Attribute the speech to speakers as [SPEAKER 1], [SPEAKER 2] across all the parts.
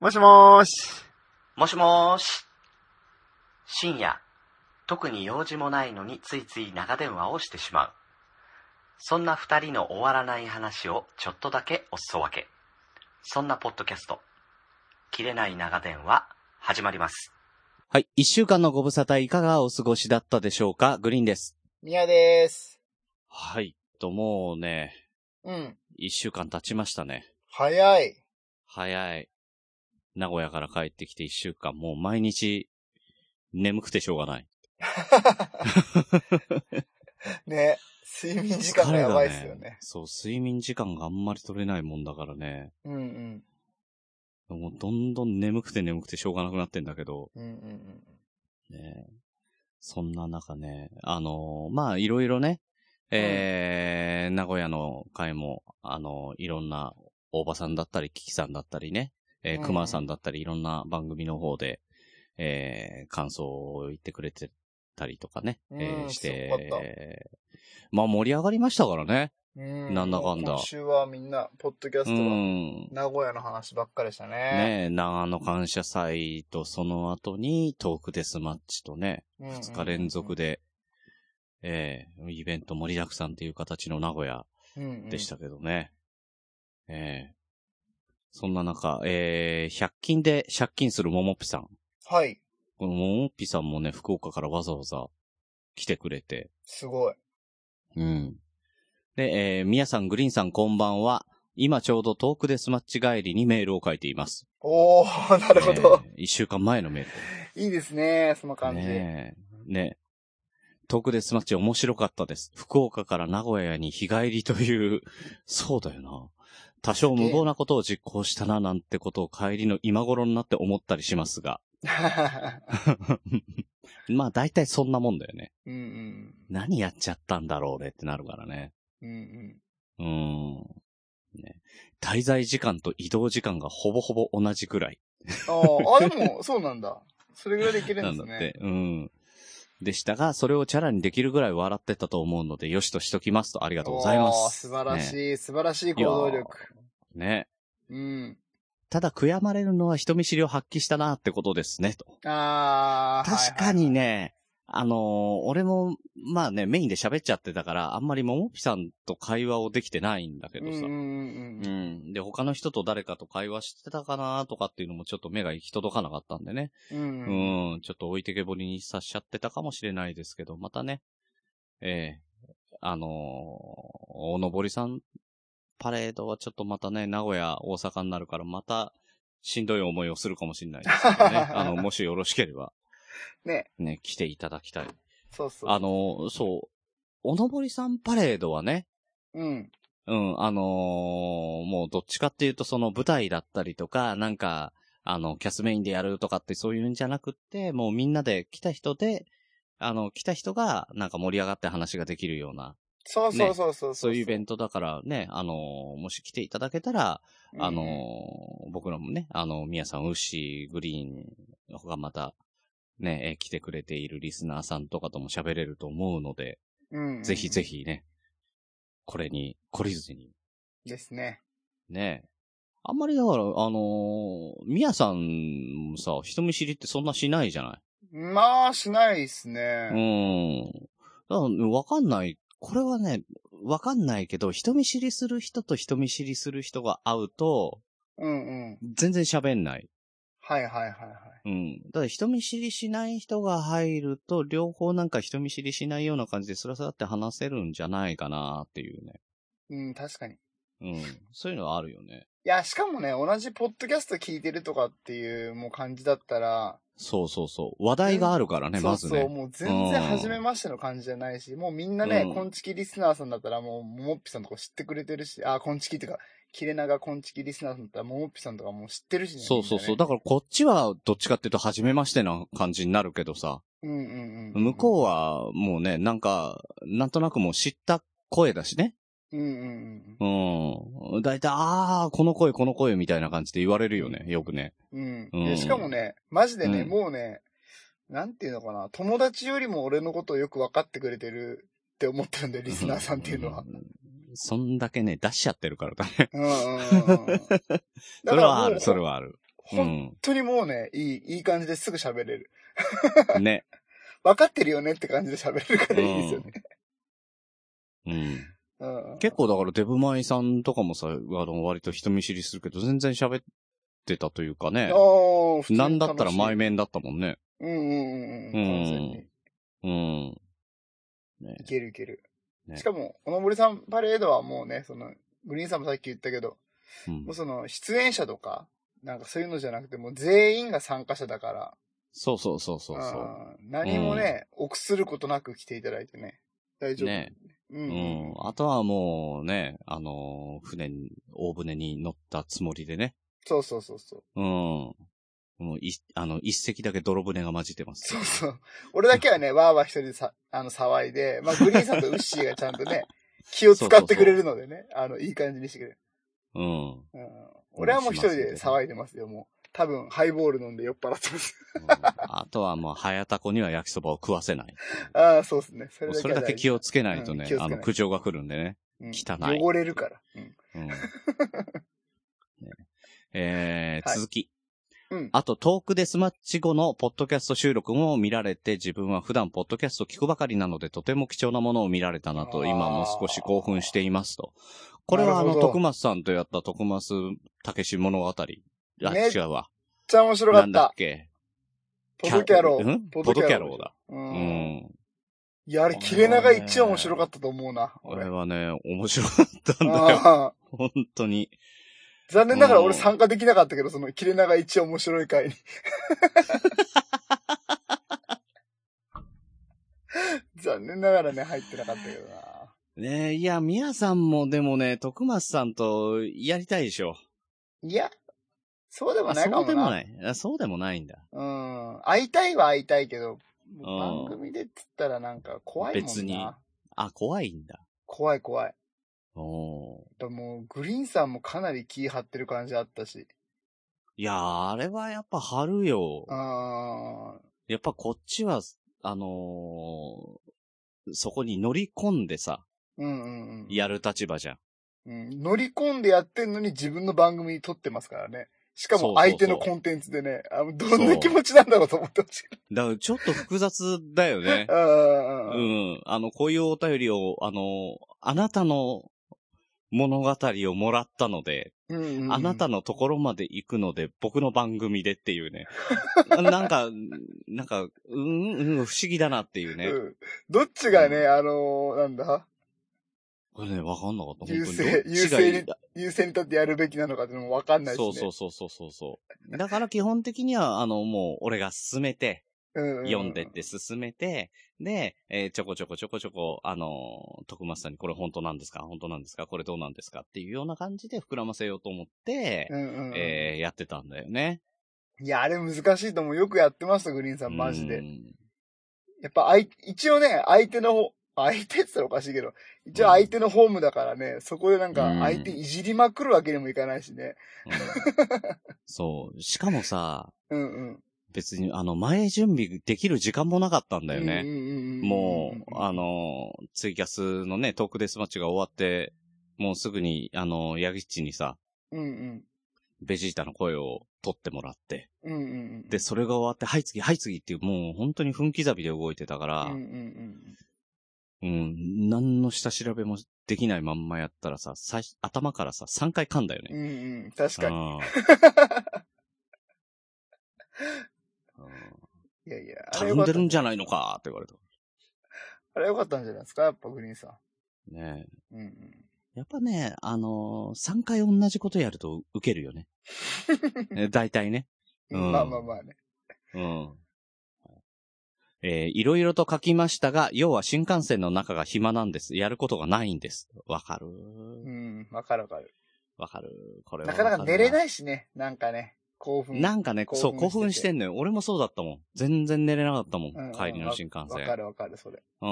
[SPEAKER 1] もしもーし。
[SPEAKER 2] もしもーし。深夜、特に用事もないのについつい長電話をしてしまう。そんな二人の終わらない話をちょっとだけおすそ分け。そんなポッドキャスト、切れない長電話、始まります。
[SPEAKER 3] はい。一週間のご無沙汰いかがお過ごしだったでしょうかグリーンです。
[SPEAKER 4] ミヤです。
[SPEAKER 3] はい。と、もうね、
[SPEAKER 4] うん。
[SPEAKER 3] 一週間経ちましたね。
[SPEAKER 4] 早い。
[SPEAKER 3] 早い。名古屋から帰ってきて一週間、もう毎日、眠くてしょうがない。
[SPEAKER 4] ね。睡眠時間がやばいっすよね。
[SPEAKER 3] そう、睡眠時間があんまり取れないもんだからね。
[SPEAKER 4] うんうん。
[SPEAKER 3] もうどんどん眠くて眠くてしょうがなくなってんだけど、
[SPEAKER 4] うんうん
[SPEAKER 3] ねそんな中ね、あのーまあ、いろいろね、えー名古屋の会も、あのーいろんな、大場さんだったり、キキさんだったりね、え
[SPEAKER 4] うん
[SPEAKER 3] ー、
[SPEAKER 4] うん
[SPEAKER 3] 熊さんだったり、いろんな番組の方で、えー感想を言ってくれてたりとかね、えー
[SPEAKER 4] うん
[SPEAKER 3] して
[SPEAKER 4] すごかった、
[SPEAKER 3] まあ、盛り上がりましたからね。
[SPEAKER 4] うん。う
[SPEAKER 3] なんだかんだ
[SPEAKER 4] 今週はみんな、ポッドキャ
[SPEAKER 3] う
[SPEAKER 4] ストは、
[SPEAKER 3] ん。
[SPEAKER 4] 名古屋の話ばっかりでした
[SPEAKER 3] ね
[SPEAKER 4] ね。
[SPEAKER 3] 長野感謝祭と、その後に、トークデスマッチとね、
[SPEAKER 4] ね
[SPEAKER 3] 2日連続。で、ええイベント盛りだくさんっていう形の名古屋
[SPEAKER 4] うんうん
[SPEAKER 3] でした。けどね。ええそんな中、ええ100均で借金するももっぴさん。
[SPEAKER 4] はい。
[SPEAKER 3] このももっぴさんもね、福岡からわざわざ来てくれて。
[SPEAKER 4] すごい。
[SPEAKER 3] うん。で、ええ宮さん、グリーンさん、こんばんは。今ちょうどトークデスマッチ帰りにメールを書いています。
[SPEAKER 4] おー、 なるほど。
[SPEAKER 3] ええ一週間前のメールです。
[SPEAKER 4] いいですね、その感じ。
[SPEAKER 3] ねえ。ねトークデスマッチ面白かったです。福岡から名古屋に日帰りという、 そうだよな。多少無謀なことを実行したななんてことを帰りの今頃になって思ったりしますが。まあ大体そんなもんだよね。
[SPEAKER 4] うんうん。
[SPEAKER 3] 何やっちゃったんだろう俺ってなるからね。
[SPEAKER 4] うん
[SPEAKER 3] う
[SPEAKER 4] うん。
[SPEAKER 3] ーん。ね、滞在時間と移動時間がほぼほぼ同じくらい。
[SPEAKER 4] あーあ、でも、そうなんだ。それぐらいできるん
[SPEAKER 3] な
[SPEAKER 4] で
[SPEAKER 3] んだ
[SPEAKER 4] すね。
[SPEAKER 3] って。うん。でしたが、それをチャラにできるぐらい笑ってたと思うので、よしとしときますと、ありがとうございます。
[SPEAKER 4] おー素晴らしい、
[SPEAKER 3] ね
[SPEAKER 4] 素晴らしい行動力。
[SPEAKER 3] ね。
[SPEAKER 4] うん。
[SPEAKER 3] ただ、悔やまれるのは人見知りを発揮したなってことですね、と。
[SPEAKER 4] ああ。
[SPEAKER 3] 確かにね、あのー俺も、まあね、メインで喋っちゃってたから、あんまりももぴさんと会話をできてないんだけ
[SPEAKER 4] はいは
[SPEAKER 3] ど
[SPEAKER 4] い。
[SPEAKER 3] さ。
[SPEAKER 4] うん
[SPEAKER 3] うん
[SPEAKER 4] うんうん。
[SPEAKER 3] で、他の人と誰かと会話してたかなとかっていうのもちょっと目が行き届かなかったんでね。
[SPEAKER 4] うんうん。
[SPEAKER 3] うん、ちょっと置いてけぼりにさしちゃってたかもしれないですけど、またね、ええあのーおのぼりさんパレードはちょっとまたね、名古屋、大阪になるから、また、しんどい思いをするかもしれないですけど ね。あの、もしよろしければ、
[SPEAKER 4] ね、
[SPEAKER 3] ね、来ていただきたい。
[SPEAKER 4] そうそう。
[SPEAKER 3] あのーそう、おのぼりさんパレードはね、
[SPEAKER 4] うん。
[SPEAKER 3] うん、あのーもうどっちかっていうとその舞台だったりとか、なんか、あの、キャスメインでやるとかってそういうんじゃなくって、もうみんなで来た人で、あの、来た人がなんか盛り上がって話ができるような、
[SPEAKER 4] そうそうそうそう。
[SPEAKER 3] そういうイベ
[SPEAKER 4] ン
[SPEAKER 3] ントだからね、あのーもし来ていただけたら、あのー僕らもね、あの、みやさん、ウッシー、グリーン、他また、ね、え来てくれているリスナーさんとかとも喋れると思うので、
[SPEAKER 4] うん。
[SPEAKER 3] ぜひぜ
[SPEAKER 4] ひ。
[SPEAKER 3] ひね、これに、懲りずに、
[SPEAKER 4] ですね。
[SPEAKER 3] ねえ。あんまりだから、あのー、みやさんもさ、人見知りってそんなしないじゃない
[SPEAKER 4] まあ、しないっすね。
[SPEAKER 3] うーん。だからわかんない。これはね、わかんないけど、人見知りする人と人見知りする人が会うと、
[SPEAKER 4] うんうん。
[SPEAKER 3] 全然喋んない。
[SPEAKER 4] はいはいはいは
[SPEAKER 3] う
[SPEAKER 4] い。
[SPEAKER 3] ん。ただ人見知りしない人が入ると、両方なんか人見知りしないような感じでスラスラって話せるんじゃないかなっていうね。
[SPEAKER 4] うん、確かに。い
[SPEAKER 3] うん。そういうのはあるよね。
[SPEAKER 4] や、しかもね、同じポッドキャスト聞いてるとかっていう、もう感じだったら、
[SPEAKER 3] そうそうそう。話題があるからね、
[SPEAKER 4] そ
[SPEAKER 3] ま
[SPEAKER 4] う
[SPEAKER 3] ず
[SPEAKER 4] そう、
[SPEAKER 3] ね。
[SPEAKER 4] もう全然初めましての感じじゃないし、もうみんなね、
[SPEAKER 3] うん
[SPEAKER 4] こんちきリスナーさんだったらもう、ももっぴさんとか知ってくれてるし、あ、こんちきっていうか、切れ長こんちきリスナーさんだったら、ももっぴさんとかもう知ってるしね。
[SPEAKER 3] そうそうそう。
[SPEAKER 4] みん
[SPEAKER 3] だ
[SPEAKER 4] なね
[SPEAKER 3] からこっちはどっちかっていうと初めましてな感じになるけどさ、
[SPEAKER 4] うんうんうん。
[SPEAKER 3] 向こうはもうね、なんか、なんとなくもう知った声だしね。
[SPEAKER 4] うんうんうん
[SPEAKER 3] うん。だいたい、あー、この声この声みたいな感じで言われるよね、よくね。
[SPEAKER 4] うん。
[SPEAKER 3] うん
[SPEAKER 4] でしかもね、マジでね、
[SPEAKER 3] うん
[SPEAKER 4] もうね、なんていうのかな、友達よりも俺のことをよく分かってくれてるって思ってるんだよ、リスナーさんっていうのは。
[SPEAKER 3] ん。そんだけね、出しちゃってるからだね。
[SPEAKER 4] うんうんうんうん。だか
[SPEAKER 3] それはあ
[SPEAKER 4] らも
[SPEAKER 3] る、
[SPEAKER 4] う、
[SPEAKER 3] それはある。う
[SPEAKER 4] 本
[SPEAKER 3] ん。
[SPEAKER 4] 当にもうね、いい、いい感じですぐ喋れる。
[SPEAKER 3] ね。
[SPEAKER 4] 分かってるよねって感じで喋れるか
[SPEAKER 3] う
[SPEAKER 4] らいいですよ
[SPEAKER 3] ん
[SPEAKER 4] ね。。
[SPEAKER 3] うん。
[SPEAKER 4] うん。
[SPEAKER 3] 結構だからデブマイさんとかもさ、あの、割と人見知りするけど、全然喋ってたというかね。
[SPEAKER 4] 構、ああ、普通に
[SPEAKER 3] なんだったら前
[SPEAKER 4] 楽し
[SPEAKER 3] 面だったもんね。
[SPEAKER 4] い。うんうんうんうん。完全に
[SPEAKER 3] うん。
[SPEAKER 4] いけるいける。
[SPEAKER 3] ね
[SPEAKER 4] しかも、おのぼりさんパレードはもうね、その、グリーンさんもさっき言ったけど、
[SPEAKER 3] うん
[SPEAKER 4] もうその、出演者とか、なんかそういうのじゃなくて、もう全員が参加者だから、
[SPEAKER 3] そうそうそうそうそう。
[SPEAKER 4] うん何もね、臆することなく来ていただいてね、大丈夫。
[SPEAKER 3] ね
[SPEAKER 4] う
[SPEAKER 3] う
[SPEAKER 4] んうん
[SPEAKER 3] ん。あとはもうね、あのー船に、大船に乗ったつもりでね。
[SPEAKER 4] そうそうそうそう。
[SPEAKER 3] うん。もう、い、あの、一隻だけ泥船が混じってます。
[SPEAKER 4] そうそう。俺だけはね、 わーわー一人でさ、あの、騒いで、まあ、グリーンさんとウッシーがちゃんと ね、気を使ってくれるのでね、あの、いい感じにしてくれる。
[SPEAKER 3] うん。
[SPEAKER 4] うん俺はもう一人で騒いでますよ、もう。多分、ハイボール飲んで酔っ払ってます。
[SPEAKER 3] うんあとはもう、早タコには焼きそばを食わせない。
[SPEAKER 4] ああ、そうですね。 それだけ
[SPEAKER 3] それだけ気をつけないと
[SPEAKER 4] うん
[SPEAKER 3] ね
[SPEAKER 4] 気を、つけな
[SPEAKER 3] あ
[SPEAKER 4] い
[SPEAKER 3] の、苦情が来るんでね。
[SPEAKER 4] は
[SPEAKER 3] 汚い
[SPEAKER 4] 大事、うん汚れるから。うん
[SPEAKER 3] うん。ねえー
[SPEAKER 4] はい
[SPEAKER 3] 続き。
[SPEAKER 4] うん
[SPEAKER 3] あと、トークデスマッチ後のポッドキャスト収録も見られて、自分は普段ポッドキャスト聞くばかりなので、とても貴重なものを見られたな
[SPEAKER 4] あ
[SPEAKER 3] と、
[SPEAKER 4] ー
[SPEAKER 3] 今も少し興奮していますと。これはあ
[SPEAKER 4] なる
[SPEAKER 3] の、
[SPEAKER 4] ほど
[SPEAKER 3] 徳松さんとやった徳松たけし物語。あ、
[SPEAKER 4] ね
[SPEAKER 3] 違うわ。
[SPEAKER 4] めっちゃ面白か
[SPEAKER 3] な
[SPEAKER 4] っ。
[SPEAKER 3] んだったけ
[SPEAKER 4] ポドキャロ
[SPEAKER 3] うん
[SPEAKER 4] ー。
[SPEAKER 3] ポドキャロー
[SPEAKER 4] ー。
[SPEAKER 3] だ。
[SPEAKER 4] う。
[SPEAKER 3] うんん。
[SPEAKER 4] いや、あれ、切れ長一応面白かったと思うな。
[SPEAKER 3] あ
[SPEAKER 4] 俺
[SPEAKER 3] れはね、面白かったんだよ。
[SPEAKER 4] ああ
[SPEAKER 3] 本当に。
[SPEAKER 4] 残念ながら俺
[SPEAKER 3] うん
[SPEAKER 4] 参加できなかったけど、その切れ長一応面白い 回に。残念ながらね、入ってなかったけどな。
[SPEAKER 3] ねえ、いや、みやさんもでもね、徳松さんとやりたいでしょ。
[SPEAKER 4] いや、そうでも
[SPEAKER 3] あ
[SPEAKER 4] ないかもな。
[SPEAKER 3] そうでもない。あそうでもないんだ。
[SPEAKER 4] うん。会いたいは会いたいけど、
[SPEAKER 3] ん
[SPEAKER 4] 番組でっつったらなんか怖いもんな。
[SPEAKER 3] 別にあ、怖いんだ。
[SPEAKER 4] 怖い怖い。やっ
[SPEAKER 3] おー
[SPEAKER 4] ぱもう、グリーンさんもかなり気張ってる感じあったし。
[SPEAKER 3] いやー、あれはやっぱ張るよ
[SPEAKER 4] う。ん。
[SPEAKER 3] やっぱこっちは、あのーそこに乗り込んでさ、
[SPEAKER 4] うんうんうん。
[SPEAKER 3] やる立場じゃん。
[SPEAKER 4] うん。乗り込んでやってんのに自分の番組に撮ってますからね。しか
[SPEAKER 3] そうそう
[SPEAKER 4] も
[SPEAKER 3] そう
[SPEAKER 4] 相手のコンテンツでね、あのどん
[SPEAKER 3] そ
[SPEAKER 4] な
[SPEAKER 3] う
[SPEAKER 4] 気持ちなんだろうと思ってほしい。。
[SPEAKER 3] だからちょっと複雑だよね
[SPEAKER 4] う ん
[SPEAKER 3] う
[SPEAKER 4] うんうん。
[SPEAKER 3] ん。あの、こういうお便りを、あのーあなたの物語をもらったので、
[SPEAKER 4] うんうんうん
[SPEAKER 3] あなたのところまで行くので、僕の番組でっていう ね。なんか、なんか、うん、うん、不思議だなっていうね。
[SPEAKER 4] うんどっちが
[SPEAKER 3] う
[SPEAKER 4] ね、あのーなんだ、
[SPEAKER 3] これね、わかんなかった。本当に。
[SPEAKER 4] 優勢
[SPEAKER 3] どっちがいい
[SPEAKER 4] 優優先に立ってやるべきなのかっていうのもわかんないしね。
[SPEAKER 3] そうそうそうそうそうそう。だから基本的には、あの、もう、俺が進めて、
[SPEAKER 4] うんうん。
[SPEAKER 3] 読んでって進めて、で、えーちょこちょこちょこちょこ、あの、徳松さんにこれ本当なんですか本当なんですかこれどうなんですかっていうような感じで膨らませようと思って
[SPEAKER 4] う、んうんうん。
[SPEAKER 3] えーやってたんだよね。
[SPEAKER 4] いや、あれ難しいと思う。よくやってました、グリーンさん、マジ
[SPEAKER 3] う
[SPEAKER 4] で。
[SPEAKER 3] ん
[SPEAKER 4] やっぱ、あい、一応ね、相手の方、相手って言ったらおかしいけど、一応相手のホームだからね、そこでなん
[SPEAKER 3] う
[SPEAKER 4] か
[SPEAKER 3] ん
[SPEAKER 4] 相手いじりまくるわけにもいかないしね。
[SPEAKER 3] うんそう。しかもさ、
[SPEAKER 4] うんうん。
[SPEAKER 3] 別にあの、前準備できる時間もなかったんだよ
[SPEAKER 4] うん
[SPEAKER 3] ね。
[SPEAKER 4] うんうんうん。
[SPEAKER 3] もう、あ
[SPEAKER 4] の、
[SPEAKER 3] の、ツイキャスのね、トークデスマッチが終わって、もうすぐに、あの、ヤギッチにさ、
[SPEAKER 4] うんうん。
[SPEAKER 3] ベジータの声を取ってもらって、
[SPEAKER 4] うんうんうん。
[SPEAKER 3] で、それが終わって、はい次、はい次っていう、もう本当に分刻みで動いてたか
[SPEAKER 4] うん
[SPEAKER 3] ら
[SPEAKER 4] うんう、ん。
[SPEAKER 3] うん、何の下調べもできないまんまやったらさ、最初頭からさ、3回噛んだよね。
[SPEAKER 4] うんうん。確かに。
[SPEAKER 3] うんうん
[SPEAKER 4] いやいや、あれ
[SPEAKER 3] 噛
[SPEAKER 4] よ
[SPEAKER 3] ん
[SPEAKER 4] かっ
[SPEAKER 3] で
[SPEAKER 4] た
[SPEAKER 3] る。んじゃないのかって言われた。
[SPEAKER 4] あれよかったんじゃないですか、やっぱグリーンさ
[SPEAKER 3] ねえ
[SPEAKER 4] ん。うんうん。
[SPEAKER 3] やっぱね、あのー、3回同じことやるとウケる よね。え大体ね。うん
[SPEAKER 4] まあまあまあね。
[SPEAKER 3] うん。えーいろいろと書きましたが、要は新幹線の中が暇なんです。やることがないんです。わかる
[SPEAKER 4] うん、わかるわかる。
[SPEAKER 3] わかるこれは
[SPEAKER 4] なかなか寝れ
[SPEAKER 3] い。
[SPEAKER 4] ないしね、なんかね、興奮。
[SPEAKER 3] なんかね、そう、興
[SPEAKER 4] 興奮
[SPEAKER 3] 奮
[SPEAKER 4] し
[SPEAKER 3] して
[SPEAKER 4] て
[SPEAKER 3] てんのよ。俺もそうだったもん。全然寝れなかったもん。
[SPEAKER 4] うんうん
[SPEAKER 3] 帰りの新幹
[SPEAKER 4] わか
[SPEAKER 3] 線。
[SPEAKER 4] るわかる、それ。
[SPEAKER 3] う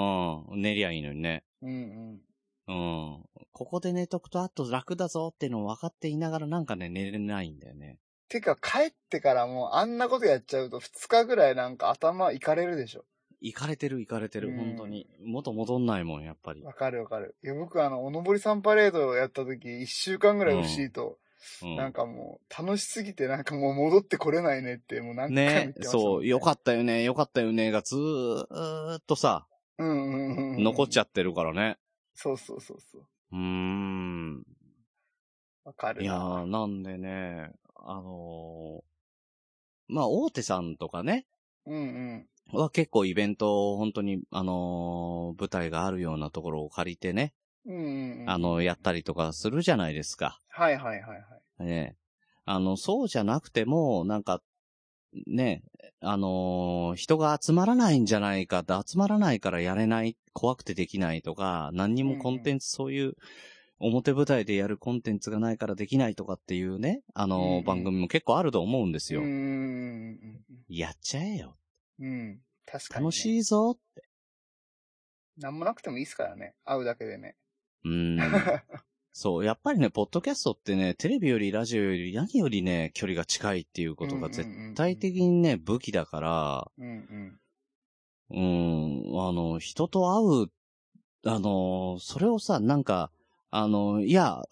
[SPEAKER 3] ん。寝りゃいいのにね。
[SPEAKER 4] うんうん。
[SPEAKER 3] うん。ここで寝とくと、あと楽だぞっていうのを分かっていながら、なんかね、寝れないんだよね。
[SPEAKER 4] てか、帰ってからもう、あんなことやっちゃうと、二日ぐらいなんか頭いかれるでしょ。
[SPEAKER 3] 行かれてる行かれて
[SPEAKER 4] う
[SPEAKER 3] る、
[SPEAKER 4] ん
[SPEAKER 3] 本当に。元戻んないもん、やっぱり。
[SPEAKER 4] わかるわかる。いや、僕あの、おのぼりさんパレードをやった時、一週間ぐらいウッシーと
[SPEAKER 3] うん
[SPEAKER 4] なんかもう、楽しすぎて、なんかもう戻ってこれないねって、もう何回も言っ
[SPEAKER 3] ね
[SPEAKER 4] てましたも
[SPEAKER 3] そ
[SPEAKER 4] ん
[SPEAKER 3] う、よかったよね、よかったよね、がずーっとさ、
[SPEAKER 4] うんうんうんうん。
[SPEAKER 3] 残っち
[SPEAKER 4] ゃ
[SPEAKER 3] ゃってるからね。
[SPEAKER 4] そうそうそうそう。
[SPEAKER 3] うーん。
[SPEAKER 4] わかる。
[SPEAKER 3] いやー、なんでね、あのーまあ、大手さんとかね、
[SPEAKER 4] うんうん。
[SPEAKER 3] は結構イベントを本当に、あのー舞台があるようなところを借りてね、
[SPEAKER 4] うんうんうん。
[SPEAKER 3] あ、の、やったりとかするじゃないですか。
[SPEAKER 4] はいはいはいはい。
[SPEAKER 3] ね。あの、そうじゃなくても、なんか、ね、あのー人が集まらないんじゃないかって、集まらないからやれない、怖くてできないとか、何にもコンテンツ、そういう、表舞台でやるコンテンツがないからできないとかっていうね、あのー
[SPEAKER 4] うんうん
[SPEAKER 3] 番組も結構あると思うんですよ。
[SPEAKER 4] うんうん
[SPEAKER 3] やっちゃえよ。
[SPEAKER 4] うんうん。うん。確かに、ね。
[SPEAKER 3] 楽しいぞ。
[SPEAKER 4] なんもなくてもいいですからね。会うだけでね。
[SPEAKER 3] うん。 そう。やっぱりね、ポッドキャストってね、テレビよりラジオより何よりね、距離が近いっていうことが絶対的にね、武器だから、
[SPEAKER 4] うんう
[SPEAKER 3] う
[SPEAKER 4] ん。
[SPEAKER 3] ん、あの、人と会う、あの、それをさ、なんか、あの、いや、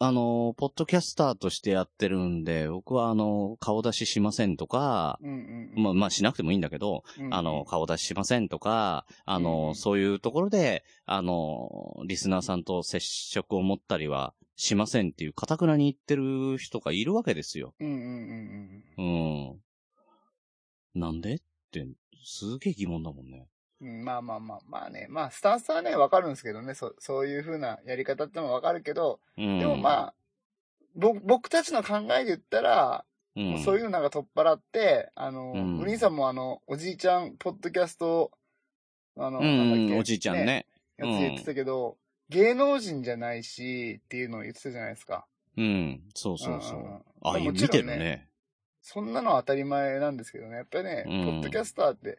[SPEAKER 3] あの、ポッドキャスターとしてやってるんで、僕はあの、顔出ししませんとか、
[SPEAKER 4] うんうんうん。
[SPEAKER 3] まあ、まあ、しなくてもいいんだけど、
[SPEAKER 4] うんうん
[SPEAKER 3] あの、、顔出ししませんとか、あ
[SPEAKER 4] うんう
[SPEAKER 3] の、
[SPEAKER 4] ん
[SPEAKER 3] そういうところで、あの、リスナーさんと接触を持ったりはしませんっていう、かたくなに言ってる人がいるわけですよ。
[SPEAKER 4] うんうんうん
[SPEAKER 3] うん。なんでって、すげえ疑問だもんね。
[SPEAKER 4] うん。うんまあまあまあ、まあね。まあ、スタンスはね、わかるんですけどね。そそういう風なやり方ってのはわかるけど、
[SPEAKER 3] うん。
[SPEAKER 4] でもまあ、ぼ僕たちの考えで言ったら、
[SPEAKER 3] うん、
[SPEAKER 4] そういうのなんか取っ払って、あの、
[SPEAKER 3] うん
[SPEAKER 4] お兄さんもあの、おじいちゃん、ポッドキャスト、あの、
[SPEAKER 3] う
[SPEAKER 4] なんだっ
[SPEAKER 3] ん、
[SPEAKER 4] け
[SPEAKER 3] おじいちゃんね。。
[SPEAKER 4] やつ言ってたけど、芸能人じゃないし、っていうのを言ってたじゃないですか。
[SPEAKER 3] うん、そうそうそ
[SPEAKER 4] んんん
[SPEAKER 3] う。あ、
[SPEAKER 4] まあ
[SPEAKER 3] いや
[SPEAKER 4] もち
[SPEAKER 3] 見
[SPEAKER 4] ろん
[SPEAKER 3] て
[SPEAKER 4] ね
[SPEAKER 3] るね。
[SPEAKER 4] そんなのは当たり前なんですけどね。やっぱりね、
[SPEAKER 3] うん
[SPEAKER 4] ポッドキャスターって、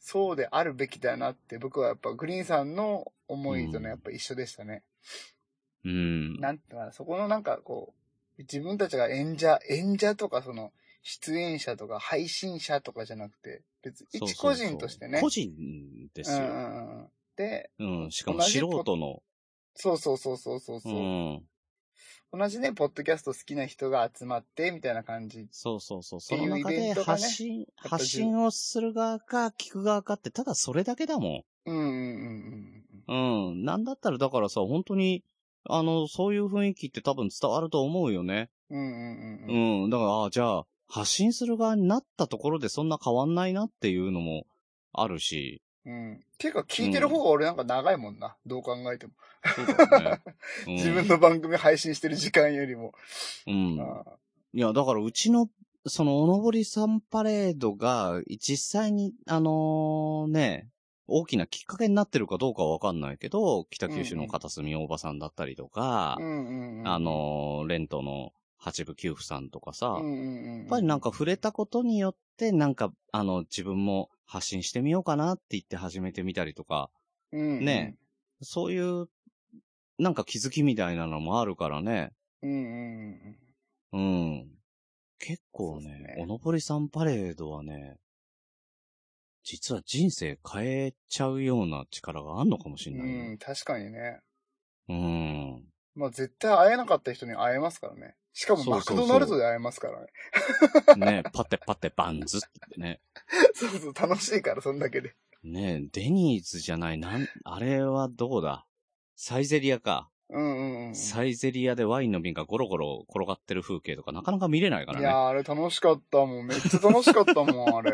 [SPEAKER 4] そうであるべきだなって、僕はやっぱグリーンさんの思いと
[SPEAKER 3] うん
[SPEAKER 4] ね、やっぱ一緒でしたね。
[SPEAKER 3] うん。
[SPEAKER 4] なんていうのかな、そこのなんかこう、自分たちが演者、演者とかその、出演者とか配信者とかじゃなくて、別に
[SPEAKER 3] そう
[SPEAKER 4] 一
[SPEAKER 3] そう
[SPEAKER 4] 個
[SPEAKER 3] そう
[SPEAKER 4] 人としてね。
[SPEAKER 3] 個人です
[SPEAKER 4] うんう
[SPEAKER 3] よ。
[SPEAKER 4] んうん。で、
[SPEAKER 3] うん、しかも素人の。
[SPEAKER 4] そうそうそうそうそう
[SPEAKER 3] う
[SPEAKER 4] そう、
[SPEAKER 3] ん。
[SPEAKER 4] 同じね、ポッドキャスト好きな人が集まって、みたいな感じ。
[SPEAKER 3] そうそうそう。
[SPEAKER 4] て
[SPEAKER 3] そ
[SPEAKER 4] いう
[SPEAKER 3] の中
[SPEAKER 4] イベ
[SPEAKER 3] で
[SPEAKER 4] ントがね
[SPEAKER 3] 発信、
[SPEAKER 4] ぱ
[SPEAKER 3] 発信をする側か、聞く側かって、ただそれだけだも
[SPEAKER 4] うんうんうんうんうん。
[SPEAKER 3] ん。うん。なんだったら、だからさ、本当に、あの、そういう雰囲気って多分伝わると思うよね。
[SPEAKER 4] うんうんうんうん。
[SPEAKER 3] うん。だから、あじゃあ、発信する側になったところでそんな変わんないなっていうのもあるし。
[SPEAKER 4] うん。ていうか、聞いてる方が俺なんか長いもんな。どう考えても。
[SPEAKER 3] そうだね。うん
[SPEAKER 4] 自分の番組配信してる時間よりも。
[SPEAKER 3] うん。
[SPEAKER 4] あ
[SPEAKER 3] いや、だからうちの、その、おのぼりさんパレードが、実際に、あのね、大きなきっかけになってるかどうかはわかんないけど、北九州の片隅おばさんだったりとか
[SPEAKER 4] あ、うんうんうん。
[SPEAKER 3] あ、のーレントの八部九夫さんとかさ、や
[SPEAKER 4] うんうんうん。や
[SPEAKER 3] っぱりなんか、触れたことによって、なんか、あの、自分も発信してみようかなって言って始めてみたりとか、
[SPEAKER 4] うん、
[SPEAKER 3] ねそういう、なんか気づきみたいなのもあるからね。
[SPEAKER 4] うんうんうん
[SPEAKER 3] うん。結構
[SPEAKER 4] そうっす
[SPEAKER 3] ね
[SPEAKER 4] ね、
[SPEAKER 3] おのぼりさんパレードはね、実は人生変えちゃうような力があんのかもし
[SPEAKER 4] う
[SPEAKER 3] れ
[SPEAKER 4] ん。
[SPEAKER 3] な
[SPEAKER 4] う
[SPEAKER 3] い
[SPEAKER 4] ん、
[SPEAKER 3] ね。
[SPEAKER 4] 確かにね。
[SPEAKER 3] うん。
[SPEAKER 4] まあ絶対会えなかった人に会えますからね。しかも
[SPEAKER 3] そう
[SPEAKER 4] マ
[SPEAKER 3] そうそ
[SPEAKER 4] ク
[SPEAKER 3] う
[SPEAKER 4] ドナルドで会えますからね。
[SPEAKER 3] ね、パテパテバンズってね。
[SPEAKER 4] そうそう、楽しいから、そんだけで。
[SPEAKER 3] ね、デニーズじゃない、なん、あれはどうだサイゼリアか。
[SPEAKER 4] うんうんうん。
[SPEAKER 3] サイゼリアでワインの瓶がゴロゴロ転がってる風景とかなかなか見れないか
[SPEAKER 4] い
[SPEAKER 3] ら
[SPEAKER 4] やー、あれ楽しかったもん。めっちゃ楽しかったもん、あれ。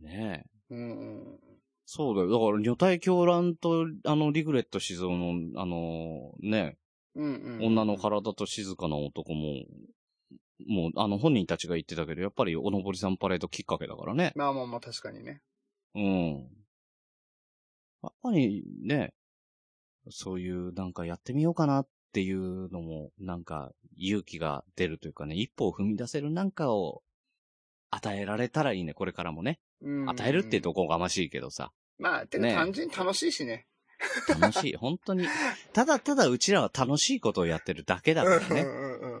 [SPEAKER 3] ね。ね
[SPEAKER 4] うんうん。
[SPEAKER 3] そうだよ。だから、女体狂乱と、あの、リグレット静雄の、あの、ね、
[SPEAKER 4] うんうん。
[SPEAKER 3] 女の体と静かな男も、もう、あの、本人たちが言ってたけど、やっぱり、おのぼりさんパレードきっかけだからね。
[SPEAKER 4] まあまあまあ、確かにね。
[SPEAKER 3] うん。やっぱり、ね、そういう、なんかやってみようかなっていうのも、なんか、勇気が出るというかね、一歩を踏み出せるなんかを、与えられたらいいね、これからもね。
[SPEAKER 4] うんうんうん
[SPEAKER 3] 与えるっていうとこがましいけどさ。
[SPEAKER 4] まあ、て
[SPEAKER 3] ね
[SPEAKER 4] か単純に楽しいしね。
[SPEAKER 3] 楽 しい。本当に。ただただうちらは楽しいことをやってるだけだから
[SPEAKER 4] うん
[SPEAKER 3] ね。
[SPEAKER 4] うんうんうん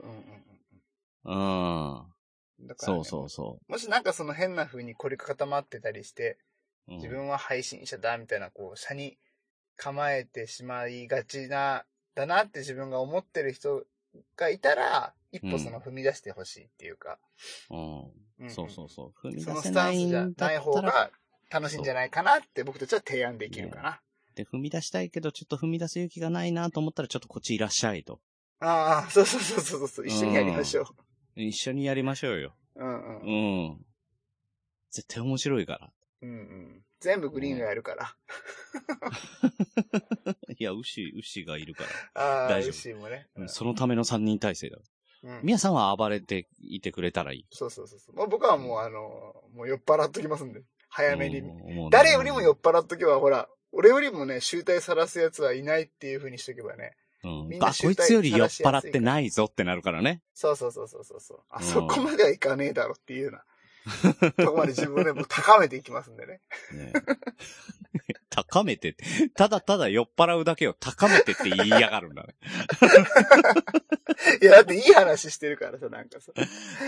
[SPEAKER 3] うん。
[SPEAKER 4] うん。だからね
[SPEAKER 3] そうそうそ
[SPEAKER 4] もしなんかその変な風に凝り固まってたりして、
[SPEAKER 3] う。うん
[SPEAKER 4] 自分は配信者だみたいな、こう、社に構えてしまいがちな、だなって自分が思ってる人がいたら、一
[SPEAKER 3] う
[SPEAKER 4] 歩
[SPEAKER 3] ん
[SPEAKER 4] その踏み出してほしいっていうか、
[SPEAKER 3] うん。
[SPEAKER 4] んん
[SPEAKER 3] そうそうそう。踏み
[SPEAKER 4] そ
[SPEAKER 3] 出
[SPEAKER 4] の
[SPEAKER 3] せ
[SPEAKER 4] スタ
[SPEAKER 3] な
[SPEAKER 4] ン
[SPEAKER 3] い
[SPEAKER 4] ス
[SPEAKER 3] ん
[SPEAKER 4] じ
[SPEAKER 3] だ
[SPEAKER 4] ゃ
[SPEAKER 3] っ
[SPEAKER 4] ない方
[SPEAKER 3] たら、
[SPEAKER 4] が楽しいんじゃないかなって僕たちは提案できるかな。
[SPEAKER 3] で、踏み出したいけど、ちょっと踏み出す勇気がないなと思ったら、ちょっとこっちいらっしゃいと。
[SPEAKER 4] ああ、そうそうそうそうそう、一緒にやりましょ
[SPEAKER 3] 一緒にやりましょうよ。
[SPEAKER 4] う。うん
[SPEAKER 3] う
[SPEAKER 4] うん。
[SPEAKER 3] ん。絶対面白いから。
[SPEAKER 4] うんうん。全部グリーンがやるから。
[SPEAKER 3] いや、牛、牛がいるから。
[SPEAKER 4] ああ、
[SPEAKER 3] 大丈夫
[SPEAKER 4] 嬉しいもね。
[SPEAKER 3] うんそのための三人体制だ。
[SPEAKER 4] うん
[SPEAKER 3] みやさんは暴れていてくれたらいい。
[SPEAKER 4] そうそうそうそう。もう僕はもうあの、もう酔っ払っときますんで。早めに
[SPEAKER 3] う。ん思うね
[SPEAKER 4] 誰よりも酔っ払っとけば、ほら、俺よりもね、集体さらす奴はいないっていう風にしとけばね。
[SPEAKER 3] うん
[SPEAKER 4] みんな
[SPEAKER 3] あ、こいつより酔っ払ってないぞってなるからね。
[SPEAKER 4] そうそうそうそうそうそう。あ
[SPEAKER 3] うん
[SPEAKER 4] そこまではいかねえだろっていうよう な。そこまで自分をね、もう 高めていきますんでね。
[SPEAKER 3] ね高めてって、ただただ酔っ払うだけを高めてって言いやがるんだね。
[SPEAKER 4] いや、だっていい話してるからさ、なんかさ。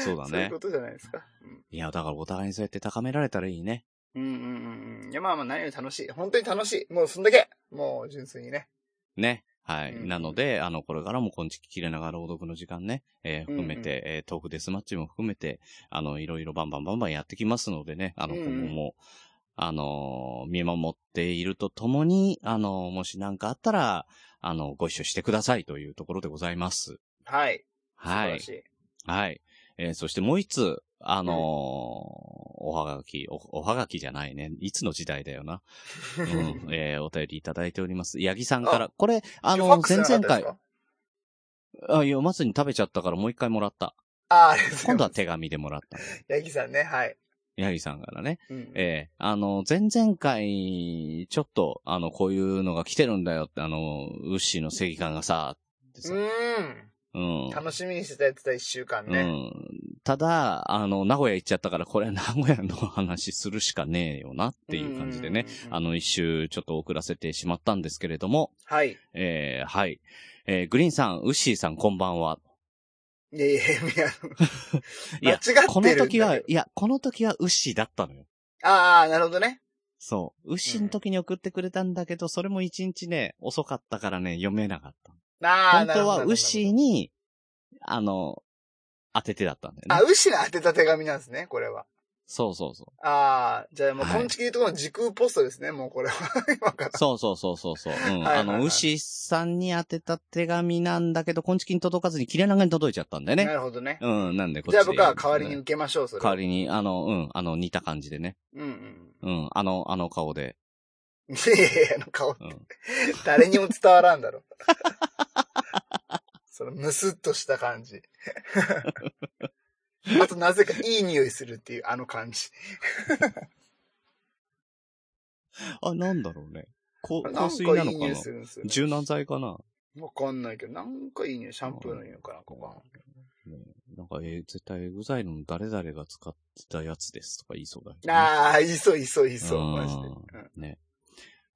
[SPEAKER 3] そうだ
[SPEAKER 4] そういう
[SPEAKER 3] ね
[SPEAKER 4] こ。とじゃないですか。うん
[SPEAKER 3] いや、だからお互いにそうやって高められたらいいね。
[SPEAKER 4] うんうんうん。いや、まあまあ、何より楽しい。本当に楽しい。もう、そんだけ。もう、純粋にね。
[SPEAKER 3] ね。はい。
[SPEAKER 4] うん
[SPEAKER 3] なので、あの、これからも、こんちき切れながら朗読の時間ね、えー
[SPEAKER 4] うんうん
[SPEAKER 3] 含めて、えートークデスマッチも含めて、あの、いろいろバンバンバンバンやってきますのでね、あの、
[SPEAKER 4] うんう
[SPEAKER 3] 今
[SPEAKER 4] ん
[SPEAKER 3] 後も、あのー見守っているとともに、あのーもし何かあったら、あの、ご一緒してくださいというところでございます。
[SPEAKER 4] はい。
[SPEAKER 3] は
[SPEAKER 4] 素晴
[SPEAKER 3] い
[SPEAKER 4] らし。い。
[SPEAKER 3] はい。えーそしてもう一つ、あのーおはがき、お、おはがきじゃないね。いつの時代だよな。うん、 えーお便りいただいております。八木さんから。これ、あ
[SPEAKER 4] ファ
[SPEAKER 3] の
[SPEAKER 4] ック
[SPEAKER 3] ー
[SPEAKER 4] ス
[SPEAKER 3] 前
[SPEAKER 4] なかっ
[SPEAKER 3] 々
[SPEAKER 4] たです
[SPEAKER 3] 回
[SPEAKER 4] か、
[SPEAKER 3] あ、いや、まずに食べちゃったからもう一回もらった。
[SPEAKER 4] ああ、あれです
[SPEAKER 3] 今度は手紙でもらった。
[SPEAKER 4] ヤギさんね、はい。
[SPEAKER 3] ヤギさんからね。
[SPEAKER 4] うん
[SPEAKER 3] ええあの、前々回、ちょっと、あの、こういうのが来てるんだよって、あの、ウッシーの正義感がさ、ってさ
[SPEAKER 4] うー
[SPEAKER 3] うん
[SPEAKER 4] ん。。楽しみにしてたやつだ、一週間
[SPEAKER 3] う
[SPEAKER 4] ね。
[SPEAKER 3] ん。ただ、あの、名古屋行っちゃったから、これは名古屋の話するしかねえよなっていう感じでね
[SPEAKER 4] うんうんうん。うん
[SPEAKER 3] あの、一周ちょっと遅らせてしまったんですけれども、
[SPEAKER 4] はい。
[SPEAKER 3] ええはい。えーグリーンさん、ウッシーさん、こんばんは。
[SPEAKER 4] いや いやいや、
[SPEAKER 3] いや、
[SPEAKER 4] 間違ってるんだけど
[SPEAKER 3] この時は、いや、この時はウッシーだったのよ。
[SPEAKER 4] ああ、なるほどね。
[SPEAKER 3] そう。牛の時に送ってくれたんだけど、それも一日ね、遅かったからね、読めなかった。
[SPEAKER 4] あ
[SPEAKER 3] 本当は
[SPEAKER 4] あ、なるほどなるほど
[SPEAKER 3] 牛に、あの、当ててだったんだ
[SPEAKER 4] あ、
[SPEAKER 3] よね。
[SPEAKER 4] ウシの当てた手紙なんですね、これは。
[SPEAKER 3] そうそうそう。
[SPEAKER 4] ああ、じゃあもう、
[SPEAKER 3] はい
[SPEAKER 4] こんちきりとこの時空ポストですね、もうこれは。今から。
[SPEAKER 3] そうそうそうそうそう。うん。
[SPEAKER 4] はいはいはい
[SPEAKER 3] あの、牛さんに当てた手紙なんだけど、こんちきに届かずに切れ長に届いちゃったんだよ
[SPEAKER 4] な
[SPEAKER 3] ね。
[SPEAKER 4] るほどね。
[SPEAKER 3] うん、なんでこっちで
[SPEAKER 4] じゃあ僕は代わりに受けましょう、それ。
[SPEAKER 3] 代わ。りに、あの、うん、あの、似た感じでね。
[SPEAKER 4] うんうん。
[SPEAKER 3] うん、あの、あの顔で。
[SPEAKER 4] いやいやいや、あの顔って
[SPEAKER 3] うん。
[SPEAKER 4] 誰にも伝わらんだろ。 そのムスッとした 感じ。あとなぜかいい匂いするっていうあの感じ。
[SPEAKER 3] あ、なんだろうね。こ
[SPEAKER 4] なんか
[SPEAKER 3] 香水ないの
[SPEAKER 4] い
[SPEAKER 3] か
[SPEAKER 4] 匂い
[SPEAKER 3] な
[SPEAKER 4] するんですよ、ね。
[SPEAKER 3] 柔軟剤かな
[SPEAKER 4] わかんないけど、なんかいい匂い、シャンプーの匂いかな、ここは。
[SPEAKER 3] なんか、えー絶対エグザイルの誰々が使ってたやつですとか言いそうだけどね、
[SPEAKER 4] ああ、いそういそういそう、
[SPEAKER 3] うん
[SPEAKER 4] マジで。うん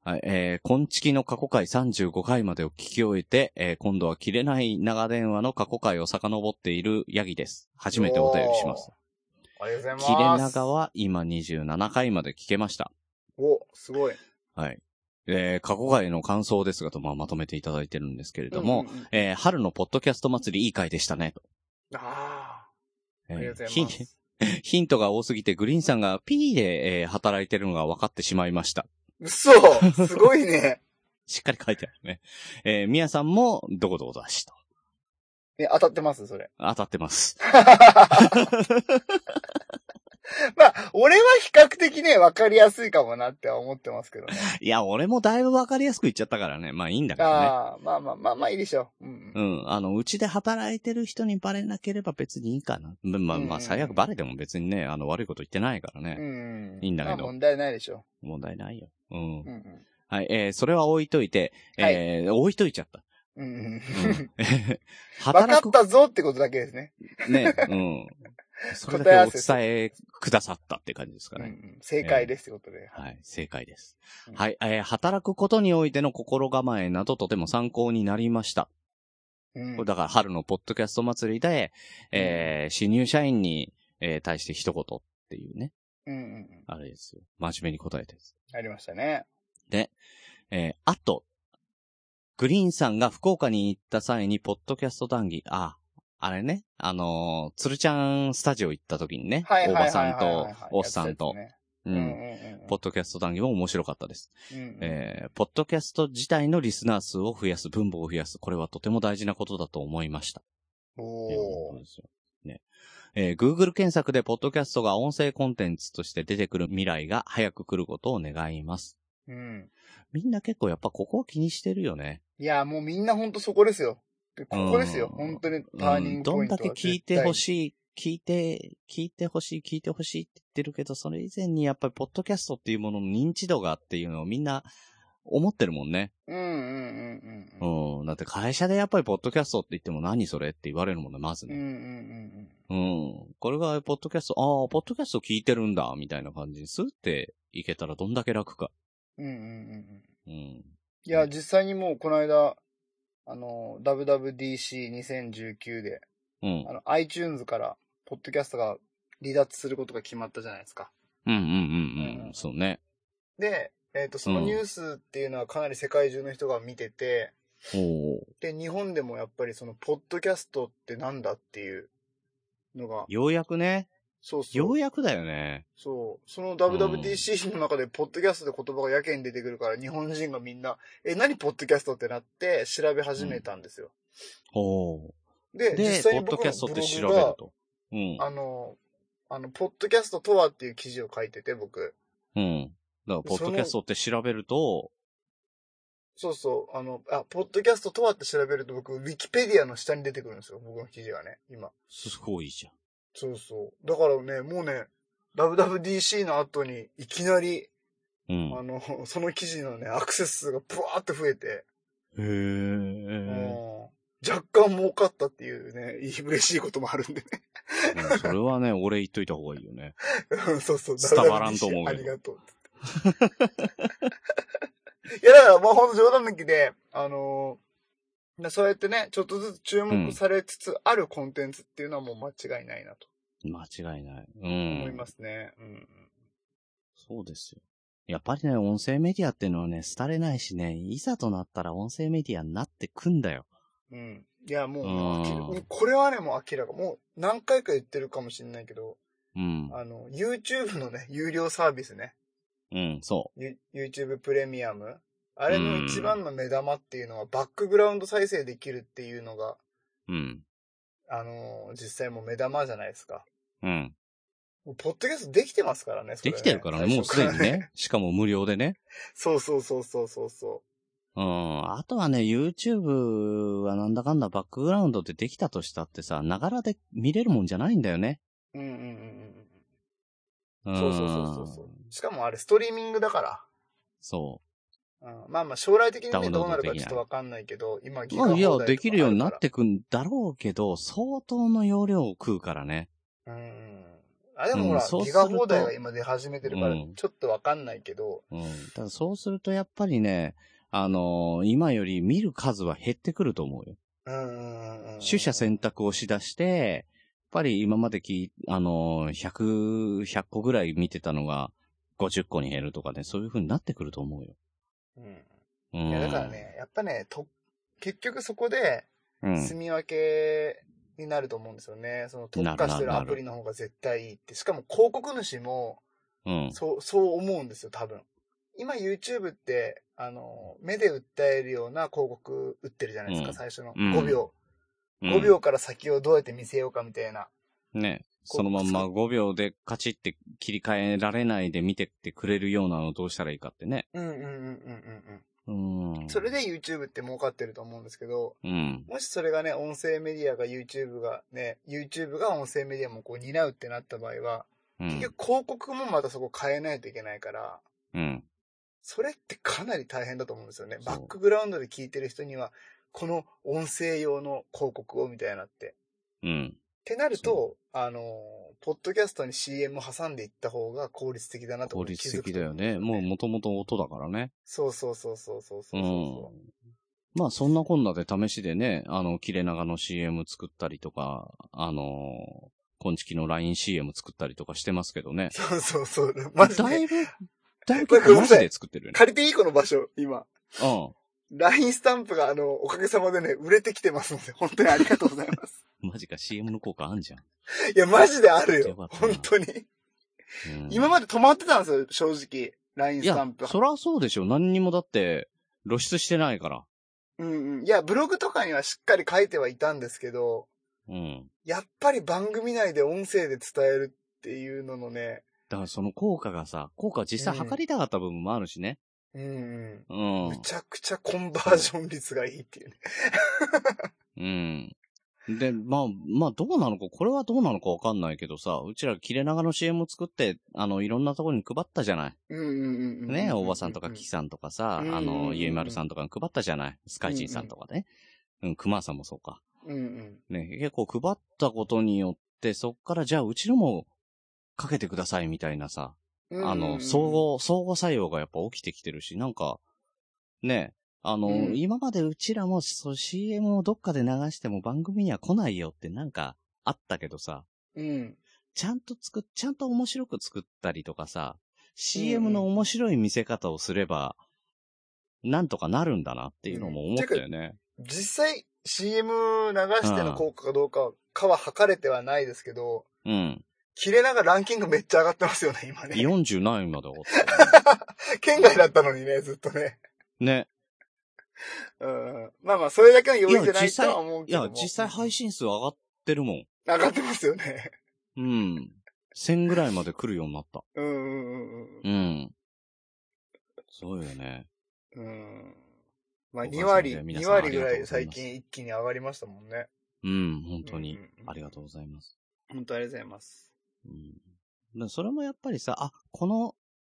[SPEAKER 3] はい、えー、こんちきの過去回35回までを聞き終えて、えー、今度は切れない長電話の過去回を遡っているヤギです。初めてお便りします。
[SPEAKER 4] ありがとうござ
[SPEAKER 3] 切れ
[SPEAKER 4] います。
[SPEAKER 3] 長は今27回まで聞けました。
[SPEAKER 4] お、すごい。
[SPEAKER 3] はい。えー、過去回の感想ですがと、まあ、まとめていただいてるんですけれども、
[SPEAKER 4] うんうんうん
[SPEAKER 3] えー、春のポッドキャスト祭りいい回でしたね、と。
[SPEAKER 4] あ
[SPEAKER 3] え
[SPEAKER 4] あ、あり
[SPEAKER 3] ー
[SPEAKER 4] がとうござ
[SPEAKER 3] ヒ
[SPEAKER 4] い
[SPEAKER 3] ン
[SPEAKER 4] ます。
[SPEAKER 3] ヒントが多すぎて、グリーンさんが P で、えー働いてるのが分かってしまいました。
[SPEAKER 4] 嘘すごいね。
[SPEAKER 3] しっかり書いてあるね。えー、ミヤさんも、どこどこだしと。
[SPEAKER 4] え、当たってますそれ。
[SPEAKER 3] 当たってます。
[SPEAKER 4] まあ、俺は比較的ね、わかりやすいかもなっては思ってますけ どね。
[SPEAKER 3] いや、俺もだいぶ分かりやすく言っちゃったからね。まあいいんだけどね。
[SPEAKER 4] ああ、まあまあまあまあいいでしょう。うん
[SPEAKER 3] う
[SPEAKER 4] うん。
[SPEAKER 3] ん。あの、うちで働いてる人にバレなければ別にいいかな。ままあ、
[SPEAKER 4] うん
[SPEAKER 3] まあ、最悪バレても別にね、あの、悪いこと言ってないから
[SPEAKER 4] う
[SPEAKER 3] ね。
[SPEAKER 4] ん
[SPEAKER 3] いいんだけど
[SPEAKER 4] まあ問題ないでしょ
[SPEAKER 3] 問題ないよ。うん
[SPEAKER 4] う。う。ん
[SPEAKER 3] はい、えー、それは置いといて、えー、置いといちゃった。
[SPEAKER 4] うん。うんう
[SPEAKER 3] う
[SPEAKER 4] ん。
[SPEAKER 3] ん、
[SPEAKER 4] わ か
[SPEAKER 3] 働
[SPEAKER 4] っ
[SPEAKER 3] く、
[SPEAKER 4] たぞってことだけですね。
[SPEAKER 3] ね、うん。それだ
[SPEAKER 4] 答
[SPEAKER 3] け
[SPEAKER 4] え合わ
[SPEAKER 3] お
[SPEAKER 4] せ
[SPEAKER 3] 伝えくださったって感じですか
[SPEAKER 4] うんう
[SPEAKER 3] ね。
[SPEAKER 4] ん正解ですってことで。
[SPEAKER 3] はい、正解です
[SPEAKER 4] う。ん
[SPEAKER 3] はい、えー働くことにおいての心構えなどとても参考になりました。
[SPEAKER 4] うん
[SPEAKER 3] これだから春のポッドキャスト祭りで、えー新入社員に、えー対して一言っていうね、
[SPEAKER 4] うんうんうん。
[SPEAKER 3] あれですよ。真面目に答えてです。
[SPEAKER 4] ありましたね。
[SPEAKER 3] で、えーあと、グリーンさんが福岡に行った際に、ポッドキャスト談義、あ、あれね、あのー、鶴ちゃんスタジオ行った時にね、
[SPEAKER 4] はい
[SPEAKER 3] 大
[SPEAKER 4] はい
[SPEAKER 3] 場
[SPEAKER 4] はいはい
[SPEAKER 3] さ
[SPEAKER 4] は
[SPEAKER 3] ん
[SPEAKER 4] いはい
[SPEAKER 3] と
[SPEAKER 4] はいはい、
[SPEAKER 3] おっさんと、
[SPEAKER 4] やって
[SPEAKER 3] う
[SPEAKER 4] たやつね
[SPEAKER 3] ん、ポッドキャスト談義も面白かったです。
[SPEAKER 4] うんうんうんうんうん
[SPEAKER 3] えー、ポッドキャスト自体のリスナー数を増やす、分母を増やす、これはとても大事なことだと思いました。
[SPEAKER 4] おー
[SPEAKER 3] ですよ。ね。えー Google 検索でポッドキャストが音声コンテンツとして出てくる未来が早く来ることを願います。
[SPEAKER 4] うん。
[SPEAKER 3] みんな結構やっぱここは気にしてるよね。
[SPEAKER 4] いや、もうみんなほんとそこですよ。でここですよ。
[SPEAKER 3] うん
[SPEAKER 4] 本当にターニングポイントは
[SPEAKER 3] うんどんだけ聞いてほしい、聞いて、聞いてほしい、聞いてほしいって言ってるけど、それ以前にやっぱりポッドキャストっていうものの認知度がっていうのをみんな思ってるもんね。
[SPEAKER 4] うんうんうんうん。
[SPEAKER 3] うん。だって会社でやっぱりポッドキャストって言っても何それって言われるもんね、まず
[SPEAKER 4] うんう
[SPEAKER 3] ね。
[SPEAKER 4] んうん
[SPEAKER 3] うん。これが、ポッドキャスト、ああ、ポッドキャスト聞いてるんだ、みたいな感じにスーっていけたらどんだけ楽か。
[SPEAKER 4] うん。うんうんうんうん。
[SPEAKER 3] うん。
[SPEAKER 4] いや、実際にもうこの間、あの、WWDC2019 で、
[SPEAKER 3] うん
[SPEAKER 4] あ。の、iTunes から、ポッドキャストが離脱することが決まったじゃないですか。
[SPEAKER 3] うんうんうんうん。そうね。
[SPEAKER 4] で、えっ、と、そのニュースっていうのはかなり世界中の人が見てて、
[SPEAKER 3] おー
[SPEAKER 4] で、日本でもやっぱりその、ポッドキャストってなんだっていうのが、
[SPEAKER 3] ようやくね。
[SPEAKER 4] そうそう。
[SPEAKER 3] ようやくだよね。
[SPEAKER 4] そう。その WWDC の中で、ポッドキャストで言葉がやけに出てくるから、日本人がみんな、え、何ポッドキャストってなって、調べ始めたんですよ。
[SPEAKER 3] おー
[SPEAKER 4] で、
[SPEAKER 3] で、
[SPEAKER 4] 実
[SPEAKER 3] ポ
[SPEAKER 4] 際に
[SPEAKER 3] ッド
[SPEAKER 4] 僕
[SPEAKER 3] キャ
[SPEAKER 4] の
[SPEAKER 3] スト
[SPEAKER 4] ブ
[SPEAKER 3] っ
[SPEAKER 4] ロ
[SPEAKER 3] て調
[SPEAKER 4] グ
[SPEAKER 3] べ
[SPEAKER 4] が
[SPEAKER 3] る、と。うん。
[SPEAKER 4] あの、あの、ポッドキャストとはっていう記事を書いてて、僕。
[SPEAKER 3] うん。だから、ポッドキャストって調べると、
[SPEAKER 4] そうそう、あの、あ、ポッドキャストとはって調べると、僕、ウィキペディアの下に出てくるんですよ、僕の記事がね、今。
[SPEAKER 3] すごいじゃん。
[SPEAKER 4] そうそう。だからね、もうね、WWDC の後に、いきなり、
[SPEAKER 3] うん
[SPEAKER 4] あ。の、その記事のね、アクセス数がブワーって増えて、
[SPEAKER 3] へえ。
[SPEAKER 4] うん若干儲かったっていうね、いい嬉しいこともあるんでね。
[SPEAKER 3] うんそれはね、俺言っといた方がいいよね。
[SPEAKER 4] うんそうそう。
[SPEAKER 3] 伝わらんと思う
[SPEAKER 4] WWDC あ
[SPEAKER 3] けど
[SPEAKER 4] りがとう。いや、だから、まあ、ほんと冗談抜きで、あのーなそうやってね、ちょっとずつ注目されつつあるコンテンツっていうのはもう間違いないなと
[SPEAKER 3] 間違いない。う
[SPEAKER 4] 思い
[SPEAKER 3] ん
[SPEAKER 4] ま。すね。うん。
[SPEAKER 3] そうですよ。やっぱりね、音声メディアってのはね、廃れないしね、いざとなったら音声メディアになってくんだよ。
[SPEAKER 4] うん。いや、もう
[SPEAKER 3] うん
[SPEAKER 4] 明ら、これはね、もう明らか。もう何回か言ってるかもしれないけど、
[SPEAKER 3] うん。
[SPEAKER 4] あの、YouTube のね、有料サービスね。
[SPEAKER 3] うん、そ
[SPEAKER 4] ユ YouTube プレミアム。あれの一番の目玉っていうのは、バックグラウンド再生できるっていうのが、
[SPEAKER 3] う。うん。
[SPEAKER 4] あのー実際もう目玉じゃないですか。
[SPEAKER 3] うん。
[SPEAKER 4] もうポッドキャストできてますからね、それ
[SPEAKER 3] で
[SPEAKER 4] ね
[SPEAKER 3] きてるからね、もうすでに。ね。しかも無料でね。
[SPEAKER 4] 最初から そうそうそうそうそうそ
[SPEAKER 3] うん。あとはね、YouTube はなんだかんだバックグラウンドでできたとしたってさ、ながらで見れるもんじゃないんだよね。
[SPEAKER 4] う。うんうんうん
[SPEAKER 3] う
[SPEAKER 4] うん。
[SPEAKER 3] ん。
[SPEAKER 4] そうそうそうそうそう。しかもあれ、ストリーミングだから。
[SPEAKER 3] そ
[SPEAKER 4] うん、まあまあ、将来的
[SPEAKER 3] ダ
[SPEAKER 4] に
[SPEAKER 3] ウ
[SPEAKER 4] ね、
[SPEAKER 3] ンロード
[SPEAKER 4] どうなるか
[SPEAKER 3] でき
[SPEAKER 4] ち
[SPEAKER 3] ない
[SPEAKER 4] ょっとわかんないけど、今
[SPEAKER 3] う。
[SPEAKER 4] ギガ
[SPEAKER 3] まあ、
[SPEAKER 4] 放
[SPEAKER 3] い
[SPEAKER 4] 題と
[SPEAKER 3] や
[SPEAKER 4] かあるか、ら
[SPEAKER 3] できるようになっ。てくんだろうけど、相当の容量を食うからね。
[SPEAKER 4] うん。あ、でもほ
[SPEAKER 3] うん
[SPEAKER 4] ら、
[SPEAKER 3] そうする
[SPEAKER 4] ギ
[SPEAKER 3] と
[SPEAKER 4] ガ放題が今出始めてるから、
[SPEAKER 3] う
[SPEAKER 4] ち
[SPEAKER 3] ん
[SPEAKER 4] ょっとわかんないけど、
[SPEAKER 3] うん。ただそうするとやっぱりね、あのー今より見る数は減ってくると思うよ。
[SPEAKER 4] うんうんうんうん。
[SPEAKER 3] 取捨選択をしだして、やっぱり今までき、あのー100、100個ぐらい見てたのが50個に減るとかね、そういう風になってくると思うよ。
[SPEAKER 4] うん。
[SPEAKER 3] うん。
[SPEAKER 4] いや、だからね、やっぱね、と、結局そこで、
[SPEAKER 3] うん。
[SPEAKER 4] 住み分けになると思うんですよね。その特化し
[SPEAKER 3] な
[SPEAKER 4] てる
[SPEAKER 3] るなる
[SPEAKER 4] アプリの方が絶対いいって。しかも広告主も、
[SPEAKER 3] うん。
[SPEAKER 4] そう、そう思うんですよ、多分。今 YouTube って、あの、目で訴えるような広告売ってるじゃないですか、
[SPEAKER 3] うん
[SPEAKER 4] 最初の。
[SPEAKER 3] うん
[SPEAKER 4] 5秒、5秒から先をどうやって見せようかみたいな。
[SPEAKER 3] うん。ね。そのまんま5秒でカチって切り替えられないで見てってくれるようなのをどうしたらいいかってね。
[SPEAKER 4] うんうんうんうんうん
[SPEAKER 3] うん
[SPEAKER 4] うん。。それで YouTube って儲かってると思うんですけど、
[SPEAKER 3] うん。
[SPEAKER 4] もしそれがね、音声メディアが YouTube がね、YouTube が音声メディアもこう担うってなった場合は、
[SPEAKER 3] う
[SPEAKER 4] 結
[SPEAKER 3] ん。
[SPEAKER 4] 局広告もまたそこ変えないといけないから、
[SPEAKER 3] うん。
[SPEAKER 4] それってかなり大変だと思うんですよね。
[SPEAKER 3] そう
[SPEAKER 4] バックグラウンドで聞いてる人には、この音声用の広告をみたいなって。
[SPEAKER 3] うん。
[SPEAKER 4] ってなる
[SPEAKER 3] そ
[SPEAKER 4] と、あの、ポッドキャストに CM 挟んでいった方が効率的だなと
[SPEAKER 3] 効
[SPEAKER 4] 僕気
[SPEAKER 3] 率
[SPEAKER 4] づく
[SPEAKER 3] 的
[SPEAKER 4] と
[SPEAKER 3] だ
[SPEAKER 4] 思
[SPEAKER 3] よ
[SPEAKER 4] ん
[SPEAKER 3] ね。
[SPEAKER 4] す
[SPEAKER 3] もう元々音だからね。
[SPEAKER 4] そうそうそうそうそうそう
[SPEAKER 3] うん
[SPEAKER 4] そ。
[SPEAKER 3] まあそんなこんなで試しでね、あの、切れ長の CM 作ったりとか、あの、今月の LINECM 作ったりとかしてますけどね。
[SPEAKER 4] う。そうそうそう。マジ
[SPEAKER 3] だい
[SPEAKER 4] で。
[SPEAKER 3] ぶ、だいぶ結構マジで作ってるよね。
[SPEAKER 4] 借りていいこの場所、今。
[SPEAKER 3] うん。
[SPEAKER 4] LINE スタンプが、あの、おかげさまでね、売れてきてますので、本当にありがとうござい ます。
[SPEAKER 3] マジか CM の効果あんじゃん。
[SPEAKER 4] いや、マジである
[SPEAKER 3] よかっ。
[SPEAKER 4] よ
[SPEAKER 3] たな
[SPEAKER 4] 本当に。
[SPEAKER 3] うん
[SPEAKER 4] 今まで止まってたんですよ、正直。LINE
[SPEAKER 3] い
[SPEAKER 4] スタ
[SPEAKER 3] や
[SPEAKER 4] ンプ、。
[SPEAKER 3] そらそうでしょ。何にもだって、露出してないから。
[SPEAKER 4] うんうん。いや、ブログとかにはしっかり書いてはいたんですけど、
[SPEAKER 3] うん。
[SPEAKER 4] やっぱり番組内で音声で伝えるっていうののね、
[SPEAKER 3] だからその効果がさ、効果は実際測りたかった部分もあるしね。
[SPEAKER 4] うん
[SPEAKER 3] う
[SPEAKER 4] うん。
[SPEAKER 3] ん
[SPEAKER 4] む。ちゃくちゃコンバージョン率がいいっていうね。
[SPEAKER 3] うん。で、まあ、まあどうなのか、これはどうなのかわかんないけどさ、うちら切れ長の CM を作って、あの、いろんなところに配ったじゃない。
[SPEAKER 4] うんうんうんうん。
[SPEAKER 3] ね、おばさんとかキさんとかさ、
[SPEAKER 4] うんうんうん
[SPEAKER 3] あの、ゆいまるさんとかに配ったじゃない。スカイジンさんとかね。うん、クマさんもそうか。
[SPEAKER 4] うんうん。
[SPEAKER 3] ね、結構配ったことによって、そっからじゃあうちのもかけてくださいみたいなさ、
[SPEAKER 4] うんうんうん
[SPEAKER 3] あの、相。互、相互作用がやっぱ起きてきてるし、なんか、ね、あの、
[SPEAKER 4] うん
[SPEAKER 3] 今までうちらもそう CM をどっかで流しても番組には来ないよってなんかあったけどさ、
[SPEAKER 4] うん。
[SPEAKER 3] ちゃんと作っ、ちゃんと面白く作ったりとかさ、CM の面白い見せ方をすれば、なんとかなるんだなっていうのも思ったよね。
[SPEAKER 4] 実際 CM 流しての効果かどうかかは測れてはないですけど、
[SPEAKER 3] うん。
[SPEAKER 4] 切れ長ランキングめっちゃ上がってますよね、今ね。
[SPEAKER 3] 40何位までおったよね
[SPEAKER 4] 県外だったのにね、ずっとね。
[SPEAKER 3] ね。
[SPEAKER 4] うん。まあまあ、それだけの要因じゃ
[SPEAKER 3] いや
[SPEAKER 4] ない
[SPEAKER 3] 実
[SPEAKER 4] と
[SPEAKER 3] 際
[SPEAKER 4] は思う
[SPEAKER 3] い
[SPEAKER 4] けども。
[SPEAKER 3] や、実際配信数上がってるもん。
[SPEAKER 4] 上がってますよね。
[SPEAKER 3] うん。1000ぐらいまで来るようになった。
[SPEAKER 4] うんうんうんうん
[SPEAKER 3] うん。そうよね。
[SPEAKER 4] うん。まあ、
[SPEAKER 3] お母さん
[SPEAKER 4] 2割、
[SPEAKER 3] で皆
[SPEAKER 4] 2
[SPEAKER 3] さん
[SPEAKER 4] 割ぐらい最近一気に上がりましたもんね。
[SPEAKER 3] うん、本当に
[SPEAKER 4] うんうん。うん
[SPEAKER 3] ありがとうございます。
[SPEAKER 4] 本当ありがとうございます。
[SPEAKER 3] うん。だからそれもやっぱりさ、あ、この、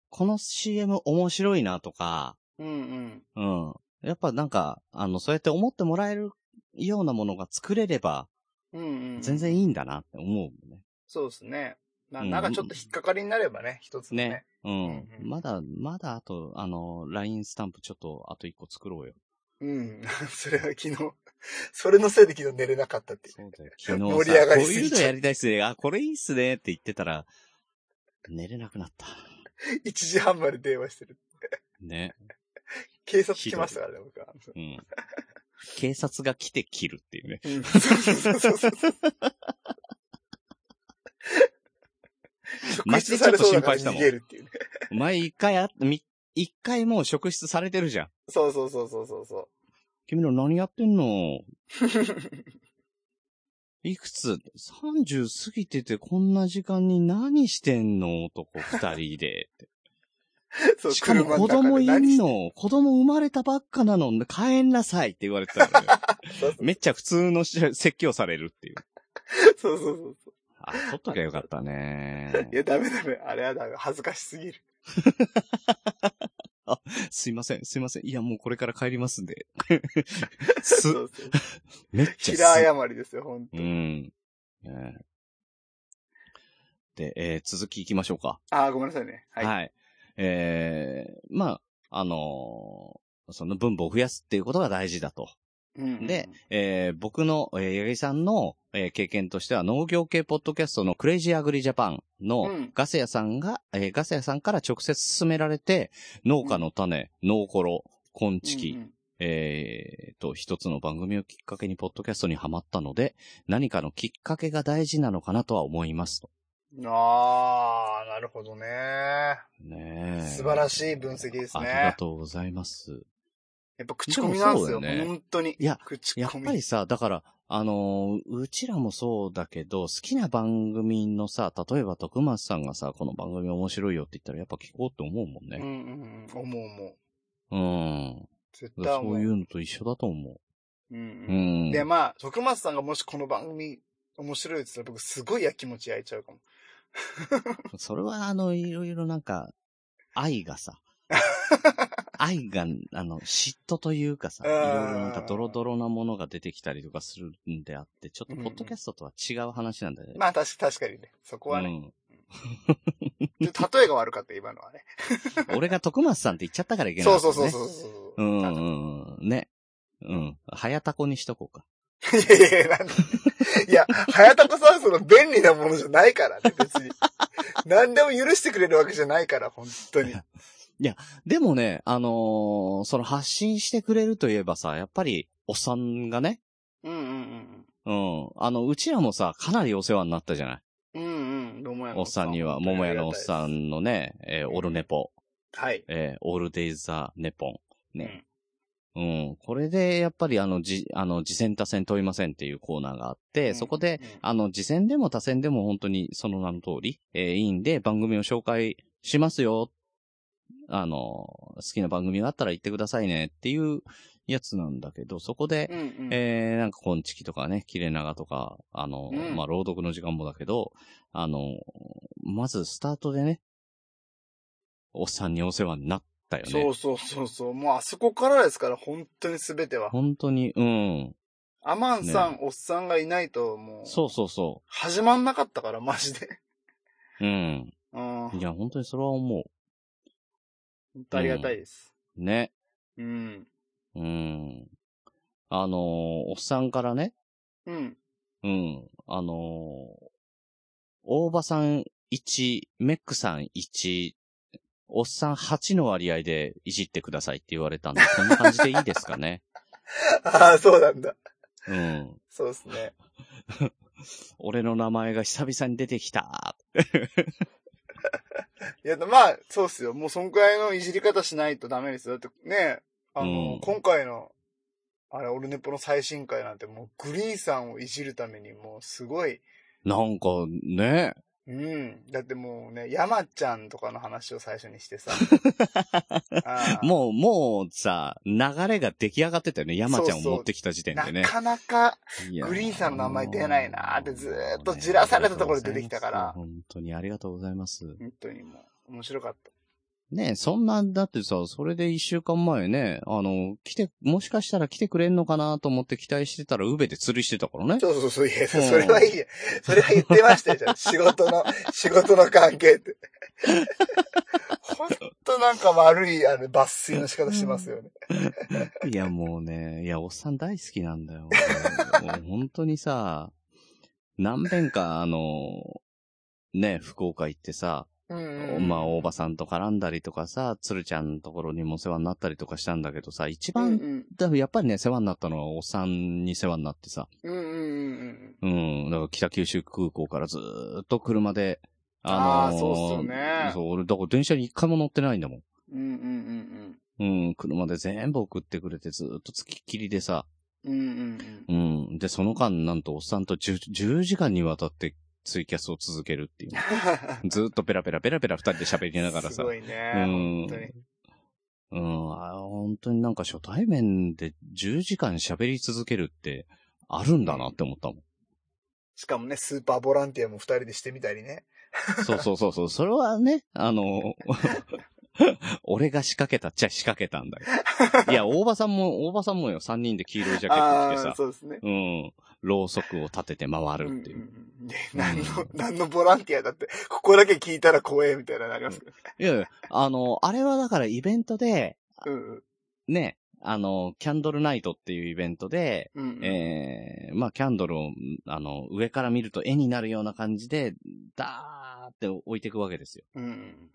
[SPEAKER 3] この CM 面白いなとか、
[SPEAKER 4] うんうん。
[SPEAKER 3] うん。やっぱなんか、あの、そうやって思ってもらえるようなものが作れれば、
[SPEAKER 4] うんうん。
[SPEAKER 3] 全然いいんだなって思うもんね。
[SPEAKER 4] そうですね。な
[SPEAKER 3] うん
[SPEAKER 4] なんかちょっと引っかかりになればね、一つのね。
[SPEAKER 3] ねう
[SPEAKER 4] うん
[SPEAKER 3] ん。
[SPEAKER 4] うん
[SPEAKER 3] まだ、まだあと、あの、LINE スタンプちょっと、あと一個作ろうよ。
[SPEAKER 4] うん。 それは昨日、それのせいで昨日寝れなかったって いう。
[SPEAKER 3] そうだよ。昨日さ、
[SPEAKER 4] 盛り上
[SPEAKER 3] こ
[SPEAKER 4] が
[SPEAKER 3] う
[SPEAKER 4] りす
[SPEAKER 3] い
[SPEAKER 4] ぎ
[SPEAKER 3] う
[SPEAKER 4] ちゃう
[SPEAKER 3] のやりたいっすね。あ、これいいっすねって言ってたら、寝れなくなった。
[SPEAKER 4] 1時半まで電話してる。
[SPEAKER 3] ね。
[SPEAKER 4] 警察来ましたからね、僕は。
[SPEAKER 3] うん。警察が来て切るっていうね。
[SPEAKER 4] うんそうそうそう そう。
[SPEAKER 3] マジでちょっと心配したもん
[SPEAKER 4] 職質されそうだから逃げるっていうね。
[SPEAKER 3] 前一回あっみ、一回もう職質されてるじゃん。
[SPEAKER 4] そうそうそうそうそうそ
[SPEAKER 3] 君ら何やってんの
[SPEAKER 4] う。
[SPEAKER 3] いくつ ?30 過ぎててこんな時間に何してんの男二人 で。
[SPEAKER 4] そう
[SPEAKER 3] しかも子供い
[SPEAKER 4] 車
[SPEAKER 3] ん
[SPEAKER 4] の中で
[SPEAKER 3] の、子供生まれたばっかなの、帰んなさいって言われてた からね
[SPEAKER 4] 何して
[SPEAKER 3] めっちゃ普通のし説教されるっていう。
[SPEAKER 4] そうそうそうそうそ
[SPEAKER 3] あ、取っときゃよかったね。
[SPEAKER 4] う。いや、ダメダメ。あれはダメ。恥ずかしすぎる。
[SPEAKER 3] すいません、すいません。いや、もうこれから帰りますんで。す
[SPEAKER 4] そ、うそう
[SPEAKER 3] めっちゃす
[SPEAKER 4] 平謝りですよ、本当
[SPEAKER 3] う。ん。ねで、えー続き行きましょうか。
[SPEAKER 4] ああ、ごめんなさいね。
[SPEAKER 3] はい。
[SPEAKER 4] はい。
[SPEAKER 3] えーまあ、あのーその分母を増やすっていうことが大事だと。
[SPEAKER 4] うん
[SPEAKER 3] で、えー僕の、えー、八木さんの、えー経験としては、農業系ポッドキャストのクレイジーアグリジャパン
[SPEAKER 4] う
[SPEAKER 3] の
[SPEAKER 4] ん
[SPEAKER 3] ガセ屋さんが、えーガセ屋さんから直接勧められて、農家の種、農コロ、根チキ、
[SPEAKER 4] うんうん
[SPEAKER 3] えー、と、一つの番組をきっかけにポッドキャストにハマったので、何かのきっかけが大事なのかなとは思いますと。
[SPEAKER 4] ああ、なるほどね。
[SPEAKER 3] ねえ
[SPEAKER 4] 素晴らしい分析ですね
[SPEAKER 3] ありがとうございます。
[SPEAKER 4] やっぱ口コミなんです
[SPEAKER 3] で
[SPEAKER 4] よ、
[SPEAKER 3] もそうだよね
[SPEAKER 4] 本当に。
[SPEAKER 3] いや、
[SPEAKER 4] 口
[SPEAKER 3] やっ
[SPEAKER 4] コミ。
[SPEAKER 3] ぱりさ、だから、あのーうちらもそうだけど、好きな番組のさ、例えば徳松さんがさ、この番組面白いよって言ったらやっぱ聞こうって思うもん
[SPEAKER 4] うん
[SPEAKER 3] ね。
[SPEAKER 4] うんうん。思う思う。
[SPEAKER 3] うん。
[SPEAKER 4] 絶
[SPEAKER 3] だからそ
[SPEAKER 4] 対思う。
[SPEAKER 3] ういうのと一緒だと思
[SPEAKER 4] うん
[SPEAKER 3] う。う
[SPEAKER 4] う。
[SPEAKER 3] んん。
[SPEAKER 4] で、まあ、徳松さんがもしこの番組面白いって言ったら僕すごいやきもち焼いちゃうかも。
[SPEAKER 3] それは、あの、いろいろなんか、愛が さ、愛が、あの、嫉妬というかさ、い
[SPEAKER 4] うん
[SPEAKER 3] ろいろなんかドロドロなものが出てきたりとかするんであって、ちょっとポッドキャストとは違う話なんだよね。
[SPEAKER 4] まあ、確か確かにね。そこは
[SPEAKER 3] う
[SPEAKER 4] ね。
[SPEAKER 3] ん
[SPEAKER 4] ちょっと例えが悪かった、今のはね。
[SPEAKER 3] 俺が徳松さんって言っちゃったからいけない、
[SPEAKER 4] そうそうそうそうそう。
[SPEAKER 3] うんう
[SPEAKER 4] なんか
[SPEAKER 3] んうん。ね。うん。早タコにしとこうか。
[SPEAKER 4] いやいやいや、なんでいや、早田子さんはその便利なものじゃないからね、別に。何でも許してくれるわけじゃないから、本当に。
[SPEAKER 3] いでもね、あのーその発信してくれるといえばさ、やっぱり、おっさんがね、
[SPEAKER 4] うんうん
[SPEAKER 3] うん、あの、うちらもさ、かなりお世話になったじゃない
[SPEAKER 4] うん。うんうん。桃屋の
[SPEAKER 3] おっさんには、桃屋のおっさ。んのね、えーオルネポ、
[SPEAKER 4] はい。
[SPEAKER 3] えーオールデイザーネポン。ね。うん。これで、やっぱりあの、じ、あの、次戦多戦問いませんっていうコーナーがあって、そこで、
[SPEAKER 4] うん、
[SPEAKER 3] あの、次戦でも多戦でも本当にその名の通り、えーいいんで番組を紹介しますよ。あの、好きな番組があったら言ってくださいねっていうやつなんだけど、そこで、
[SPEAKER 4] うんうん
[SPEAKER 3] えー、なんか、こんちきとかね、切れ長とか、あの、
[SPEAKER 4] うん
[SPEAKER 3] まあ、朗読の時間もだけど、あの、まずスタートでね、おっさんにお世話になったよね。
[SPEAKER 4] そうそうそうそう。もうあそこからですから、本当に全ては。
[SPEAKER 3] 本当に、うん。
[SPEAKER 4] アマンさん、おっさんがいないと、もう、
[SPEAKER 3] そうそうそ
[SPEAKER 4] 始まんなかったから、マジで。
[SPEAKER 3] う。うん。
[SPEAKER 4] うん。
[SPEAKER 3] いや、本当にそれは思
[SPEAKER 4] 本当ありがたいです。
[SPEAKER 3] う。ね。
[SPEAKER 4] うん。
[SPEAKER 3] うん。あのーおっさんからね、
[SPEAKER 4] うん。
[SPEAKER 3] うん。あのー大場さん1、メックさん1、おっさん8の割合でいじってくださいって言われたんで、こんな感じでいいですか ね。
[SPEAKER 4] ああ、そうなんだ。
[SPEAKER 3] うん。
[SPEAKER 4] そうですね。
[SPEAKER 3] 俺の名前が久々に出てきた。
[SPEAKER 4] いや、まあ、そうっすよ。もう、そんくらいのいじり方しないとダメですよ。だってね、あの、
[SPEAKER 3] うん
[SPEAKER 4] 今回の、あれ、オルネポの最新回なんて、もう、グリーンさんをいじるために、もう、すごい、
[SPEAKER 3] なんかね、
[SPEAKER 4] うん。だってもうね、山ちゃんとかの話を最初にして さ。ああ
[SPEAKER 3] もう、もうさ、流れが出来上がってたよね。山ちゃんを持ってきた時点でね。
[SPEAKER 4] なかなか、
[SPEAKER 3] いや
[SPEAKER 4] グリーンさんの名前出ないなーってずーっとじらされたところで出てきたから
[SPEAKER 3] 本当にありがとうございます。
[SPEAKER 4] 本当にもう、面白かった。
[SPEAKER 3] ねえ、そんな、だってさ、それで一週間前ね、あの、来て、もしかしたら来てくれんのかなと思って期待してたら、宇部で釣りしてたからね。
[SPEAKER 4] そうそうそう、いや、そ
[SPEAKER 3] うん
[SPEAKER 4] れはいいよ。それは言ってましたよ、 じゃあ仕事の、仕事の関係 って。ほんとなんか悪い、あの、抜粋の仕方しますよね。
[SPEAKER 3] いや、もうね、いや、おっさん大好きなんだよ。もう本当にさ、何遍か、あの、ね、福岡行ってさ、
[SPEAKER 4] うん、うん。
[SPEAKER 3] まあ、大場さんと絡んだりとかさ、鶴ちゃんのところにも世話になったりとかしたんだけどさ、一
[SPEAKER 4] うん
[SPEAKER 3] 番、
[SPEAKER 4] うん。
[SPEAKER 3] だやっぱりね、世話になったのはおっさんに世話になってさ、
[SPEAKER 4] うんうんうん
[SPEAKER 3] うん。だから北九州空港からずーっと車で、
[SPEAKER 4] あーそうっすよね
[SPEAKER 3] そう、俺、だから電車に一回も乗ってないんだもん。
[SPEAKER 4] うん。うんうん
[SPEAKER 3] うん、車で全部送ってくれてずーっと付きっきりでさ、
[SPEAKER 4] うんうん。うんうん
[SPEAKER 3] うん。で、その間、なんとおっさんと 10, 10時間にわたってツイキャスを続けるっていう。
[SPEAKER 4] うん。
[SPEAKER 3] ずーっとペラペラペラペラ二人で喋りながら
[SPEAKER 4] す
[SPEAKER 3] さ。
[SPEAKER 4] ごいね、
[SPEAKER 3] うん
[SPEAKER 4] 本当に。
[SPEAKER 3] うん、あー本当になんか初対面で10時間喋り続けるって、あるんだなって思ったもん。
[SPEAKER 4] しかもね、スーパーボランティアも二人でしてみたりね。
[SPEAKER 3] そうそうそうそう。それはね、あの、 俺が仕掛けたっちゃ仕掛けたんだけど。いや、大場さんも、大場さんもよ、3人で黄色いジャケット着て
[SPEAKER 4] あー
[SPEAKER 3] さ、
[SPEAKER 4] そうですね。
[SPEAKER 3] うん、ろうそくを立てて回
[SPEAKER 4] うん
[SPEAKER 3] る
[SPEAKER 4] う
[SPEAKER 3] っていう。
[SPEAKER 4] んうんで何の、何のボランティアだって、ここだけ聞いたら怖えみたいなのありますけど。
[SPEAKER 3] いやいや、あの、あれはだからイベントで、
[SPEAKER 4] うんうん
[SPEAKER 3] ね、あの、キャンドルナイトっていうイベントで、
[SPEAKER 4] うんうん。
[SPEAKER 3] えー、まあ、キャンドルを、あの、上から見ると絵になるような感じで、ダーって置いていくわけですよ。
[SPEAKER 4] うんうん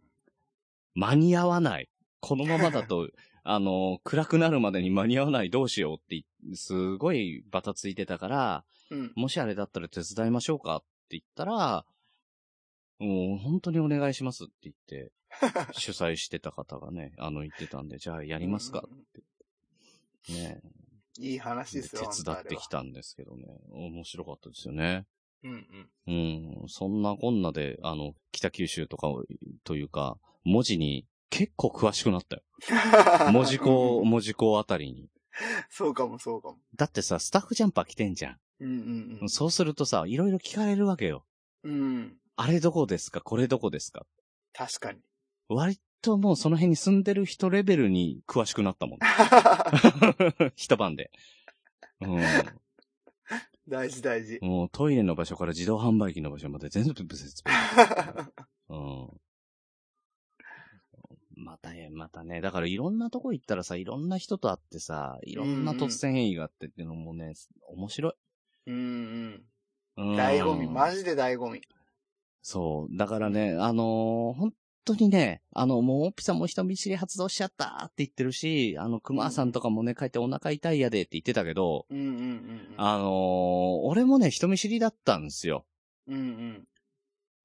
[SPEAKER 3] 間に合わない。このままだと、 あの、暗くなるまでに間に合わないどうしようって、すごいバタついてたから、
[SPEAKER 4] うん。
[SPEAKER 3] もしあれだったら手伝いましょうかって言ったら、もう本当にお願いしますって言って、主催してた方がね、あの言ってたんで、じゃあやりますかってね、
[SPEAKER 4] いい話
[SPEAKER 3] 手
[SPEAKER 4] ですよ。
[SPEAKER 3] 伝ってきたんですけどね、面白かったですよね。
[SPEAKER 4] あんた。あれはうん
[SPEAKER 3] うん、そんなこんなで、あの、北九州とかを、というか、文字に結構詳しくなったよ
[SPEAKER 4] うん。
[SPEAKER 3] 文字工、
[SPEAKER 4] うん。
[SPEAKER 3] 文字工あたりに。
[SPEAKER 4] そうかもそうかも。
[SPEAKER 3] だってさ、スタッフジャンパー着てんじゃ
[SPEAKER 4] うんうん
[SPEAKER 3] ん。そうするとさ、いろいろ聞かれるわけよ。
[SPEAKER 4] うん。うん。
[SPEAKER 3] あれどこですかこれどこですか
[SPEAKER 4] 確かに。
[SPEAKER 3] 割ともうその辺に住んでる人レベルに詳しくなったもん。 一晩で。うん。
[SPEAKER 4] 大事 大事。
[SPEAKER 3] もうトイレの場所から自動販売機の場所まで全部説明。うん。またね、またね。だからいろんなとこ行ったらさ、いろんな人と会ってさ、いろんな突然変異があってっていうのもね、面白い。
[SPEAKER 4] うん
[SPEAKER 3] うん
[SPEAKER 4] うん。醍醐味、マジで醍醐味。
[SPEAKER 3] そう。だからね、あのー本当にね、あの、もう、オッピさんも人見知り発動しちゃったって言ってるし、あの、熊さんとかもね、帰ってお腹痛いやでって言ってたけど、
[SPEAKER 4] うんうんうん。
[SPEAKER 3] あのー俺もね、人見知りだったんですよ。
[SPEAKER 4] うん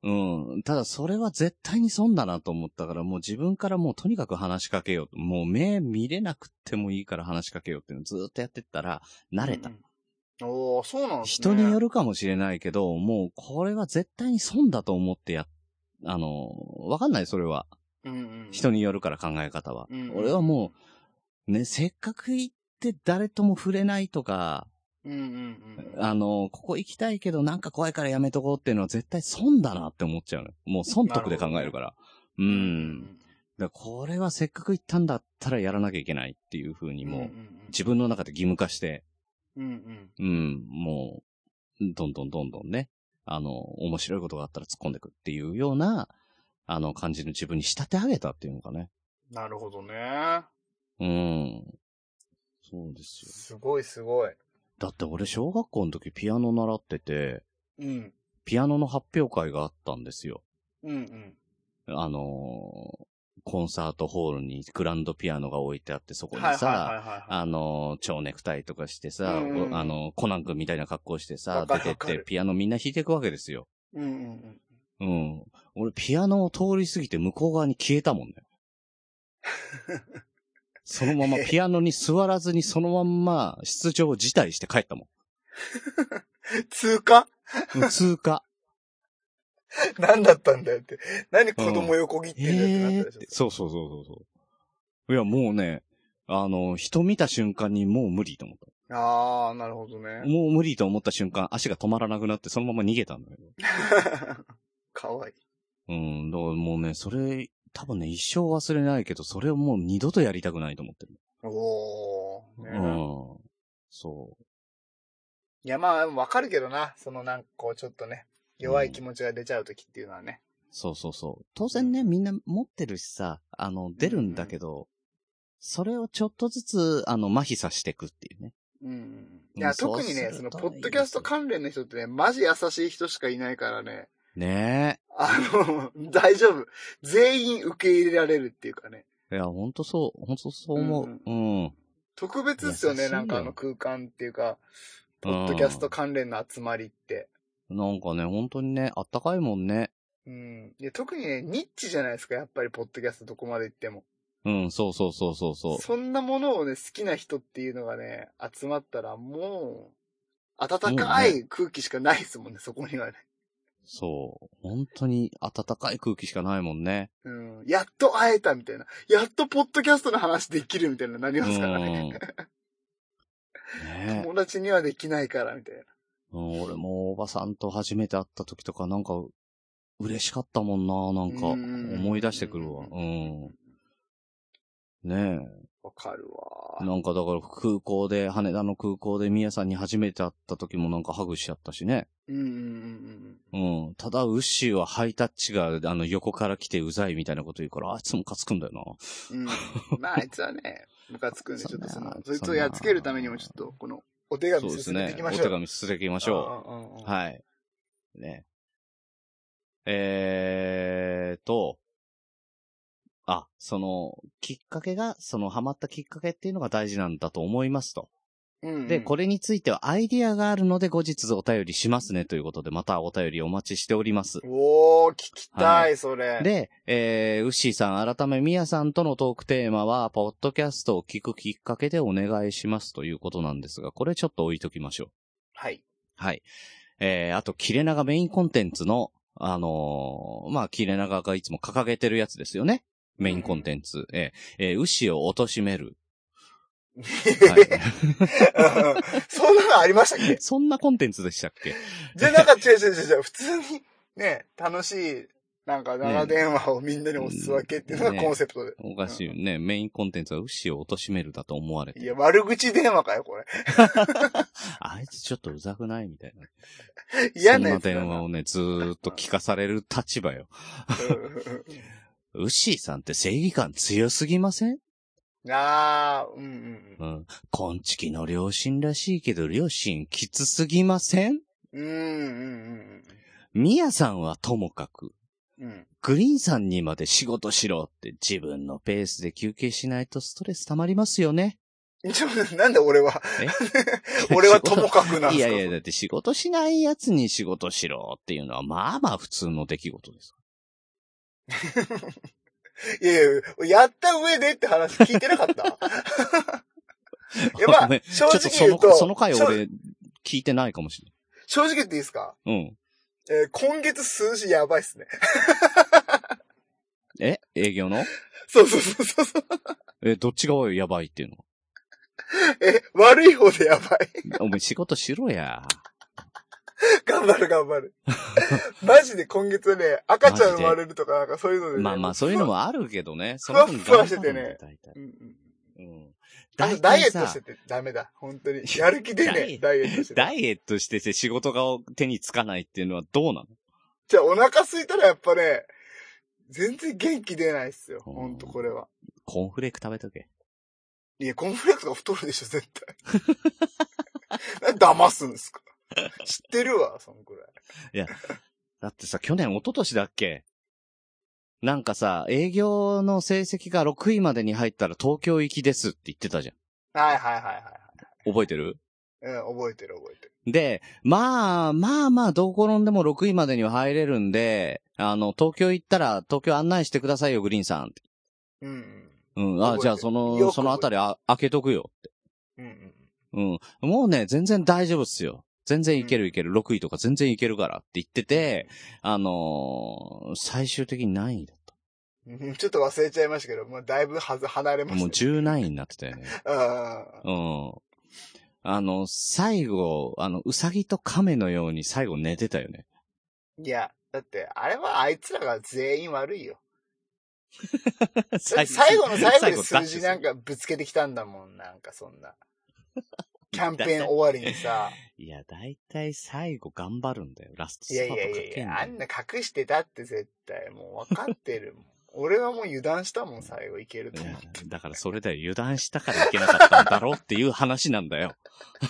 [SPEAKER 4] うん。
[SPEAKER 3] うん。ただ、それは絶対に損だなと思ったから、もう自分からもうとにかく話しかけよう。もう目見れなくてもいいから話しかけようっていうのをずーっとやってったら、慣れた。
[SPEAKER 4] うんうん。おー、そうなんです
[SPEAKER 3] 人
[SPEAKER 4] ね。
[SPEAKER 3] によ
[SPEAKER 4] る。
[SPEAKER 3] るかもしれないけど、もうこれは絶対に損だと思ってや、あの、わかんない、それは。
[SPEAKER 4] うんうん。
[SPEAKER 3] 人によるから考え方は。
[SPEAKER 4] うんうん
[SPEAKER 3] 俺はもう、ね、せっかく行って誰とも触れないとか、
[SPEAKER 4] うんうんうん。
[SPEAKER 3] あの、ここ行きたいけどなんか怖いからやめとこうっていうのは絶対損だなって思っちゃうのよ。もう損得で考えるから。う。。
[SPEAKER 4] うん
[SPEAKER 3] だからこれはせっかく行ったんだったらやらなきゃいけないっていう風にもう、
[SPEAKER 4] んんん
[SPEAKER 3] 自分の中で義務化して、
[SPEAKER 4] うんうん。
[SPEAKER 3] うん、もう、どんどんどんどんね、あの、面白いことがあったら突っ込んでくっていうような、あの、感じの自分に仕立て上げたっていうのかね。
[SPEAKER 4] なるほどね。
[SPEAKER 3] うん。そうですよ。
[SPEAKER 4] すごいすごい。
[SPEAKER 3] だって俺、小学校の時ピアノ習ってて、
[SPEAKER 4] うん。
[SPEAKER 3] ピアノの発表会があったんですよ。
[SPEAKER 4] うんうん。
[SPEAKER 3] あのーコンサートホールにグランドピアノが置いてあって、そこに
[SPEAKER 4] はいはい
[SPEAKER 3] さ、
[SPEAKER 4] はいはいはい。
[SPEAKER 3] あの、蝶ネクタイとかしてさ、
[SPEAKER 4] うんうん
[SPEAKER 3] おあの、コナン君みたいな格好してさ
[SPEAKER 4] わ、か
[SPEAKER 3] 出
[SPEAKER 4] る
[SPEAKER 3] てっ
[SPEAKER 4] わか
[SPEAKER 3] て
[SPEAKER 4] る
[SPEAKER 3] ピアノみんな弾いていくわけですよ。
[SPEAKER 4] うんうん
[SPEAKER 3] うん。俺、ピアノを通り過ぎて向こう側に消えた もんね。そのままピアノに座らずにそのまんま出場を辞退して帰ったも
[SPEAKER 4] うん。通過
[SPEAKER 3] ん。うん通 過。
[SPEAKER 4] 何だったんだよって。何子供横切ってんだよって
[SPEAKER 3] え
[SPEAKER 4] な
[SPEAKER 3] え
[SPEAKER 4] っ
[SPEAKER 3] った
[SPEAKER 4] でしょ
[SPEAKER 3] て。。そうそうそうそうそう。いや、もうね、あの、人見た瞬間にもう無理と思っ
[SPEAKER 4] あー、なるほど
[SPEAKER 3] た。
[SPEAKER 4] ね。
[SPEAKER 3] もう無理と思った瞬間、足が止まらなくなってそのまま逃げたんだよ。
[SPEAKER 4] かわいい。
[SPEAKER 3] うん、だからもうね、それ、多分ね、一生忘れないけど、それをもう二度とやりたくないと思ってる。
[SPEAKER 4] おー。
[SPEAKER 3] う
[SPEAKER 4] ね
[SPEAKER 3] ん。そ
[SPEAKER 4] いや、まあ、わかるけどな。そのなんかこう、ちょっとね、弱い気持ちが出ちゃうときっていうのはね。
[SPEAKER 3] う。そうそうそう。当然ね、みんな持ってるしさ、あの、出るんだけど、それをちょっとずつ、あの、麻痺させていくっていうね。
[SPEAKER 4] うんうんうん。いうや、
[SPEAKER 3] んそう
[SPEAKER 4] 特にね、
[SPEAKER 3] す
[SPEAKER 4] そ
[SPEAKER 3] る
[SPEAKER 4] の、
[SPEAKER 3] と
[SPEAKER 4] ポッドキャスト関連の人ってね、マジ優しい人しかいないからね、
[SPEAKER 3] ね
[SPEAKER 4] あの、 大丈夫。全員受け入れられるっていうかね。
[SPEAKER 3] え。いや、ほんとそう、ほんとそう思う。うん。
[SPEAKER 4] 特別っすよ
[SPEAKER 3] 優
[SPEAKER 4] ね、
[SPEAKER 3] しいよ
[SPEAKER 4] なんかあの空間っていうか、ポッドキャスト関連の集まりって。
[SPEAKER 3] なんかね、本当にね、あったかいもんね。
[SPEAKER 4] うん。いや、特にね、ニッチじゃないですか、やっぱりポッドキャストどこまで行っても。
[SPEAKER 3] うん、そうそうそうそうそう。
[SPEAKER 4] んなものをね、好きな人っていうのがね、集まったらもう、暖かい空気しかないですもんね、そこにはね。
[SPEAKER 3] そう。本当に暖かい空気しかないもんね。
[SPEAKER 4] うん。やっと会えたみたいな。やっとポッドキャストの話できるみたいなのになりますからね。
[SPEAKER 3] うん。ねえ
[SPEAKER 4] 友達にはできないから、みたいな。
[SPEAKER 3] うん、俺もおばさんと初めて会った時とかなんか、嬉しかったもんな、なんか、
[SPEAKER 4] うん
[SPEAKER 3] 思い出してくるわ。うん。ね
[SPEAKER 4] わかるわ
[SPEAKER 3] え。。なんかだから空港で、羽田の空港で宮さんに初めて会った時もなんかハグしちゃったしね。
[SPEAKER 4] うんうんうんうん。
[SPEAKER 3] うん。ただ、ウッシーはハイタッチが、あの、横から来てうざいみたいなこと言うから、あいつムカつくんだよな。
[SPEAKER 4] うんまあ、あいつはね、ムカつくんで、ちょっとその
[SPEAKER 3] そうね、
[SPEAKER 4] そいつをやっつけるためにも、ちょっと、この、お手
[SPEAKER 3] そう
[SPEAKER 4] 紙
[SPEAKER 3] です
[SPEAKER 4] 進めて
[SPEAKER 3] ね
[SPEAKER 4] いき。ま
[SPEAKER 3] お
[SPEAKER 4] し
[SPEAKER 3] 手
[SPEAKER 4] ょう。
[SPEAKER 3] 紙進めていきましょう。
[SPEAKER 4] ょい。
[SPEAKER 3] はい。ね。えーと、あ、その、きっかけが、そのハマったきっかけっていうのが大事なんだと思いますと。
[SPEAKER 4] うんうん
[SPEAKER 3] で、これについてはアイディアがあるので後日お便りしますねということで、またお便りお待ちしております。
[SPEAKER 4] おー、聞きた、
[SPEAKER 3] はい
[SPEAKER 4] それ。
[SPEAKER 3] で、えー、ウッシーさん、改め、ミヤさんとのトークテーマは、ポッドキャストを聞くきっかけでお願いしますということなんですが、これちょっと置いときましょう。
[SPEAKER 4] はい。
[SPEAKER 3] はい。えー、あと、キレナがメインコンテンツの、あのーまあ、キレナガがいつも掲げてるやつですよね。メインコンテンツ。えー、えー、牛を貶め る。はい、
[SPEAKER 4] そんなのありましたっけ
[SPEAKER 3] そんなコンテンツでしたっけ
[SPEAKER 4] じゃ、なんか、違う違う違う違う、普通に、ね、楽しい、なんか、長電話をみんなにおすわけっていうのが
[SPEAKER 3] ね
[SPEAKER 4] コンセプトで。
[SPEAKER 3] おかしいよね。メインコンテンツは牛を貶めるだと思われて
[SPEAKER 4] いや、悪口電話かよ、これ。
[SPEAKER 3] あいつちょっとうざくないみたいな。
[SPEAKER 4] 嫌な
[SPEAKER 3] そんな
[SPEAKER 4] やつだな。
[SPEAKER 3] 電話をね、ずーっと聞かされる立場よ。ウッシーさんって正義感強すぎません
[SPEAKER 4] うんあー、うんう
[SPEAKER 3] う
[SPEAKER 4] ん
[SPEAKER 3] ん。こんちきの両親らしいけど、両親きつすぎません
[SPEAKER 4] うん。うんうんうん
[SPEAKER 3] ミヤさんはともかく、
[SPEAKER 4] うん。うん。
[SPEAKER 3] グリーンさんにまで仕事しろって自分のペースで休憩しないとストレス溜まりますよね。
[SPEAKER 4] ちょなんで俺は
[SPEAKER 3] え、
[SPEAKER 4] 俺はともかくなん
[SPEAKER 3] い
[SPEAKER 4] です
[SPEAKER 3] や
[SPEAKER 4] か
[SPEAKER 3] いや、だって仕事しないやつに仕事しろっていうのは、まあまあ普通の出来事です。
[SPEAKER 4] いやいや、やった上でって話聞いてな かったいや、ま
[SPEAKER 3] ごめ
[SPEAKER 4] あ
[SPEAKER 3] ん、
[SPEAKER 4] 正
[SPEAKER 3] ちょっとそ
[SPEAKER 4] 直言う
[SPEAKER 3] の
[SPEAKER 4] と、、
[SPEAKER 3] その回
[SPEAKER 4] 正
[SPEAKER 3] 俺、聞いてないかもしれ
[SPEAKER 4] 正直言っていいですか
[SPEAKER 3] ない。うん。
[SPEAKER 4] えー今月数字やばいっすね。
[SPEAKER 3] え営業の
[SPEAKER 4] そうそうそうそうそう。
[SPEAKER 3] え、どっちがやばいっていうの
[SPEAKER 4] え、悪い方でやばい。
[SPEAKER 3] お前仕事しろや。
[SPEAKER 4] 頑張る頑 張る。マジで今月はね、赤ちゃん生まれるとか、なんかそういうので、ね。
[SPEAKER 3] まあまあ、そういうの。もあるけどね。そ
[SPEAKER 4] わ
[SPEAKER 3] の
[SPEAKER 4] っ
[SPEAKER 3] 分
[SPEAKER 4] ふわしててね
[SPEAKER 3] 頑張るんだよ。大体
[SPEAKER 4] うんうん
[SPEAKER 3] うん。
[SPEAKER 4] あと
[SPEAKER 3] 大
[SPEAKER 4] ダイ
[SPEAKER 3] 体
[SPEAKER 4] エットし
[SPEAKER 3] さ
[SPEAKER 4] て、てダメだ。本当に。やる気出
[SPEAKER 3] ダ
[SPEAKER 4] ね
[SPEAKER 3] イエ
[SPEAKER 4] え。ダイエットしてて。
[SPEAKER 3] ダイエットしてて仕事が手につかないっていうのはどうなの
[SPEAKER 4] じゃあお腹空いたらやっぱね、全然元気出ないっすよ。ほんとこれは。
[SPEAKER 3] コーンフレーク食べとけ。
[SPEAKER 4] いや、コーンフレークとか太るでしょ、絶対。 なんで騙すんです か知ってるわ、そのくらい。
[SPEAKER 3] だってさ、去年、一昨年だっけなんかさ、営業の成績が6位までに入ったら東京行きですって言ってたじゃ
[SPEAKER 4] はいはいはい
[SPEAKER 3] ん。覚えてる
[SPEAKER 4] はい。うん、覚えてる覚えてる。
[SPEAKER 3] で、まあ、まあまあ、どう転んでも6位までには入れるんで、あの、東京行ったら東京案内してくださいよ、グリーンさんって。
[SPEAKER 4] うん
[SPEAKER 3] うん、
[SPEAKER 4] 覚えて
[SPEAKER 3] あ、
[SPEAKER 4] る
[SPEAKER 3] じゃあそ
[SPEAKER 4] よ
[SPEAKER 3] の、
[SPEAKER 4] く
[SPEAKER 3] そのあたりあ開けとくよって。
[SPEAKER 4] うん。うんうん。
[SPEAKER 3] うん。もうね、全然大丈夫っすよ。全然いけ
[SPEAKER 4] う
[SPEAKER 3] る
[SPEAKER 4] ん
[SPEAKER 3] いける、6位とか全然いけるからって言ってて、あのー最終的に何位だっ
[SPEAKER 4] うん ちょっと忘れちゃいましたけど、もうだいぶはず離れ
[SPEAKER 3] た
[SPEAKER 4] ました、
[SPEAKER 3] もう10何位になってたよね。
[SPEAKER 4] あー
[SPEAKER 3] うん。あの、最後、あの、うさぎと亀のように最後寝てたよ ね。
[SPEAKER 4] いや、だって、あれはあいつらが全員悪いよ。最後の最後で数字なん
[SPEAKER 3] か。
[SPEAKER 4] かぶつけてきたん だもん、なんかそんな。キャンペーン終わりに さ。
[SPEAKER 3] いや、だいたい最後頑張るんだよ。ラスト
[SPEAKER 4] い
[SPEAKER 3] スパ
[SPEAKER 4] や
[SPEAKER 3] ー
[SPEAKER 4] い
[SPEAKER 3] トか
[SPEAKER 4] やいやい
[SPEAKER 3] けん
[SPEAKER 4] や、
[SPEAKER 3] だ
[SPEAKER 4] あ
[SPEAKER 3] よ
[SPEAKER 4] んな隠してたって絶対、もう分かってるもん。 俺はもう油断したもん、最後いけると
[SPEAKER 3] い
[SPEAKER 4] 思っ
[SPEAKER 3] や
[SPEAKER 4] て。
[SPEAKER 3] だからそれだよ。油断したからいけなかったんだろうっていう話なんだよ。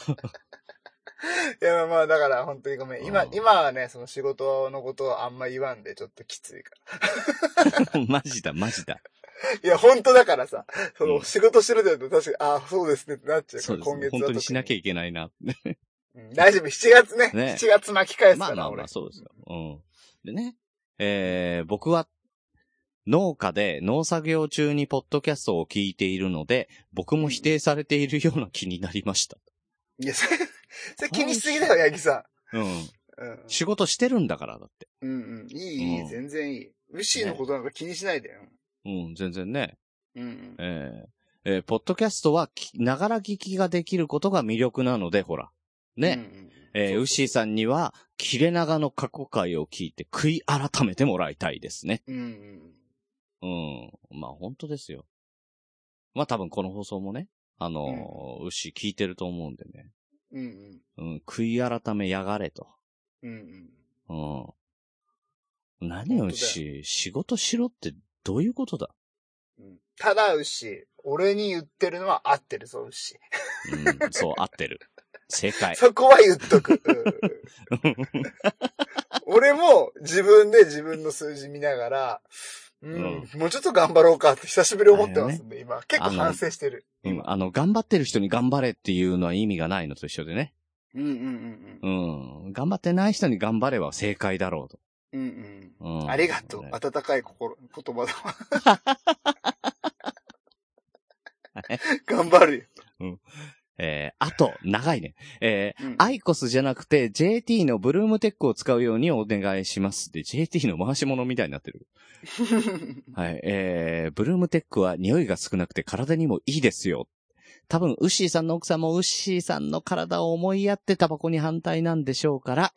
[SPEAKER 4] いや、まあだから本当にごめん。今
[SPEAKER 3] う、ん
[SPEAKER 4] 今はね、その仕事のことをあんま言わんでちょっときついから。
[SPEAKER 3] マジだ、マジだ。
[SPEAKER 4] いや、本当だからさ、そ
[SPEAKER 3] うん
[SPEAKER 4] の仕事してるだと確かに、ああ、そうですねってなっちゃうか
[SPEAKER 3] そう
[SPEAKER 4] ら、
[SPEAKER 3] です
[SPEAKER 4] 今
[SPEAKER 3] ね。
[SPEAKER 4] 月
[SPEAKER 3] 本
[SPEAKER 4] は
[SPEAKER 3] 当にしなきゃ
[SPEAKER 4] い
[SPEAKER 3] いけないな。
[SPEAKER 4] 大丈夫、7月ね。
[SPEAKER 3] ね
[SPEAKER 4] 7月巻き返す
[SPEAKER 3] ま
[SPEAKER 4] か
[SPEAKER 3] あま
[SPEAKER 4] ら、
[SPEAKER 3] あま
[SPEAKER 4] 俺
[SPEAKER 3] あ、。そうですよ。うん。でね、えー、僕は、農家で農作業中にポッドキャストを聞いているので、僕も否定されているような気になりました。
[SPEAKER 4] いや、それ、それ気にしすぎだよ、八木さ
[SPEAKER 3] うん。
[SPEAKER 4] ん。うん。
[SPEAKER 3] 仕事してるんだから、だって。
[SPEAKER 4] うんうん。いい、い
[SPEAKER 3] うん
[SPEAKER 4] い、全然いい。ウッシーのことなんか気にしないでよ。
[SPEAKER 3] うん、全然ね。
[SPEAKER 4] うんうん。
[SPEAKER 3] えーえーポッドキャストはき、ながら聞きができることが魅力なので、ほら。ね。
[SPEAKER 4] うんうん。
[SPEAKER 3] えーウッシーさんには、切れ長の過去回を聞いて悔い改めてもらいたいですね。
[SPEAKER 4] うんうん。
[SPEAKER 3] うん。まあ本当ですよ。まあ多分この放送もね、あのーウッシー聞いてると思うんでね。
[SPEAKER 4] うんうん。
[SPEAKER 3] うん、悔い改めやがれと。
[SPEAKER 4] うんうん。
[SPEAKER 3] うん。何よ、ウッシー、仕事しろってどういうことだ
[SPEAKER 4] うんただ、牛、俺に言ってるのは合ってるぞ、牛。
[SPEAKER 3] うん、そう、合ってる。 正解。
[SPEAKER 4] そこは言っとく。うん俺も自分で自分の数字見ながら、うん、もうちょっと頑張ろうかって久しぶりに思ってますんで、今。結構反省してる。
[SPEAKER 3] うん、
[SPEAKER 4] 今。
[SPEAKER 3] あの、頑張ってる人に頑張れっていうのは意味がないのと一緒でね。
[SPEAKER 4] うんうんうん
[SPEAKER 3] う。ん。頑張ってない人に頑張れば正解だろうと。
[SPEAKER 4] うんうん
[SPEAKER 3] うん、
[SPEAKER 4] ありがとう
[SPEAKER 3] ね。
[SPEAKER 4] 温かい心、言葉だわ。頑張るよ。
[SPEAKER 3] えー、あと、長いね。えー、
[SPEAKER 4] うん
[SPEAKER 3] アイコスじゃなくて JT のブルームテックを使うようにお願いします。で、JT の回し物みたいになってる。はい。えー、ブルームテックは匂いが少なくて体にもいいですよ。多分、ウッシーさんの奥さんもウッシーさんの体を思いやってタバコに反対なんでしょうから、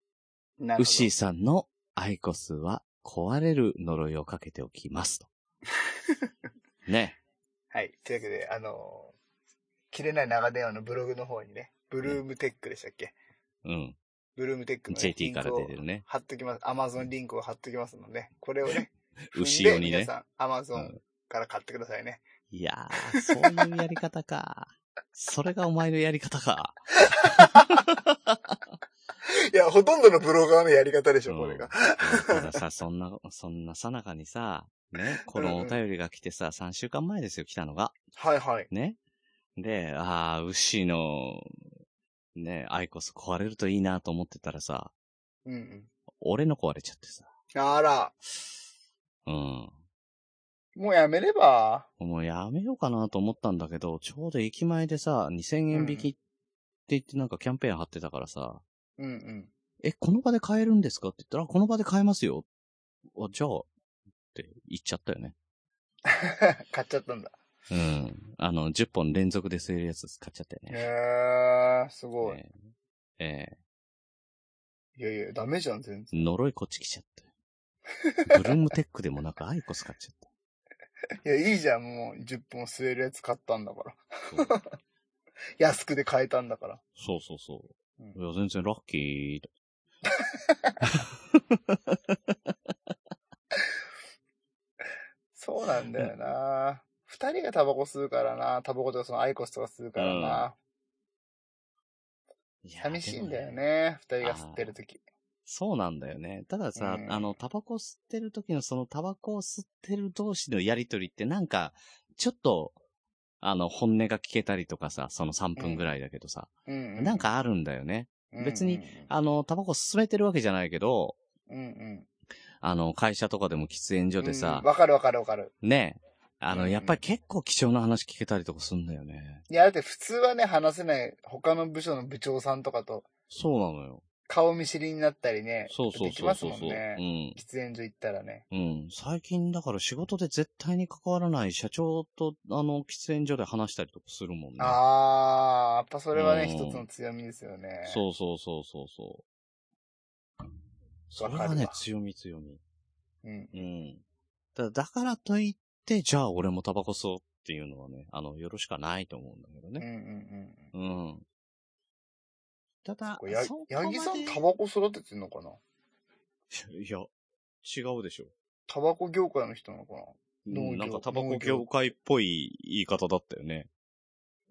[SPEAKER 4] な
[SPEAKER 3] ウ
[SPEAKER 4] る
[SPEAKER 3] ッ
[SPEAKER 4] ほ
[SPEAKER 3] シー
[SPEAKER 4] ど
[SPEAKER 3] さんのアイコスは壊れる呪いをかけておき ますと。ね。
[SPEAKER 4] はい。というわけで、あのー切れない長電話のブログの方にね、ブルームテックでしたっけ
[SPEAKER 3] うん。
[SPEAKER 4] ブルームテックの、ね、
[SPEAKER 3] JT
[SPEAKER 4] リン
[SPEAKER 3] から
[SPEAKER 4] クを
[SPEAKER 3] 出てるね。
[SPEAKER 4] 貼っときます。アマゾンリンクを貼っときますので、これをね、踏んで
[SPEAKER 3] 牛用に
[SPEAKER 4] 皆
[SPEAKER 3] ね。
[SPEAKER 4] さん、アマゾ
[SPEAKER 3] う
[SPEAKER 4] ン
[SPEAKER 3] ん
[SPEAKER 4] から買ってくださいね。
[SPEAKER 3] いや ー、そういうやり方か。それがお前のやり方か。
[SPEAKER 4] いや、ほとんどのブロガーのやり方でしょ、
[SPEAKER 3] うん
[SPEAKER 4] これが。
[SPEAKER 3] たださ、そんな、そんなさなかにさ、ね、このお便りが来てさ、3週間前ですよ、来たのが。
[SPEAKER 4] はいはい。
[SPEAKER 3] ね。で、ああ、ウッシーの、ね、アイコス壊れるといいなと思ってたらさ、
[SPEAKER 4] うんうん。
[SPEAKER 3] 俺の壊れちゃってさ。
[SPEAKER 4] あら、
[SPEAKER 3] うん。
[SPEAKER 4] もうやめれば。
[SPEAKER 3] もうやめようかなと思ったんだけど、ちょうど駅前でさ、2000円引きって言ってなんかキャンペーン貼ってたからさ、
[SPEAKER 4] うんうん。
[SPEAKER 3] え、この場で買えるんですかって言ったら、この場で買えますよ。あ、じゃあ、って言っちゃったよね。
[SPEAKER 4] 買っちゃったんだ。
[SPEAKER 3] うん。あの、10本連続で吸えるやつ買っちゃったよね。
[SPEAKER 4] へー、すごい。
[SPEAKER 3] ええ
[SPEAKER 4] いやいや、ダメじゃん、全然。
[SPEAKER 3] 呪いこっち来ちゃったよ。ブルームテックでもなくアイコス買っちゃった。
[SPEAKER 4] いや、いいじゃん、もう10本吸えるやつ買ったんだから。
[SPEAKER 3] そう
[SPEAKER 4] 安くで買えたんだから。
[SPEAKER 3] そうそうそうう。
[SPEAKER 4] ん
[SPEAKER 3] いや、全然ラッキーだ。
[SPEAKER 4] そうなんだよな。二人がタバコ吸うからな。タバコとかそのアイコスとか吸うからな。
[SPEAKER 3] いや
[SPEAKER 4] 寂しいんだよ。
[SPEAKER 3] でも
[SPEAKER 4] ね。二人が吸ってる時。
[SPEAKER 3] そうなんだよね。たださ、
[SPEAKER 4] うん
[SPEAKER 3] あの、タバコ吸ってる時のそのタバコを吸ってる同士のやりとりってなんか、ちょっと、あの、本音が聞けたりとかさ、その3分ぐらいだけどさ、
[SPEAKER 4] うんう
[SPEAKER 3] なん、かあるんだよね。別に、あの、タバコ吸めてるわけじゃないけど、
[SPEAKER 4] うんうん。
[SPEAKER 3] あの、会社とかでも喫煙所で
[SPEAKER 4] う
[SPEAKER 3] さ
[SPEAKER 4] ん、わかるわかるわかる。
[SPEAKER 3] ねえ。あの、
[SPEAKER 4] うん
[SPEAKER 3] やっぱり結構貴重な話聞けたりとかすんだよね。
[SPEAKER 4] いや、だって普通はね、話せない他の部署の部長さんとかと
[SPEAKER 3] そうなのよ。
[SPEAKER 4] 顔見知りになったりね。
[SPEAKER 3] そうそう
[SPEAKER 4] でき
[SPEAKER 3] そう
[SPEAKER 4] ま
[SPEAKER 3] そ
[SPEAKER 4] す
[SPEAKER 3] う
[SPEAKER 4] も
[SPEAKER 3] そう、
[SPEAKER 4] んね。喫煙所行ったらね。
[SPEAKER 3] うん。うん。最近だから仕事で絶対に関わらない社長と、あの、喫煙所で話したりとかするもんね。
[SPEAKER 4] あー、やっぱそれはね、
[SPEAKER 3] うん
[SPEAKER 4] 一つの強みですよね。
[SPEAKER 3] そうそうそうそうそう。そ
[SPEAKER 4] わ
[SPEAKER 3] れ
[SPEAKER 4] かるわ
[SPEAKER 3] はね、強み強み。
[SPEAKER 4] う。うん。
[SPEAKER 3] うん。だだからといって、じゃあ俺もタバコ吸おうっていうのはね、あの、よろしかないと思うんだけど
[SPEAKER 4] うんうん
[SPEAKER 3] ね。
[SPEAKER 4] うん
[SPEAKER 3] うん。ただ、
[SPEAKER 4] これや
[SPEAKER 3] そこ。ま
[SPEAKER 4] 八
[SPEAKER 3] で
[SPEAKER 4] 木さんタバコ育ててんのかない
[SPEAKER 3] や、違うでしょ。
[SPEAKER 4] タバコ業界の人なのか農業
[SPEAKER 3] なんかタバコ業界っぽい言い方だったよね。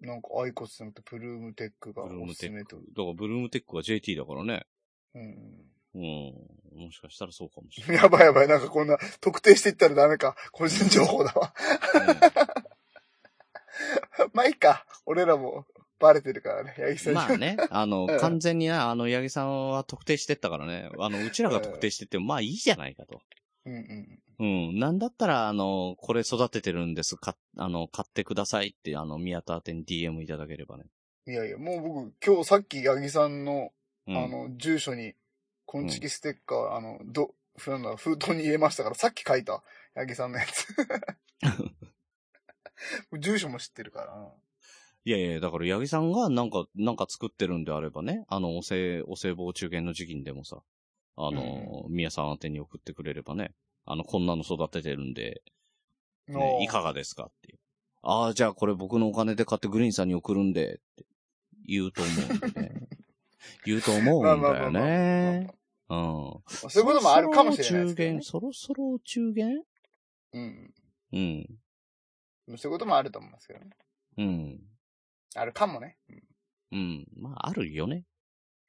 [SPEAKER 4] ななんかアイコスじゃなくてプルームテックが
[SPEAKER 3] ブルー
[SPEAKER 4] お
[SPEAKER 3] ム
[SPEAKER 4] す
[SPEAKER 3] テ
[SPEAKER 4] す
[SPEAKER 3] ッ
[SPEAKER 4] め
[SPEAKER 3] ク
[SPEAKER 4] と。。
[SPEAKER 3] だからブルームテックは JT だからね。
[SPEAKER 4] うん
[SPEAKER 3] うん。もしかしたらそうかもし
[SPEAKER 4] うん。
[SPEAKER 3] れない。
[SPEAKER 4] やばいやばい、なんかこんな特定していったらダメか。個人情報だわ。まあいいか。俺らもバレてるからね、八木
[SPEAKER 3] う
[SPEAKER 4] さん
[SPEAKER 3] ん
[SPEAKER 4] に。
[SPEAKER 3] まあね、あの、
[SPEAKER 4] うん
[SPEAKER 3] 完全にな、あの、八木さんは特定してったからね。あの、うちらが特定してっても、まあいいじゃないかと。
[SPEAKER 4] うんうん。
[SPEAKER 3] うん。なんだったら、あの、これ育ててるんです。か、あの、買ってくださいって、あの、宮田宛てに DM いただければね。
[SPEAKER 4] いやいや、もう僕、今日さっき八木さんの、
[SPEAKER 3] うん。
[SPEAKER 4] あの、住所に、こんちきステッカー、あの、ど、ふなんだ、封筒に入れましたから、さっき書いた、八木さんの やつ。住所も知ってるからな。
[SPEAKER 3] いやいや、だから、八木さんがなんか、なんか作ってるんであればね、あの、お歳、お歳暮中元の時期にでもさ、あの、宮さん宛てに送ってくれればね、あの、こんなの育ててるんで、
[SPEAKER 4] の
[SPEAKER 3] ね、いかがですかっていう。ああ、じゃあこれ僕のお金で買ってグリーンさんに送るんで、って言うと思うんでね。 言うと思うん
[SPEAKER 4] まあまあ
[SPEAKER 3] だ
[SPEAKER 4] まあ
[SPEAKER 3] よ
[SPEAKER 4] まあ
[SPEAKER 3] ね。うん。
[SPEAKER 4] そういうこともあるかもしれな
[SPEAKER 3] 中
[SPEAKER 4] いですけど、
[SPEAKER 3] 元、
[SPEAKER 4] ね。
[SPEAKER 3] そろそろお中元
[SPEAKER 4] うん。
[SPEAKER 3] うん。
[SPEAKER 4] そういうこともあると思いますけどね。
[SPEAKER 3] うん。
[SPEAKER 4] あるか もね。うん
[SPEAKER 3] うん。まあ、あるよね。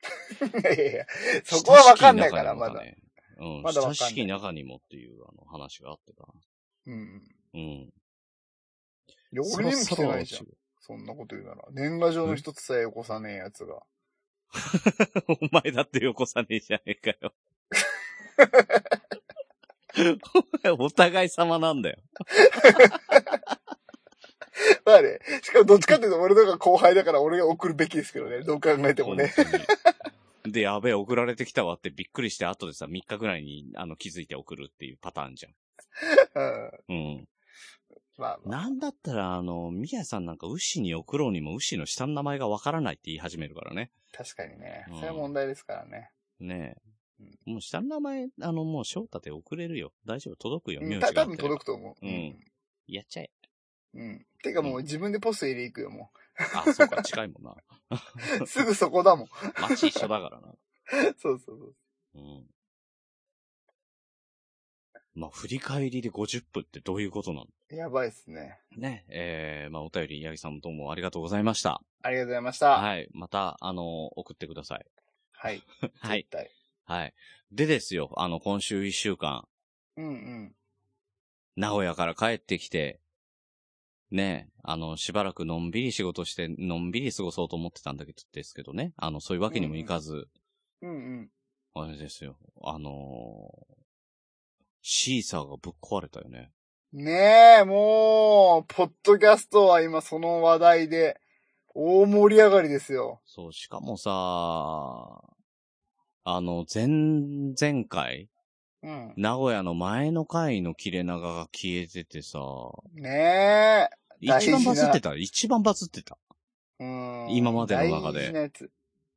[SPEAKER 4] いやいやいや、そこはわかんないから、
[SPEAKER 3] 親
[SPEAKER 4] ま
[SPEAKER 3] しき中にも
[SPEAKER 4] だ。
[SPEAKER 3] ね。うん。
[SPEAKER 4] まだわかんな
[SPEAKER 3] 親
[SPEAKER 4] い
[SPEAKER 3] しき中にもっていう、あの、話があってたな。
[SPEAKER 4] うん。
[SPEAKER 3] うん。
[SPEAKER 4] いや、俺にも来てないじゃ
[SPEAKER 3] そ。
[SPEAKER 4] ん
[SPEAKER 3] ろ
[SPEAKER 4] そんなこと言うなら。年賀状の一つさえよこさねえやつが。
[SPEAKER 3] そろお前だってよこさねえじゃねえか よ。お前お互い様なんだよ。
[SPEAKER 4] まあね、しかもどっちかっていうと俺の方が後輩だから俺が送るべきですけどね。どう考えてもね。
[SPEAKER 3] 本当にで、やべえ、送られてきたわってびっくりして、後でさ、3日ぐらいに、あの、気づいて送るっていうパターンじゃん。
[SPEAKER 4] うん。
[SPEAKER 3] うん。
[SPEAKER 4] まあまあ。
[SPEAKER 3] なんだったら、あの、ミヤさんなんか、牛に送ろうにも、牛の下の名前がわからないって言い始めるからね。
[SPEAKER 4] 確かにね
[SPEAKER 3] う。ん
[SPEAKER 4] それは問題ですからね。
[SPEAKER 3] ねえ。もう下の名前、あの、もう翔太で送れるよ。大丈夫、届くよ。
[SPEAKER 4] うん、
[SPEAKER 3] 名
[SPEAKER 4] た
[SPEAKER 3] 字が
[SPEAKER 4] 多
[SPEAKER 3] あってれば
[SPEAKER 4] 分届くと思う。
[SPEAKER 3] うん。やっちゃえ。
[SPEAKER 4] うん。てかもう自分でポスト入れ行くよ、も
[SPEAKER 3] あ、そうか、近いもんな。
[SPEAKER 4] う。すぐそこだもん。
[SPEAKER 3] 街一緒だからな。
[SPEAKER 4] そうそうそう。
[SPEAKER 3] うん。まあ、振り返りで50分ってどういうことなの
[SPEAKER 4] やばいっすね。
[SPEAKER 3] ね。えー、まあ、お便り、八木さんもどうもありがとうございました。
[SPEAKER 4] ありがとうございました。
[SPEAKER 3] はい。また、あの、送ってください。
[SPEAKER 4] はい。
[SPEAKER 3] はい
[SPEAKER 4] 絶。対。
[SPEAKER 3] はい。でですよ、あの、今週一週間、
[SPEAKER 4] うんうん。
[SPEAKER 3] 名古屋から帰ってきて、ねえ、あの、しばらくのんびり仕事して、のんびり過ごそうと思ってたんだけど、ですけどね。あの、そういうわけにもいかず、
[SPEAKER 4] うんうん。
[SPEAKER 3] あれですよ。あのーシーサーがぶっ壊れたよね。
[SPEAKER 4] ねえ、もう、ポッドキャストは今その話題で、大盛り上がりですよ。
[SPEAKER 3] そう、しかもさ、あの、前、前回、
[SPEAKER 4] うん。
[SPEAKER 3] 名古屋の前の回の切れ長が消えててさ、
[SPEAKER 4] ね大
[SPEAKER 3] 一
[SPEAKER 4] 事な
[SPEAKER 3] 番バズってた一番バズってた。
[SPEAKER 4] え。うん。
[SPEAKER 3] 今までの中で
[SPEAKER 4] 大事なやつ。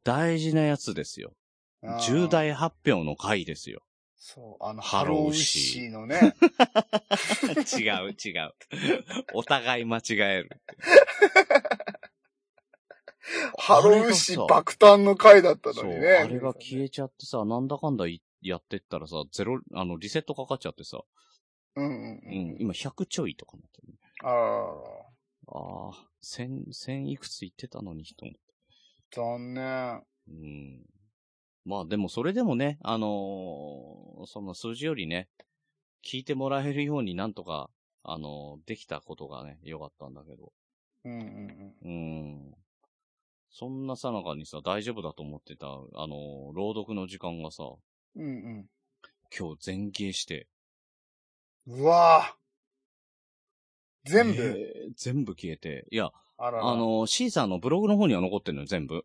[SPEAKER 3] 大事なやつですよ。
[SPEAKER 4] うん
[SPEAKER 3] 重。大発表の回ですよ。
[SPEAKER 4] そう、あの、
[SPEAKER 3] ハ
[SPEAKER 4] ハ
[SPEAKER 3] ロ
[SPEAKER 4] ロ
[SPEAKER 3] ー
[SPEAKER 4] ー
[SPEAKER 3] ウ
[SPEAKER 4] ウ
[SPEAKER 3] ッ
[SPEAKER 4] ッ
[SPEAKER 3] シ
[SPEAKER 4] シ
[SPEAKER 3] ー
[SPEAKER 4] ーのね。
[SPEAKER 3] 違う、違う。 お互い間違える。
[SPEAKER 4] ハローウッシー爆誕の回だった
[SPEAKER 3] そ
[SPEAKER 4] の
[SPEAKER 3] う、
[SPEAKER 4] にね。
[SPEAKER 3] あれが消えちゃってさ、なんだかんだいやってったらさ、ゼロ、あの、リセットかかっちゃってさ、
[SPEAKER 4] うんう
[SPEAKER 3] う
[SPEAKER 4] んうん。
[SPEAKER 3] ん、今100ちょいとかなってる、
[SPEAKER 4] あら
[SPEAKER 3] ああ、1000、1000いくついってたのに人も。
[SPEAKER 4] 残念。
[SPEAKER 3] うん。まあでもそれでもね、あのーその数字よりね、聞いてもらえるようになんとか、あのーできたことがね、良かったんだけど。
[SPEAKER 4] うんうん
[SPEAKER 3] うん。そんなさなかにさ、大丈夫だと思ってた、あの、朗読の時間がさ、
[SPEAKER 4] うん。うん
[SPEAKER 3] 今日前傾して。
[SPEAKER 4] うん。うわぁ。全部、
[SPEAKER 3] えー全部消えて。いや、
[SPEAKER 4] あらら。
[SPEAKER 3] あ、の、シーサーのブログの方には残ってんのよ、全部。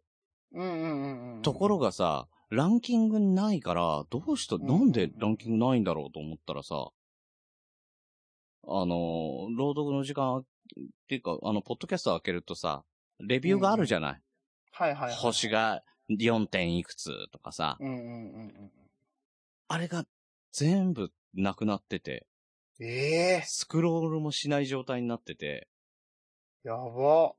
[SPEAKER 4] うんうんうんうん。
[SPEAKER 3] ところ
[SPEAKER 4] が、
[SPEAKER 3] がさ、ランキングないから、どうした、なんでランキングないんだろうと思ったらさ、あの、朗読の時間、っていうか、あの、ポッドキャスト開けるとさ、レビューがあるじゃない、
[SPEAKER 4] はいはいはい。
[SPEAKER 3] 星が4点いくつとかさ、
[SPEAKER 4] うんうんうんうん。
[SPEAKER 3] あれが全部なくなってて、
[SPEAKER 4] ええ
[SPEAKER 3] スクロールもしない状態になってて、
[SPEAKER 4] やば。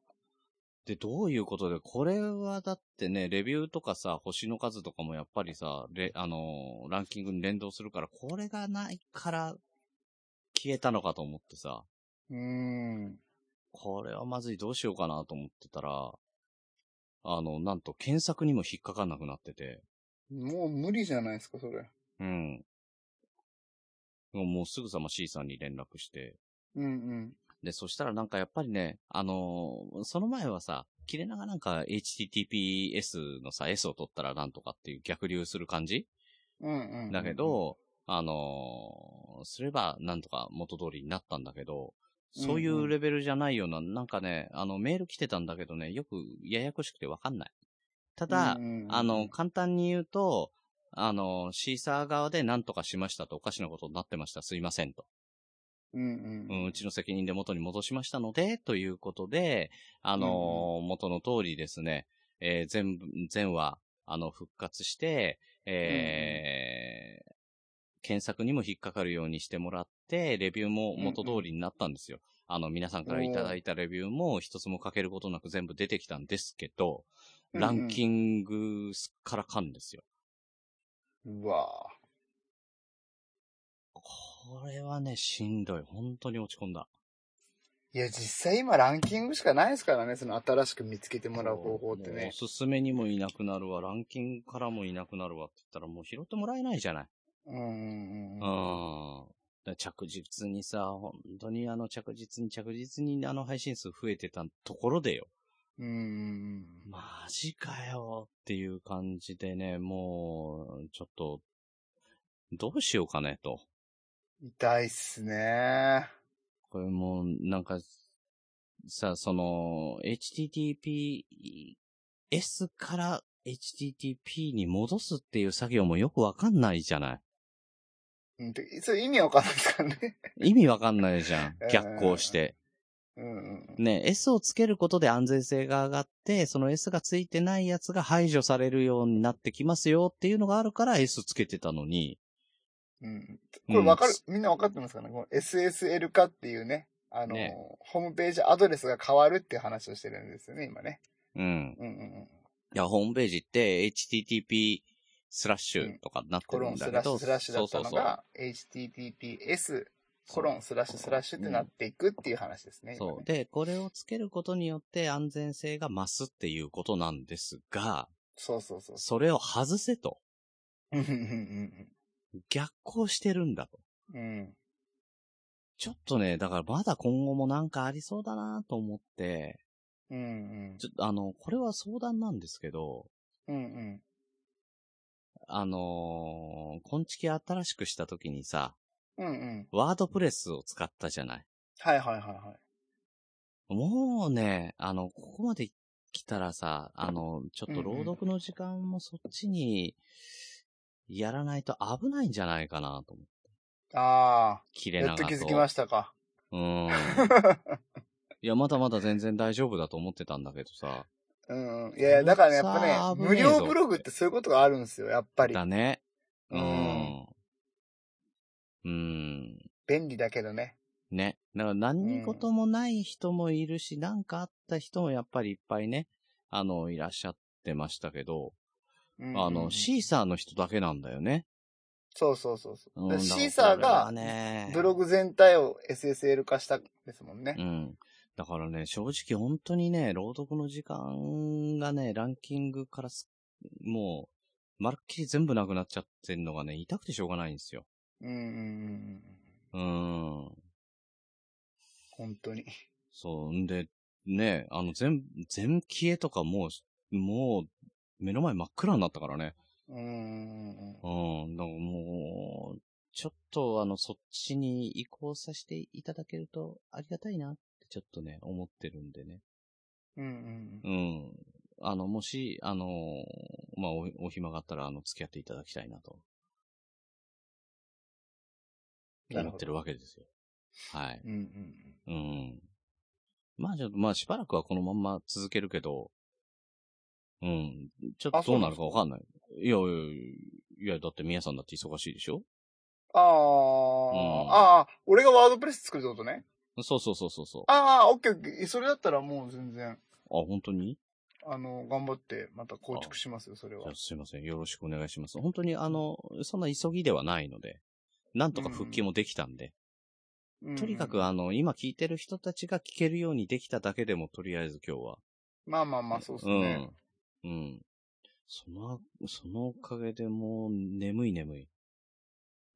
[SPEAKER 3] で、どういうことで、これはだってね、レビューとかさ、星の数とかもやっぱりさ、レあのーランキングに連動するから、これがないから消えたのかと思ってさ、
[SPEAKER 4] うーん。
[SPEAKER 3] これはまずいどうしようかなと思ってたら、あの、なんと検索にも引っかかんなくなってて、
[SPEAKER 4] もう無理じゃないですか、それ。
[SPEAKER 3] うん。もうもうすぐさま C さんに連絡して、
[SPEAKER 4] うんうん。
[SPEAKER 3] で、そしたらなんかやっぱりね、あのーその前はさ、切れ長なんか HTTPS のさ、S を取ったらなんとかっていう逆流する感じ
[SPEAKER 4] うんうんうんうん。
[SPEAKER 3] だけ、ど、あのーすればなんとか元通りになったんだけど、そういうレベルじゃないような、なんかね、あの、メール来てたんだけどね、よくややこしくてわかんない。ただ、
[SPEAKER 4] うんうん
[SPEAKER 3] あの、、簡単に言うと、あの、シーサー側で何とかしましたとおかしなことになってました。すいませんと。
[SPEAKER 4] うんう。
[SPEAKER 3] うんん、うちの責任で元に戻しましたので、ということで、あのー元の通りですね、えー全部、全話、あの、復活して、えー検索にも引っかかるようにしてもらって、レビューも元通りになったんですよ。あの、皆さんからいただいたレビューも一つもかけることなく全部出てきたんですけど、ランキ
[SPEAKER 4] ン
[SPEAKER 3] ングからかんですよ。
[SPEAKER 4] グ。うわ
[SPEAKER 3] これはね、しんどい。本当に落ち込んだ。
[SPEAKER 4] いや、実際今ランキングしかないですからね、その新しく見つけてもらう方法って
[SPEAKER 3] もう
[SPEAKER 4] ね
[SPEAKER 3] お。すすめにもいなくなるわ、ランキングからもいなくなるわって言ったらもう拾ってもらえないじゃない。
[SPEAKER 4] うんうん
[SPEAKER 3] う。
[SPEAKER 4] う
[SPEAKER 3] だ
[SPEAKER 4] んん。
[SPEAKER 3] から着実にさ、本当にあの着実に着実にあの配信数増えてたところでよ。
[SPEAKER 4] うんうんうん。
[SPEAKER 3] マジかよっていう感じでね、もう、ちょっと、どうしようかねと。
[SPEAKER 4] 痛いっすね。
[SPEAKER 3] これもう、なんか、さ、その、HTTPS から HTTP に戻すっていう作業もよくわかんないじゃない。
[SPEAKER 4] うん、てそれ意味わかんないですからね。
[SPEAKER 3] 意味わかんないじゃん
[SPEAKER 4] え。ー
[SPEAKER 3] 逆行して。
[SPEAKER 4] うんうん
[SPEAKER 3] ね、S をつけることで安全性が上がって、その S がついてないやつが排除されるようになってきますよっていうのがあるから S つけてたのに。
[SPEAKER 4] うん。うん、これわかる、
[SPEAKER 3] う
[SPEAKER 4] みんなわかってますかねこの SSL 化っていうね、あの、
[SPEAKER 3] ね
[SPEAKER 4] ホームページアドレスが変わるっていう話をしてるんですよね、今ね。
[SPEAKER 3] ん。うん。
[SPEAKER 4] うんうんうん。
[SPEAKER 3] いや、ホームページって HTTP スラッシュとかなって
[SPEAKER 4] コ
[SPEAKER 3] る
[SPEAKER 4] ロ
[SPEAKER 3] ん
[SPEAKER 4] ン
[SPEAKER 3] だ
[SPEAKER 4] ス
[SPEAKER 3] け
[SPEAKER 4] ラッシ
[SPEAKER 3] ど、
[SPEAKER 4] ュスラッシュだったの
[SPEAKER 3] そうそうそう
[SPEAKER 4] が、https コロンスラッシュスラッシュってなっていくっていう話ですね。
[SPEAKER 3] そう。で、これをつけることによって安全性が増すっていうことなんですが、
[SPEAKER 4] そうそうそう。
[SPEAKER 3] それを外せと。
[SPEAKER 4] うんうん
[SPEAKER 3] 逆行してるんだと。
[SPEAKER 4] うんうん。
[SPEAKER 3] ちょっとね、だからまだ今後もなんかありそうだなと思って、
[SPEAKER 4] うんうん。
[SPEAKER 3] ちょっとあの、これは相談なんですけど、
[SPEAKER 4] うんうん。
[SPEAKER 3] あのー、こんちき新しくした時にさ、
[SPEAKER 4] うんうん。
[SPEAKER 3] ワードプレスを使ったじゃない。
[SPEAKER 4] はいはいはいはい。
[SPEAKER 3] もうね、あの、ここまで来たらさ、あの、ちょっと
[SPEAKER 4] うんうん
[SPEAKER 3] 朗読の時間もそっちに、やらないと危ないんじゃないかなと思う。
[SPEAKER 4] あ
[SPEAKER 3] 切
[SPEAKER 4] あ、
[SPEAKER 3] れ
[SPEAKER 4] や
[SPEAKER 3] 長
[SPEAKER 4] っ
[SPEAKER 3] と。
[SPEAKER 4] と気づきましたか。
[SPEAKER 3] うん。いや、まだまだ全然大丈夫だと思ってたんだけどさ。
[SPEAKER 4] うんうん。いやいや、だからね、やっ
[SPEAKER 3] さ
[SPEAKER 4] ぱ
[SPEAKER 3] あ
[SPEAKER 4] ね、無
[SPEAKER 3] 危ねえぞ
[SPEAKER 4] 料ブログってそういうことがあるんですよ、やっぱり。
[SPEAKER 3] だね。う
[SPEAKER 4] うん。
[SPEAKER 3] ん。うん。
[SPEAKER 4] 便利だけどね。
[SPEAKER 3] ね。だから何事もない人もいるし、なんかあった人もやっぱりいっぱいね、あの、いらっしゃってましたけど、
[SPEAKER 4] うんうん
[SPEAKER 3] あの、シーサーの人だけなんだよね。
[SPEAKER 4] そうそうそうそうう。
[SPEAKER 3] ん
[SPEAKER 4] だからシーサーが、ブロ
[SPEAKER 3] グ。
[SPEAKER 4] グ全体を SSL 化したんですもんね
[SPEAKER 3] う。ん。だからね、正直本当にね、朗読の時間がね、ランキングからすもう、まるっきり全部なくなっちゃってんのがね、痛くてしょうがないんですよ。
[SPEAKER 4] うんうんうんうん。
[SPEAKER 3] うーん。
[SPEAKER 4] 本当に。
[SPEAKER 3] そう、んで、ね、あの、全、全消えとかもう、もう、目の前真っ暗になったからね。
[SPEAKER 4] うんうんうんうん。
[SPEAKER 3] うん、だからもう、ちょっとあの、そっちに移行させていただけるとありがたいなってちょっとね、思ってるんでね。
[SPEAKER 4] うんうん
[SPEAKER 3] う。ん。あの、もし、あのー、まあお、お暇があったら、あの、付き合っていただきたいなと、
[SPEAKER 4] なる
[SPEAKER 3] 思
[SPEAKER 4] ほ
[SPEAKER 3] っ
[SPEAKER 4] ど
[SPEAKER 3] てるわけですよ。はい。
[SPEAKER 4] うんうん
[SPEAKER 3] うん。まあ、ちょっと、まあ、しばらくはこのまんま続けるけど、うん。ちょっ
[SPEAKER 4] あ
[SPEAKER 3] と
[SPEAKER 4] そ
[SPEAKER 3] ど
[SPEAKER 4] う
[SPEAKER 3] う
[SPEAKER 4] な
[SPEAKER 3] なんる
[SPEAKER 4] です
[SPEAKER 3] か
[SPEAKER 4] か
[SPEAKER 3] わかんない。いやいやいや、いや、だって宮さんだって忙しいでしょ
[SPEAKER 4] ああ、
[SPEAKER 3] ん
[SPEAKER 4] ああ、俺がワードプレス作るってことね。
[SPEAKER 3] そうそうそうそうそう。あ、
[SPEAKER 4] ああ、オッケーオッケー。それだったらもう全然、
[SPEAKER 3] 本当に
[SPEAKER 4] あの、頑張ってまた構築しますよ、それ
[SPEAKER 3] じ
[SPEAKER 4] は
[SPEAKER 3] ゃあ。すいません。よろしくお願いします。本当に、あの、そんな急ぎではないので、なんとか復帰もできたんで、とにか
[SPEAKER 4] うん
[SPEAKER 3] くあの、今聞いてる人たちが聞けるようにできただけでも、とりあえず今日は。
[SPEAKER 4] まあまあまあ、そうっすね。
[SPEAKER 3] うん。うん。その、そのおかげでもう、眠い眠い。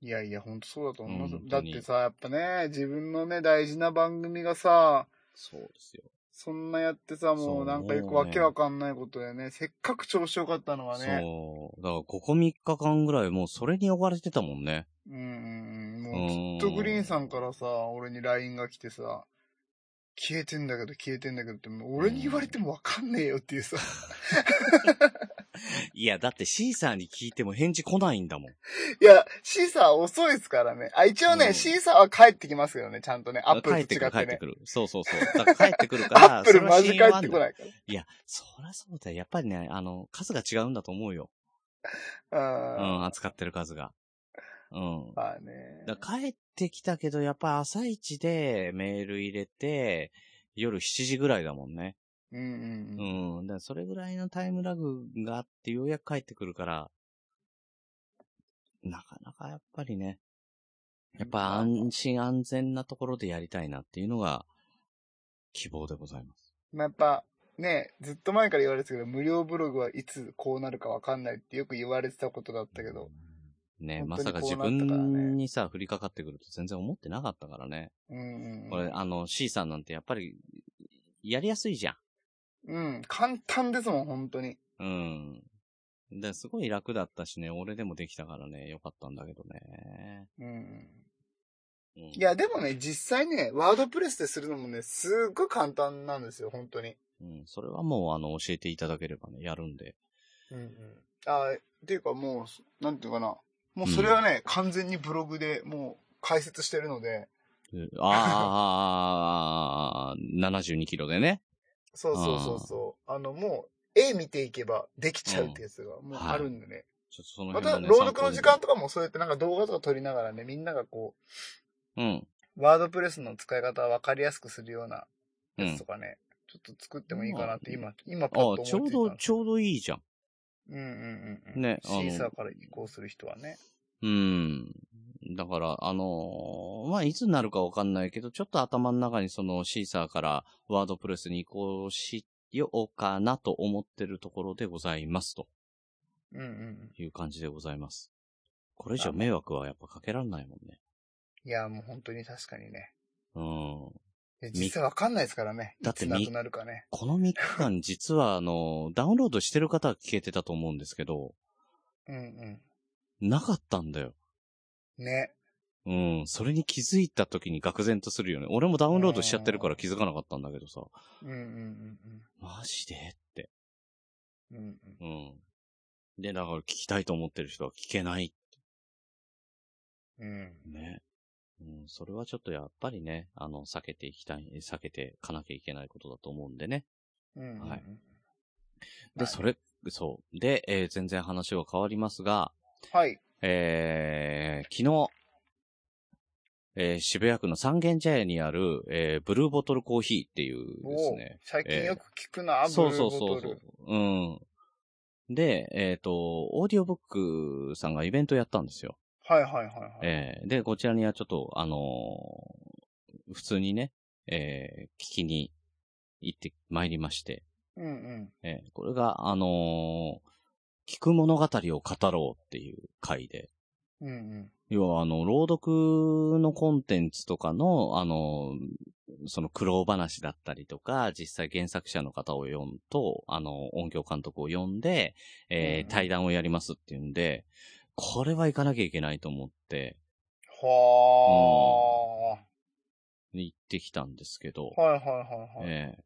[SPEAKER 4] いやいや、ほんとそうだと思いますよ
[SPEAKER 3] う。ん
[SPEAKER 4] だってさ、やっぱね、自分のね、大事な番組がさ、
[SPEAKER 3] そうですよ。
[SPEAKER 4] そんなやって
[SPEAKER 3] そ
[SPEAKER 4] さ、も
[SPEAKER 3] う
[SPEAKER 4] うなんかよく
[SPEAKER 3] もう
[SPEAKER 4] わ
[SPEAKER 3] ね
[SPEAKER 4] けわかんないことでね、せっかく調子良かったのはね、
[SPEAKER 3] そう。だから、ここ3日間ぐらいもうそれに呼ばれてたもんね。
[SPEAKER 4] うんうんうん、もうずっとグリーンさんからさ、俺に LINE が来てさ、消えてんだけど消えてんだけどって、もう俺に言われてもわかんねえよっていうさ、
[SPEAKER 3] いや、だって C さんに聞いても返事来ないんだもん。
[SPEAKER 4] いや、シーサー遅いですからね。あ、一応ね、
[SPEAKER 3] うん
[SPEAKER 4] シーサーは帰ってきますけどね、ちゃんとね、アップ
[SPEAKER 3] 帰
[SPEAKER 4] ル
[SPEAKER 3] っ
[SPEAKER 4] と
[SPEAKER 3] てく
[SPEAKER 4] 違っ
[SPEAKER 3] る、帰
[SPEAKER 4] て
[SPEAKER 3] って
[SPEAKER 4] ね
[SPEAKER 3] く。る。そうそうそう。だから帰ってくるか
[SPEAKER 4] ア
[SPEAKER 3] ら、
[SPEAKER 4] ップルマジ
[SPEAKER 3] そ
[SPEAKER 4] 帰
[SPEAKER 3] れは
[SPEAKER 4] っ
[SPEAKER 3] 信
[SPEAKER 4] て
[SPEAKER 3] 用あんだ
[SPEAKER 4] こ
[SPEAKER 3] よ
[SPEAKER 4] ないか
[SPEAKER 3] いや、そらそうだよ。やっぱりね、あの、数が違うんだと思うよ。う
[SPEAKER 4] ら。うん。
[SPEAKER 3] ん、扱ってる数が。うん。
[SPEAKER 4] まあね。
[SPEAKER 3] だから帰ってきたけど、やっぱ朝一でメール入れて、夜7時ぐらいだもんね。
[SPEAKER 4] うんう
[SPEAKER 3] う
[SPEAKER 4] んうん。
[SPEAKER 3] ん。だからそれぐらいのタイムラグがあって、ようやく帰ってくるから、なかなかやっぱりね、やっぱ安心安全なところでやりたいなっていうのが、希望でございます。
[SPEAKER 4] まあ、やっぱ、ね、ずっと前から言われてたけど、無料ブログはいつこうなるかわかんないってよく言われてたことだったけど。。
[SPEAKER 3] ね、ま
[SPEAKER 4] 本当
[SPEAKER 3] さ
[SPEAKER 4] に
[SPEAKER 3] か
[SPEAKER 4] こう
[SPEAKER 3] 自
[SPEAKER 4] なったからね
[SPEAKER 3] 分にさ、降りかかってくると全然思ってなかったからね。
[SPEAKER 4] うんうん
[SPEAKER 3] こ
[SPEAKER 4] う
[SPEAKER 3] れ、
[SPEAKER 4] ん。
[SPEAKER 3] あの、C さんなんてやっぱり、やりやすいじゃん。
[SPEAKER 4] うん、簡単ですもん、本当に。
[SPEAKER 3] うん。で、すごい楽だったしね、俺でもできたからね、よかったんだけどね。
[SPEAKER 4] うんうん。
[SPEAKER 3] うん、
[SPEAKER 4] いや、でもね、実際ね、ワードプレスでするのもね、すっごい簡単なんですよ、本当に。
[SPEAKER 3] うん、それはもう、あの、教えていただければね、やるんで。
[SPEAKER 4] うんうん。あっていうかもう、なんていうかな。もうそれはね、完全にブログでもう解説してるので、
[SPEAKER 3] えあーあーあーあー、あー72キロでね。
[SPEAKER 4] そうそうそうそう。あの、もう、絵見ていけばできちゃうってやつがもうあるんでね。
[SPEAKER 3] ちょっとその
[SPEAKER 4] ま
[SPEAKER 3] 辺
[SPEAKER 4] た、
[SPEAKER 3] もね
[SPEAKER 4] 朗読の時間
[SPEAKER 3] 参
[SPEAKER 4] とかもそうやってなんか動画とか撮りながらね、みんながこ
[SPEAKER 3] 考に
[SPEAKER 4] う、ワードプレスの使い方をわかりやすくするような
[SPEAKER 3] うん。う
[SPEAKER 4] やつ
[SPEAKER 3] ん
[SPEAKER 4] と。かね、ちょっと作ってもいいかなって今、今パッと
[SPEAKER 3] あ
[SPEAKER 4] 思い
[SPEAKER 3] あ、
[SPEAKER 4] つい
[SPEAKER 3] ちょう
[SPEAKER 4] たん
[SPEAKER 3] ど、
[SPEAKER 4] です
[SPEAKER 3] ちょうどいいじゃん。
[SPEAKER 4] うんうんうんうん。
[SPEAKER 3] ねあの
[SPEAKER 4] シーサーから移行する人はね。
[SPEAKER 3] うん。だから、あのーまあ、いつになるかわかんないけど、ちょっと頭の中にそのシーサーからワードプレスに移行しようかなと思ってるところでございます。と
[SPEAKER 4] うんうん。
[SPEAKER 3] いう感じでございます。これ以上迷惑はやっぱかけらんないもんね。
[SPEAKER 4] いや、もう本当に確かにね。
[SPEAKER 3] うん。
[SPEAKER 4] いや実際わかんないですからね。
[SPEAKER 3] だって
[SPEAKER 4] いつ
[SPEAKER 3] み
[SPEAKER 4] なくなるかね。
[SPEAKER 3] この3日間実はあの、ダウンロードしてる方は消えてたと思うんですけど、
[SPEAKER 4] うんう
[SPEAKER 3] なかったんだよ。
[SPEAKER 4] ん。ね。
[SPEAKER 3] うん。それに気づいた時に愕然とするよね。俺もダウンロードしちゃってるから気づかなかったんだけどさ。
[SPEAKER 4] うんうんうん
[SPEAKER 3] マジでって。
[SPEAKER 4] うん。うんうん
[SPEAKER 3] うん。で、だから聞きたいと思ってる人は聞けない。
[SPEAKER 4] うん。
[SPEAKER 3] ね。うん、それはちょっとやっぱりね、あの、避けていきたい、避けてかなきゃいけないことだと思うんでね。
[SPEAKER 4] うんうんう
[SPEAKER 3] は
[SPEAKER 4] ん。
[SPEAKER 3] い
[SPEAKER 4] は
[SPEAKER 3] で、
[SPEAKER 4] い
[SPEAKER 3] それ、そう。で、えー全然話は変わりますが、
[SPEAKER 4] はい。
[SPEAKER 3] えー、昨日、えー渋谷区の三軒茶屋にある、えーブルーボトルコーヒーっていうです
[SPEAKER 4] お
[SPEAKER 3] ね。
[SPEAKER 4] 最近よく聞くな、ブ
[SPEAKER 3] そ
[SPEAKER 4] ル
[SPEAKER 3] うそ
[SPEAKER 4] ー
[SPEAKER 3] うそ
[SPEAKER 4] ボト
[SPEAKER 3] うそ
[SPEAKER 4] ル
[SPEAKER 3] う。。うん。で、えっ、と、オーディオブックさんがイベントやったんですよ。
[SPEAKER 4] はいはいはいはい。
[SPEAKER 3] えーで、こちらにはちょっと、あのー普通にね、えー聞きに行ってまいりまして、
[SPEAKER 4] うんうん。
[SPEAKER 3] えーこれが、あのー聞く物語を語ろうっていう回で、
[SPEAKER 4] うんうん。
[SPEAKER 3] 要は、あの、朗読のコンテンツとかの、あの、その苦労話だったりとか、実際原作者の方を読むと、あの、音響監督を読んで、えー
[SPEAKER 4] うん
[SPEAKER 3] 対談をやりますっていうんで、これは行かなきゃいけないと思って、
[SPEAKER 4] は
[SPEAKER 3] 行ってきたんですけど、
[SPEAKER 4] あ、はいはいはいはい。
[SPEAKER 3] ええ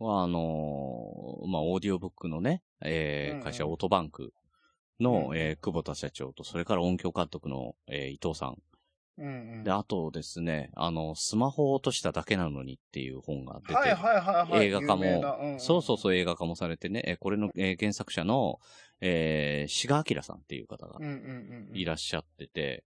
[SPEAKER 3] は、あのーまあ、オーディオブックのね、えー
[SPEAKER 4] うんうん
[SPEAKER 3] 会社オートバンクの、
[SPEAKER 4] うん
[SPEAKER 3] えー久保田社長と、それから音響監督の、えー伊藤さん
[SPEAKER 4] うんうん。
[SPEAKER 3] で、あとですね、あの、スマホを落としただけなのにっていう本が出て、
[SPEAKER 4] はいはいはいはい。
[SPEAKER 3] 映画化も
[SPEAKER 4] 有名な、んん
[SPEAKER 3] そうそうそう映画化もされてね、えーこれの、えー原作者の、えー、志賀明さんっていう方が
[SPEAKER 4] うんうんうん。
[SPEAKER 3] いらっしゃってて、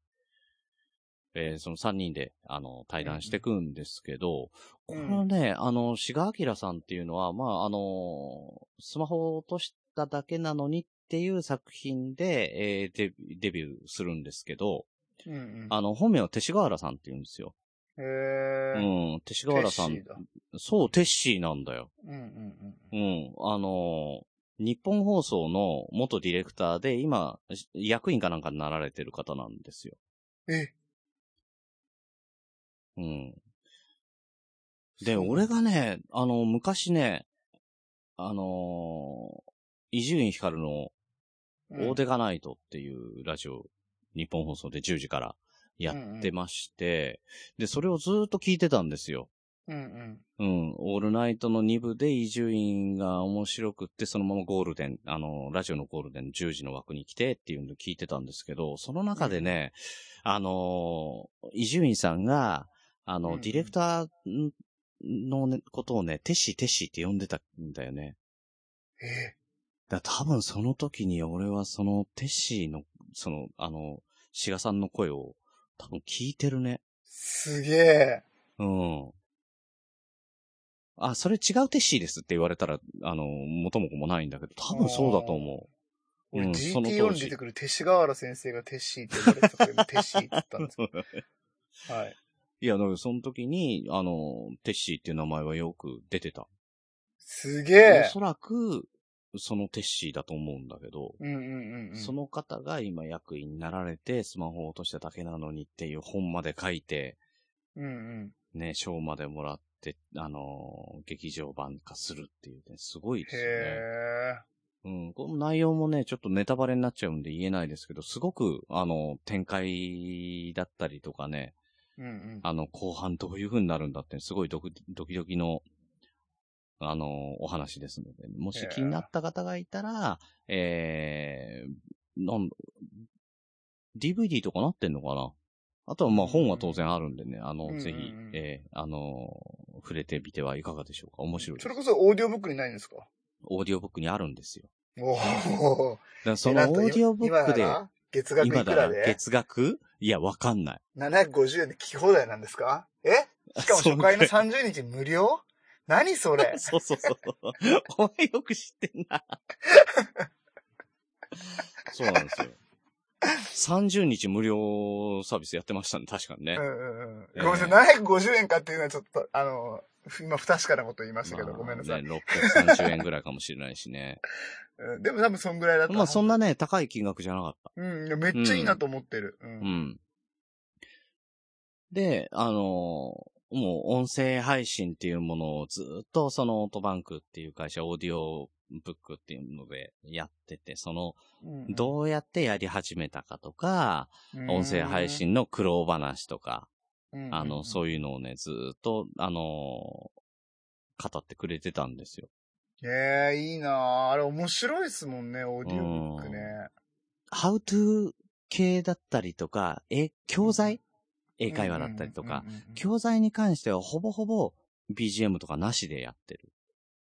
[SPEAKER 3] えーその3人で、あの、対談していくんですけど、
[SPEAKER 4] うん
[SPEAKER 3] このね、あの、志賀明さんっていうのは、まあ、あの、スマホを落としただけなのにっていう作品で、えーデビデビューするんですけど、
[SPEAKER 4] うんうん。
[SPEAKER 3] あの、本名は勅使河原さんって言うんですよ。
[SPEAKER 4] へ
[SPEAKER 3] う
[SPEAKER 4] え。
[SPEAKER 3] ん、勅使河原さ
[SPEAKER 4] テッシ
[SPEAKER 3] ん
[SPEAKER 4] ー。だ
[SPEAKER 3] そう、テッシーなんだよ。
[SPEAKER 4] うんう
[SPEAKER 3] う
[SPEAKER 4] ん
[SPEAKER 3] ん、あのー日本放送の元ディレクターで、今、し役員かなんかになられてる方なんですよ。
[SPEAKER 4] うん。え
[SPEAKER 3] うん。で、俺がね、あの、昔ね、あのー伊集院光の、
[SPEAKER 4] うん
[SPEAKER 3] 大手がないとっていうラジオ、日本放送で10時からやってまして、で、それをずーっと聞いてたんですよ。
[SPEAKER 4] うんう
[SPEAKER 3] う
[SPEAKER 4] ん。
[SPEAKER 3] ん。オールナイトの2部で伊集院が面白くって、そのままゴールデン、あの、ラジオのゴールデン10時の枠に来てっていうのを聞いてたんですけど、その中でね、あのー、伊集院さんが、あの、
[SPEAKER 4] うんうん
[SPEAKER 3] ディレクターの、ね、ことをね、テッシーテッシーって呼んでたんだよね。
[SPEAKER 4] え
[SPEAKER 3] だから多分その時に俺はそのテッシーの、その、あの、志賀さんの声を多分聞いてるね。
[SPEAKER 4] すげえ。
[SPEAKER 3] うん。あ、それ違うテッシーですって言われたら、あの、元も子もないんだけど、多分そうだと思う。う
[SPEAKER 4] 俺、
[SPEAKER 3] ん、その
[SPEAKER 4] GTO
[SPEAKER 3] 当
[SPEAKER 4] に出
[SPEAKER 3] 時
[SPEAKER 4] て。くる勅使河原先生がテッシーって呼ばれてたから、テッシーって言ったんで すけど。はい。
[SPEAKER 3] いや、だからその時に、あの、テッシーっていう名前はよく出てた。
[SPEAKER 4] すげえ
[SPEAKER 3] お。そらく、そのテッシーだと思うんだけど、
[SPEAKER 4] うんうんうんうん。
[SPEAKER 3] その方が今役員になられて、スマホを落としただけなのにっていう本まで書いて、
[SPEAKER 4] うんうん。
[SPEAKER 3] ね、賞までもらって、あの、劇場版化するっていうね、すごいですよね。
[SPEAKER 4] へえ。
[SPEAKER 3] うん、この内容もね、ちょっとネタバレになっちゃうんで言えないですけど、すごく、あの、展開だったりとかね、
[SPEAKER 4] うんうん。
[SPEAKER 3] あの、後半どういう風になるんだって、すごいドクドキドキの、あの、お話ですので、もし気になった方がいたら、えー、なん、DVD とかなってんのかなあとは、まあ、本は当然あるんでね、あ
[SPEAKER 4] うんう
[SPEAKER 3] の、
[SPEAKER 4] ん
[SPEAKER 3] ぜひ、えー、あの、触れてみてはいかがでしょうか。面白いです
[SPEAKER 4] それ。こそオーディオブックにないんですか
[SPEAKER 3] オーディオブックにあるんですよ。
[SPEAKER 4] おお。
[SPEAKER 3] だからそ
[SPEAKER 4] え
[SPEAKER 3] のオーディオブックで、
[SPEAKER 4] なんと今なら月額い
[SPEAKER 3] 今
[SPEAKER 4] く
[SPEAKER 3] だ
[SPEAKER 4] ら
[SPEAKER 3] ら
[SPEAKER 4] で
[SPEAKER 3] 月額いや、わかん ない。
[SPEAKER 4] 750円で聞き放題なんですかえしかも初回の30日無料何 それ
[SPEAKER 3] そうそうそう。お前よく知ってん な。そうなんですよ。30日無料サービスやってましたね、確かにね
[SPEAKER 4] うん。うんうん。
[SPEAKER 3] えー
[SPEAKER 4] ごめんなさい、750円かっていうのはちょっと、あの、今不確かなこと言いましたけど、
[SPEAKER 3] まあ
[SPEAKER 4] ごめんなさい。
[SPEAKER 3] ね、630円ぐらいかもしれないし ね。
[SPEAKER 4] うんでも多分そんぐらいだった。
[SPEAKER 3] まあそんなね、高い金額じゃなかった。
[SPEAKER 4] うん、めっちゃいいなと思ってる。う。
[SPEAKER 3] うんん。で、あのーもう音声配信っていうものをずっとそのオートバンクっていう会社、オーディオブックっていうのでやってて、その、
[SPEAKER 4] うん
[SPEAKER 3] どうやってやり始めたかとか、
[SPEAKER 4] うん
[SPEAKER 3] 音声配、信の苦労話とか、あの、
[SPEAKER 4] う
[SPEAKER 3] そういうのをね、ずーっと、あのー語ってくれてたんですよ。
[SPEAKER 4] ん。ええいいなぁあれ面白いですもんね、オーディオブックね。
[SPEAKER 3] How to 系だったりとか、え、教材英会話だったりとか、
[SPEAKER 4] うんうんうんうん。
[SPEAKER 3] 教材に関してはほぼほぼ BGM とかなしでやってる。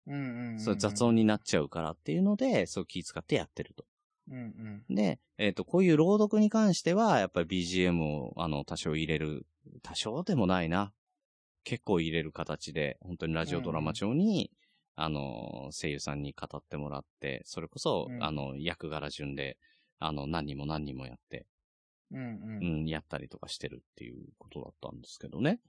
[SPEAKER 4] うんうんうん
[SPEAKER 3] そう雑音になっちゃうからっていうので、そう気使ってやってると。
[SPEAKER 4] うんうん。
[SPEAKER 3] で、えっ、と、こういう朗読に関しては、やっぱり BGM を、あの、多少入れる、多少でもないな。結構入れる形で、本当にラジオドラマ調に、あの、声優さんに語ってもらって、それこそ、
[SPEAKER 4] うん
[SPEAKER 3] あの、役柄順で、あの、何人も何人もやって、
[SPEAKER 4] うんう。
[SPEAKER 3] うんん、やったりとかしてるっていうことだったんですけどね。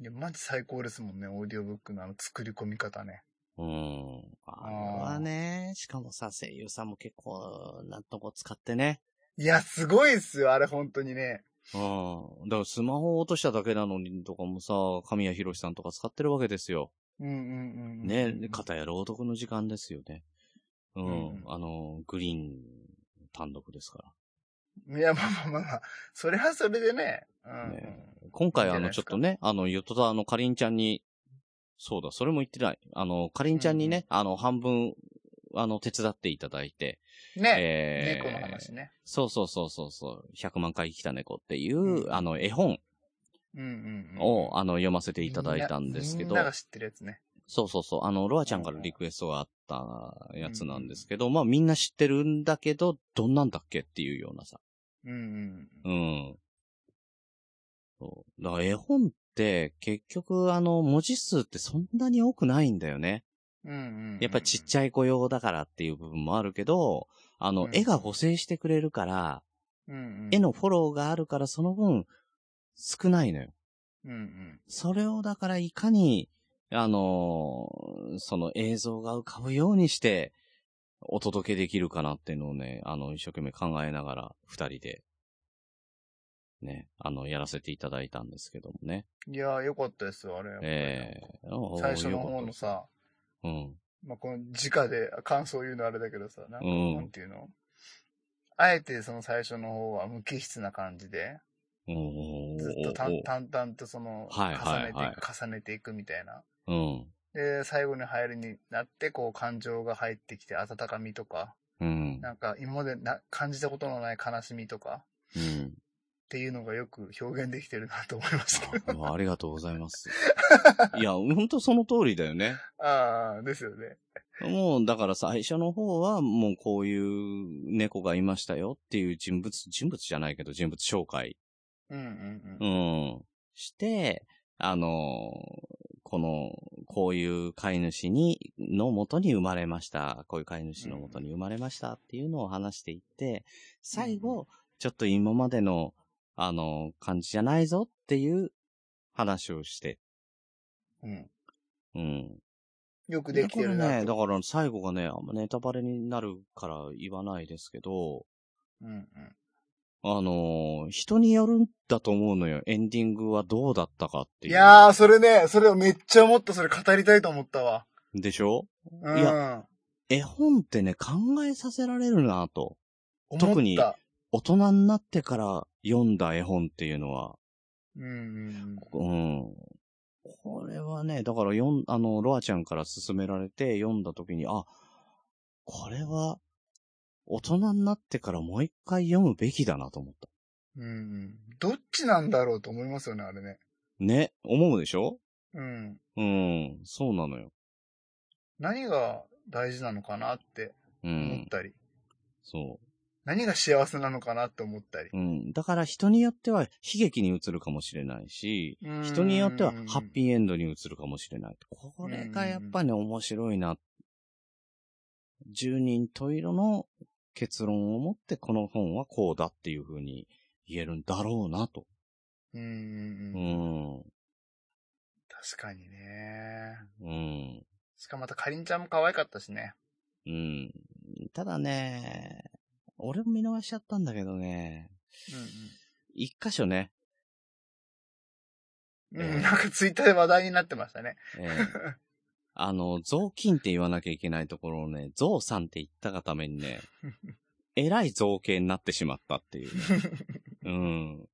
[SPEAKER 4] いや、マジ最高ですもんね、オーディオブックのあの作り込み方ね。
[SPEAKER 3] うん。あれはね、しかもさ、声優さんも結構、なんとこ使ってね。
[SPEAKER 4] いや、すごいっすよ、あれ本当にね。
[SPEAKER 3] うん。だからスマホを落としただけなのにとかもさ、神谷博さんとか使ってるわけですよ。
[SPEAKER 4] うんうんうんうん。
[SPEAKER 3] ね、片や朗読の時間ですよね。うん。
[SPEAKER 4] うん
[SPEAKER 3] あの、グリーン単独ですか
[SPEAKER 4] いや、まあまあまあまあ、それはそれでね。うん。
[SPEAKER 3] ねら。今回
[SPEAKER 4] いいん
[SPEAKER 3] あ
[SPEAKER 4] じゃない
[SPEAKER 3] の、
[SPEAKER 4] で
[SPEAKER 3] ちょっ
[SPEAKER 4] すか
[SPEAKER 3] とね、あの、ヨトタのかりんちゃんに、そうだ、それも言ってない。あの、かりんちゃんにね、あの、半分、あの、手伝っていただいて、
[SPEAKER 4] ね、
[SPEAKER 3] えー
[SPEAKER 4] 猫の話ね。
[SPEAKER 3] そうそうそうそうそう、100万回生きた猫っていう、
[SPEAKER 4] うん
[SPEAKER 3] あの、絵本
[SPEAKER 4] うんうんうん。
[SPEAKER 3] を、あの、読ませていただいたんですけ
[SPEAKER 4] み
[SPEAKER 3] ど
[SPEAKER 4] んな、が知ってるやつね。
[SPEAKER 3] そうそうそう。あの、ロアちゃんからリクエストがあったやつなんですけど、まあみんな知ってるんだけど、どんなんだっけっていうようなさ。
[SPEAKER 4] うんうん。
[SPEAKER 3] うん。そう。だから絵本って結局あの、文字数ってそんなに多くないんだよね。
[SPEAKER 4] うんうんうん。
[SPEAKER 3] やっぱりちっちゃい子用だからっていう部分もあるけど、あ
[SPEAKER 4] う
[SPEAKER 3] の、
[SPEAKER 4] ん
[SPEAKER 3] 絵が補正してくれるから、
[SPEAKER 4] うんうん
[SPEAKER 3] 絵のフォローがあるからその分少ないのよ。
[SPEAKER 4] うんうん。
[SPEAKER 3] それをだからいかに、あのーその映像が浮かぶようにして、お届けできるかなっていうのをね、あの、一生懸命考えながら、二人で、ね、あの、やらせていただいたんですけどもね。
[SPEAKER 4] いやー、よかったですよ、あれ。
[SPEAKER 3] ええ
[SPEAKER 4] 最初の方の、
[SPEAKER 3] おーよか
[SPEAKER 4] さ、
[SPEAKER 3] ったうん。
[SPEAKER 4] まあ、この直で感想言うのあれだけどさ、なんか、
[SPEAKER 3] うん
[SPEAKER 4] なんていうのあえてその最初の方は無機質な感じで、
[SPEAKER 3] おー
[SPEAKER 4] ずっと淡淡々とその、
[SPEAKER 3] はい
[SPEAKER 4] 重
[SPEAKER 3] はい
[SPEAKER 4] ねていく、
[SPEAKER 3] はい
[SPEAKER 4] 重ねていくみたいな。
[SPEAKER 3] うん。
[SPEAKER 4] で、最後に入るになって、こう感情が入ってきて、温かみとか、
[SPEAKER 3] うん。
[SPEAKER 4] なんか今までな感じたことのない悲しみとか、
[SPEAKER 3] うん。
[SPEAKER 4] っていうのがよく表現できてるなと思いましたけど。
[SPEAKER 3] あありがとうございます。いや、ほんとその通りだよね。
[SPEAKER 4] ああ、ですよね。
[SPEAKER 3] もう、だから最初の方は、もうこういう猫がいましたよっていう人物、人物じゃないけど、人物紹介、
[SPEAKER 4] うんうんう。
[SPEAKER 3] うんん、して、あの、この、こういう飼い主に、のもとに生まれました。こういう飼い主のもとに生まれましたっていうのを話していって、最後、ちょっと今までの、あの、感じじゃないぞっていう話をして、
[SPEAKER 4] うん、
[SPEAKER 3] うん。
[SPEAKER 4] よくできて
[SPEAKER 3] だ
[SPEAKER 4] る
[SPEAKER 3] から
[SPEAKER 4] な
[SPEAKER 3] ね、
[SPEAKER 4] と。
[SPEAKER 3] だから最後がね、あんまネタバレになるから言わないですけど、
[SPEAKER 4] うんうん
[SPEAKER 3] あのー人によるんだと思うのよ。エンディングはどうだったかってい。
[SPEAKER 4] いうやー、それね、それをめっちゃ思った、それ語りたいと思ったわ。
[SPEAKER 3] でしょ
[SPEAKER 4] うん。
[SPEAKER 3] い絵本ってね、考えさせられるなと。
[SPEAKER 4] 思った
[SPEAKER 3] 特に大人になってから読んだ絵本っていうのは、
[SPEAKER 4] うんうん
[SPEAKER 3] うん。これはね、だから読ん、あの、ロアちゃんから勧められて読んだ時に、あ、これは、大人になってからもう一回読むべきだなと思った。
[SPEAKER 4] うん。うんうん。どっちなんだろうと思いますよね、あれね。
[SPEAKER 3] ね、思うでしょ
[SPEAKER 4] うん。
[SPEAKER 3] うん、そうなのよ。
[SPEAKER 4] 何が大事なのかなって
[SPEAKER 3] う
[SPEAKER 4] 思っ
[SPEAKER 3] ん、
[SPEAKER 4] たり、
[SPEAKER 3] そ
[SPEAKER 4] 何が幸せなのかなって思ったり
[SPEAKER 3] う。。うん、だから人によっては悲劇に移るかもしれないし、人によってはハッ
[SPEAKER 4] ー。
[SPEAKER 3] ピーエンドに移るかもしれない。これがやっぱね、面白いな。十人十色の結論を持ってこの本はこうだっていう風に言えるんだろうなと。
[SPEAKER 4] うんう
[SPEAKER 3] うん
[SPEAKER 4] うん。
[SPEAKER 3] ん。
[SPEAKER 4] 確かにね。
[SPEAKER 3] うん。
[SPEAKER 4] しかもまたかりんちゃんも可愛かったしね。
[SPEAKER 3] うん。ただね、俺も見逃しちゃったんだけどね、一箇所ね、
[SPEAKER 4] うん、うん。
[SPEAKER 3] え
[SPEAKER 4] う
[SPEAKER 3] え
[SPEAKER 4] ん、なんかツイッターで話題になってましたね。
[SPEAKER 3] えーあの、雑巾って言わなきゃいけないところをね、雑さんって言ったがためにね、えらい造形になってしまったっていう、ね。うん。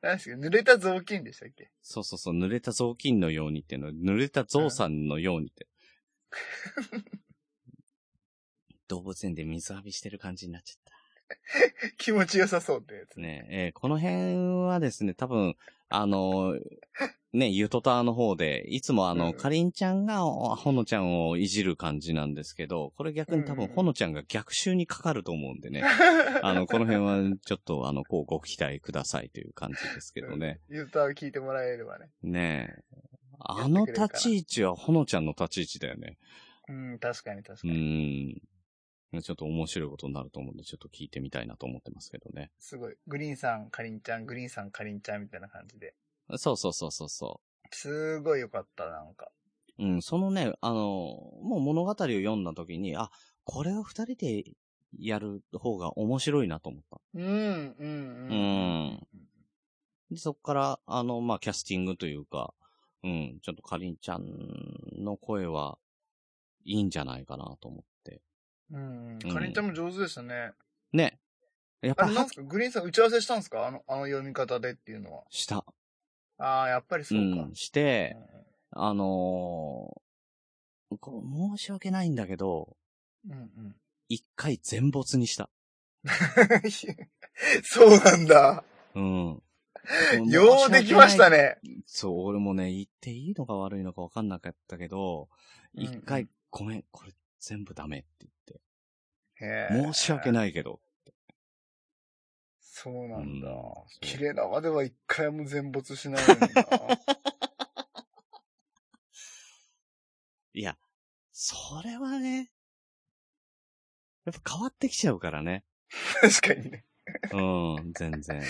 [SPEAKER 4] 何ですか濡れた雑巾でしたっけ
[SPEAKER 3] そうそうそう、濡れた雑巾のようにっていうの、濡れた雑さんのようにって。動物園で水浴びしてる感じになっちゃった。
[SPEAKER 4] 気持ちよさそうってやつ。
[SPEAKER 3] ね、えーこの辺はですね、多分、あのーね、ゆとたわの方で、いつもあの、
[SPEAKER 4] うん
[SPEAKER 3] かりんちゃんが、おほのちゃんをいじる感じなんですけど、これ逆に多分、
[SPEAKER 4] うん
[SPEAKER 3] ほのちゃんが逆襲にかかると思うんで ね、あの、この辺はちょっと、あの、こうご期待くださいという感じですけどね。
[SPEAKER 4] 言うたら聞いてもらえればね。
[SPEAKER 3] ねえ。
[SPEAKER 4] や
[SPEAKER 3] あ
[SPEAKER 4] ってくれ
[SPEAKER 3] の
[SPEAKER 4] るから
[SPEAKER 3] 立ち位置はほのちゃんの立ち位置だよね。
[SPEAKER 4] うん、確かに確か
[SPEAKER 3] う
[SPEAKER 4] に。
[SPEAKER 3] ん。ちょっと面白いことになると思うんで、ちょっと聞いてみたいなと思ってますけどね。
[SPEAKER 4] すごい。グリーンさん、かりんちゃん、グリーンさん、かりんちゃんみたいな感じで。
[SPEAKER 3] そうそうそうそうそう。
[SPEAKER 4] すごいよかった、なんか。
[SPEAKER 3] うん、そのね、あの、もう物語を読んだ時に、あ、これを二人でやる方が面白いなと思った。
[SPEAKER 4] うん、うん、
[SPEAKER 3] う。ん。で、そこから、あの、まあ、キャスティングというか、うん、ちょっとかりんちゃんの声は、いいんじゃないかなと思って。
[SPEAKER 4] うん、うん。かりんちゃんも上手でしたね。
[SPEAKER 3] ね。やっ
[SPEAKER 4] あ
[SPEAKER 3] ぱ
[SPEAKER 4] れ、
[SPEAKER 3] り
[SPEAKER 4] なんすかグリーンさん打ち合わせしたんですかあの、あの読み方でっていうのは。
[SPEAKER 3] した。
[SPEAKER 4] ああ、やっぱ りそううか。
[SPEAKER 3] ん、して、あのーこう申し訳ないんだけど、
[SPEAKER 4] うん、うん。
[SPEAKER 3] 一回全没にした。
[SPEAKER 4] そうなんだ。
[SPEAKER 3] うん。
[SPEAKER 4] ようできましたね。
[SPEAKER 3] そう、俺もね、言っていいのか悪いのか分かんなかったけど、
[SPEAKER 4] うんうん
[SPEAKER 3] 一回、ごめん、これ全部ダメって
[SPEAKER 4] へ
[SPEAKER 3] 言っ
[SPEAKER 4] ー
[SPEAKER 3] て、申し訳ないけど。
[SPEAKER 4] そうなんだ
[SPEAKER 3] うん。
[SPEAKER 4] 綺麗なまでは一回も全没しないのに な。
[SPEAKER 3] いや、それはね、やっぱ変わってきちゃうからね。
[SPEAKER 4] 確かにね。
[SPEAKER 3] うん、全然。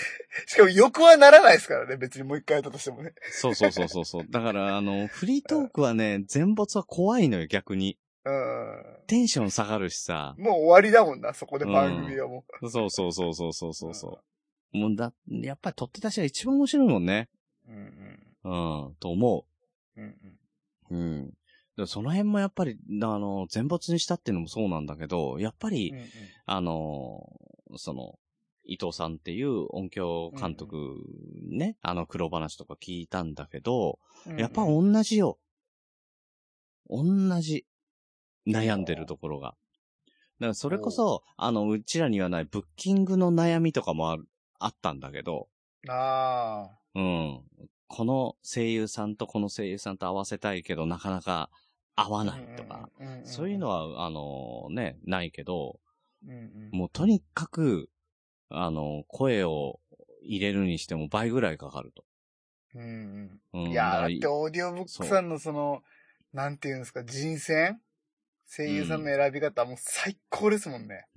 [SPEAKER 4] しかも欲はならないですからね、別にもう一回やったとしてもね。
[SPEAKER 3] そうそうそうそうそう。だから、あの、フリートークはね、全没は怖いのよ、逆に。
[SPEAKER 4] うん。
[SPEAKER 3] テンション下がるしさ。
[SPEAKER 4] もう終わりだもんな、そこで番組はも
[SPEAKER 3] そうそうそうそうそうそうそう。もうだ、やっぱり取って出しが一番面白いもんね。
[SPEAKER 4] う。うんうん。
[SPEAKER 3] うん、と思う。
[SPEAKER 4] うんうん。
[SPEAKER 3] うん。でその辺もやっぱり、あの、全没にしたっていうのもそうなんだけど、やっぱり、
[SPEAKER 4] うんうん
[SPEAKER 3] あの、その、伊藤さんっていう音響監督にね、あの、苦労話とか聞いたんだけど、
[SPEAKER 4] うんうん
[SPEAKER 3] やっぱ同じよ。同じ。悩んでるところが。だからそれこそ、あの、うちらにはないブッキングの悩みとかもあるあったんだけど、
[SPEAKER 4] ああ。
[SPEAKER 3] うん。この声優さんとこの声優さんと合わせたいけど、なかなか合わないとか、
[SPEAKER 4] うんんんん
[SPEAKER 3] そういうの、は、あのね、ないけど、
[SPEAKER 4] うんうん
[SPEAKER 3] もうとにかく、あの声を入れるにしても倍ぐらいかかると。
[SPEAKER 4] うん
[SPEAKER 3] う
[SPEAKER 4] うん
[SPEAKER 3] ん、
[SPEAKER 4] いやー、
[SPEAKER 3] だ
[SPEAKER 4] だ
[SPEAKER 3] か
[SPEAKER 4] っ
[SPEAKER 3] ら
[SPEAKER 4] てオーディオブックさんのその、なんていうんですか、人選声優さんの選び方、もう最高ですもんね。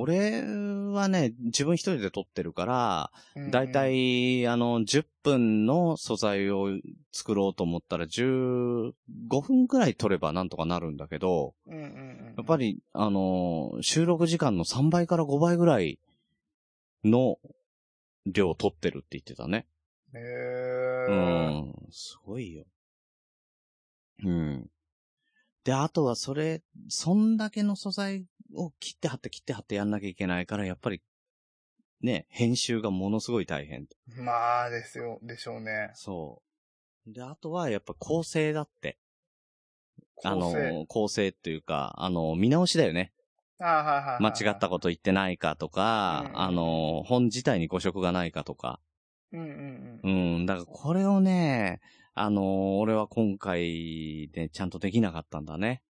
[SPEAKER 3] 俺はね、自分一人で撮ってるから、
[SPEAKER 4] うんうん
[SPEAKER 3] だいた、い、あの、10分の素材を作ろうと思ったら15分くらい撮ればなんとかなるんだけど、
[SPEAKER 4] うんうんうん、
[SPEAKER 3] やっぱ
[SPEAKER 4] り、
[SPEAKER 3] り、あのー収録時間の3倍から5倍ぐらいの量を取ってるって言ってたね。
[SPEAKER 4] へ
[SPEAKER 3] う
[SPEAKER 4] ー
[SPEAKER 3] ん。すごいよ。うん。で、あとはそれ、そんだけの素材を切って貼って切って貼ってやんなきゃいけないから、やっぱり、ね、編集がものすごい大変。
[SPEAKER 4] まあ、ですよ、でしょうね。
[SPEAKER 3] そう。で、あとはやっぱ構成だって。
[SPEAKER 4] 構
[SPEAKER 3] あの
[SPEAKER 4] 成
[SPEAKER 3] ー、構成っていうか、あのー、見直しだよね。
[SPEAKER 4] あーはいはいはい
[SPEAKER 3] 間
[SPEAKER 4] はい
[SPEAKER 3] 違ったこと言ってないかとか
[SPEAKER 4] う、ん
[SPEAKER 3] あの、本自体に誤植がないかとか。
[SPEAKER 4] うんう
[SPEAKER 3] う
[SPEAKER 4] んうん。
[SPEAKER 3] ん、だからこれをね、あの、俺は今回でちゃんとできなかったんだね。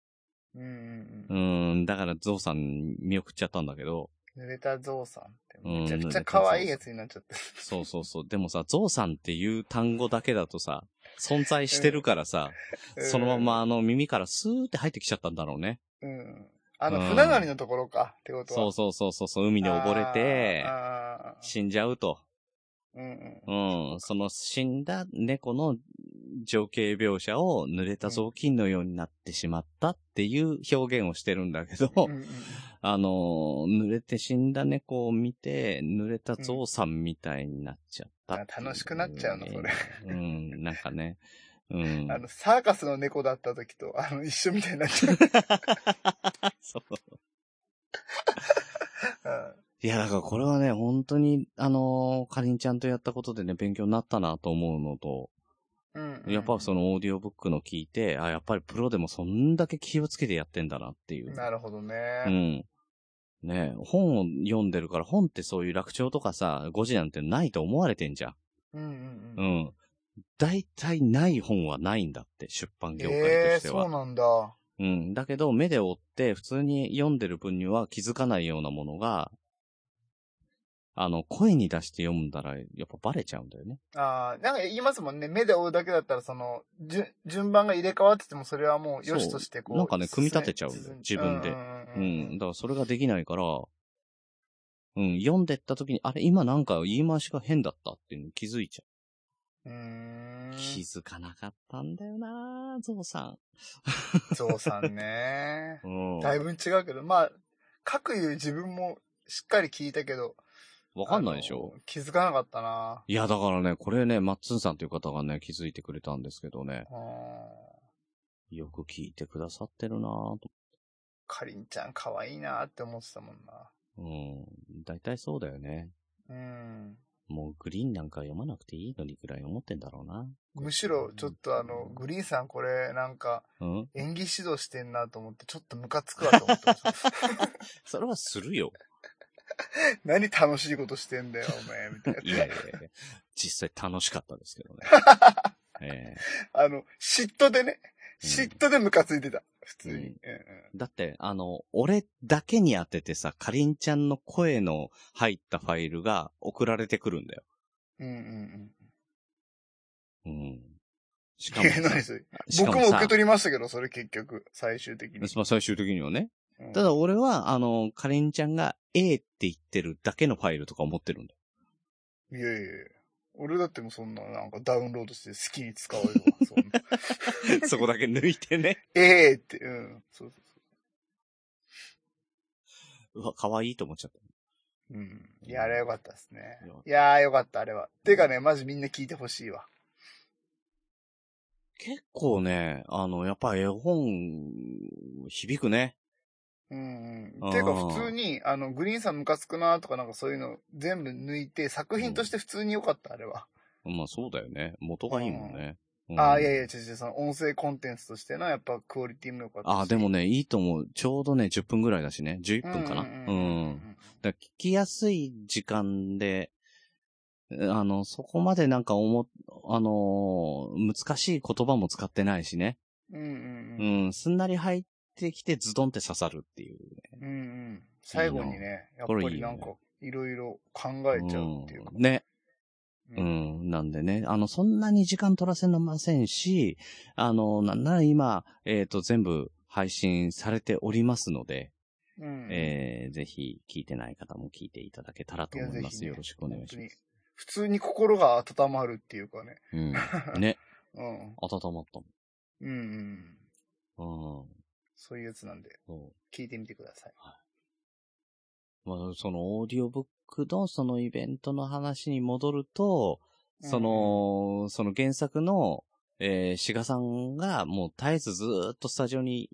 [SPEAKER 4] うんうん
[SPEAKER 3] う
[SPEAKER 4] うん
[SPEAKER 3] ん、だからゾウさん見送っちゃったんだけど、
[SPEAKER 4] 濡れたゾウさんって、
[SPEAKER 3] うん
[SPEAKER 4] めちゃくちゃ可愛いやつになっちゃった。
[SPEAKER 3] そうそうそう。でもさ、ゾウさんっていう単語だけだとさ、存在してるからさ、そのままあの耳からスーって入ってきちゃったんだろうね。
[SPEAKER 4] うん。うん。あの、
[SPEAKER 3] うん
[SPEAKER 4] 船乗りのところか、ってことは。
[SPEAKER 3] そうそうそうそうそう、海に溺れて
[SPEAKER 4] あーあー
[SPEAKER 3] 死んじゃうと。
[SPEAKER 4] うんうん。
[SPEAKER 3] うん、その死んだ猫の情景描写を濡れた雑巾のようになってしまったっていう表現をしてるんだけど、
[SPEAKER 4] うんうん
[SPEAKER 3] あの、濡れて死んだ猫を見て、濡れたゾウさんみたいになっちゃったっていう、
[SPEAKER 4] 楽しくなっちゃうの、それ。。
[SPEAKER 3] うん、なんかね。うん。
[SPEAKER 4] あの、サーカスの猫だった時と、あの、一緒みたいになっちゃう。
[SPEAKER 3] そう。
[SPEAKER 4] うん
[SPEAKER 3] いや、だからこれはね、本当に、あのーかりんちゃんとやったことでね、勉強になったなと思うのと、
[SPEAKER 4] うんうん
[SPEAKER 3] やっぱそ
[SPEAKER 4] の。
[SPEAKER 3] のオーディオブックの聞いて、あ、やっぱりプロでもそんだけ気をつけてやってんだなっていう。
[SPEAKER 4] なるほどね。
[SPEAKER 3] うん。ね本を読んでるから、本ってそういう楽調とかさ、語字なんてないと思われてんじゃん。
[SPEAKER 4] うんうん
[SPEAKER 3] う
[SPEAKER 4] うん。
[SPEAKER 3] ん。大体ない本はないんだって、出版業界と
[SPEAKER 4] ええ、
[SPEAKER 3] して
[SPEAKER 4] そう
[SPEAKER 3] は。
[SPEAKER 4] なんだ。
[SPEAKER 3] うん。だけど、目で追って、普通に読んでる分には気づかないようなものが、あの、声に出して読んだら、やっぱバレちゃうんだよね。
[SPEAKER 4] ああ、なんか言いますもんね。目で追うだけだったら、その、じゅ順番が入れ替わってても、それはもう良しとしてこ
[SPEAKER 3] そ
[SPEAKER 4] う。
[SPEAKER 3] うなんかね組み立てちゃうんだよ
[SPEAKER 4] 進め
[SPEAKER 3] 自分でう。
[SPEAKER 4] うん
[SPEAKER 3] だ
[SPEAKER 4] ん
[SPEAKER 3] から、それができないから、うん。読んでった時に、あれ、今なんか言い回しが変だったっていうのに気づいちゃ
[SPEAKER 4] うんうんうん。うー
[SPEAKER 3] う。気づかなかったんだよなゾウさ
[SPEAKER 4] ん。ゾウさんね。
[SPEAKER 3] ん。うん。
[SPEAKER 4] だいぶ違うけど、まあ、各言う自分もしっかり聞いたけど。
[SPEAKER 3] わかんないでしょ
[SPEAKER 4] あの気づかなかったない
[SPEAKER 3] や、だからね、これね、マッツンさんという方がね、気づいてくれたんですけどね。
[SPEAKER 4] うん。
[SPEAKER 3] よく聞いてくださってるなぁと。
[SPEAKER 4] かりんちゃん可愛いなって思ってたもんな。
[SPEAKER 3] うん。大体そうだよね。
[SPEAKER 4] うん。
[SPEAKER 3] もうグリーンなんか読まなくていいのにぐらい思ってんだろうな。
[SPEAKER 4] むしろ、ちょっとあの、グリーンさんこれ、なんか、
[SPEAKER 3] うん
[SPEAKER 4] 演技指導してんなと思って、ちょっとムカつくわと思ってました。
[SPEAKER 3] それはするよ。
[SPEAKER 4] 何楽しいことしてんだよ、お前、みたい
[SPEAKER 3] いやいやいや。実際楽しかったですけど ね。え
[SPEAKER 4] な。あの、嫉妬でね、
[SPEAKER 3] うん
[SPEAKER 4] 嫉妬でムカついてた。普通に。
[SPEAKER 3] うん
[SPEAKER 4] うん
[SPEAKER 3] えだって、あの、俺だけに当ててさ、かりんちゃんの声の入ったファイルが送られてくるんだよ。
[SPEAKER 4] うんうんうん
[SPEAKER 3] うん。し
[SPEAKER 4] う
[SPEAKER 3] か
[SPEAKER 4] ん。
[SPEAKER 3] も
[SPEAKER 4] いや、
[SPEAKER 3] さ
[SPEAKER 4] 何それ。
[SPEAKER 3] しか
[SPEAKER 4] 僕も受
[SPEAKER 3] さ
[SPEAKER 4] け取りましたけど、それ結局、最終的に。
[SPEAKER 3] まあ最終的にはね。
[SPEAKER 4] うん
[SPEAKER 3] ただ俺は、あの、カレンちゃんが A って言ってるだけのファイルとかを持ってるんだよ。
[SPEAKER 4] いやいやいや。俺だってもうそんな、なんかダウンロードして好きに使おうよ。そんな
[SPEAKER 3] そこだけ抜いてね。
[SPEAKER 4] ええって、うん。そうそう
[SPEAKER 3] うわ、可愛いと思っちゃっ
[SPEAKER 4] そう。うん。いや、あれはよかったですね
[SPEAKER 3] よかっ。
[SPEAKER 4] いやーよかった、あれは。てかね、マジみんな聞いてほしいわ。
[SPEAKER 3] た。結構ね、あの、やっぱ絵本、響くね。
[SPEAKER 4] うん
[SPEAKER 3] あー
[SPEAKER 4] うん。ていうか普通に、あの、グリーンさんムカつくなとかなんかそういうの全部抜いて、作品として普通に良かった、あれは。
[SPEAKER 3] まあそうだよね。元がいいもんね。うん
[SPEAKER 4] ああ、いやいや、違う違う、その音声コンテンツとしてのやっぱクオリティも良かったし。
[SPEAKER 3] あーでもね、いいと思う。ちょうどね、10分ぐらいだしね。
[SPEAKER 4] う
[SPEAKER 3] 11分
[SPEAKER 4] ん、
[SPEAKER 3] かな。う
[SPEAKER 4] うんんうんうん。
[SPEAKER 3] だから聞きやすい時間で、あの、そこまでなんか思、あのー難しい言葉も使ってないしね。
[SPEAKER 4] うんうんう。
[SPEAKER 3] うんん、すんなり入ってきてズドンって刺さるっていう、
[SPEAKER 4] うんうん。最後にね、やっぱ
[SPEAKER 3] これいい
[SPEAKER 4] り
[SPEAKER 3] よ
[SPEAKER 4] な
[SPEAKER 3] ね
[SPEAKER 4] んか、いろいろ考えちゃうっていうか。
[SPEAKER 3] うんね。
[SPEAKER 4] う
[SPEAKER 3] うんん。なんでね、あの、そんなに時間取らせませんし、あの、なんなら今、えっ、と、全部配信されておりますので、
[SPEAKER 4] うん。
[SPEAKER 3] えー、ぜひ、聞いてない方も聞いていただけたらと思いま
[SPEAKER 4] いやぜ
[SPEAKER 3] す。
[SPEAKER 4] ひね
[SPEAKER 3] よろしくお願いしま
[SPEAKER 4] 本当に
[SPEAKER 3] す。
[SPEAKER 4] 普通に心が温まるっていうかね。
[SPEAKER 3] うん。ね、
[SPEAKER 4] うん。
[SPEAKER 3] 温まった
[SPEAKER 4] うんうん。
[SPEAKER 3] もん。うん。
[SPEAKER 4] そういうやつなんで、
[SPEAKER 3] そう
[SPEAKER 4] 聞いてみてください。
[SPEAKER 3] まあ、その、オーディオブックの、そのイベントの話に戻ると、その、その原作の、えー、志賀さんが、もう絶えずずーっとスタジオに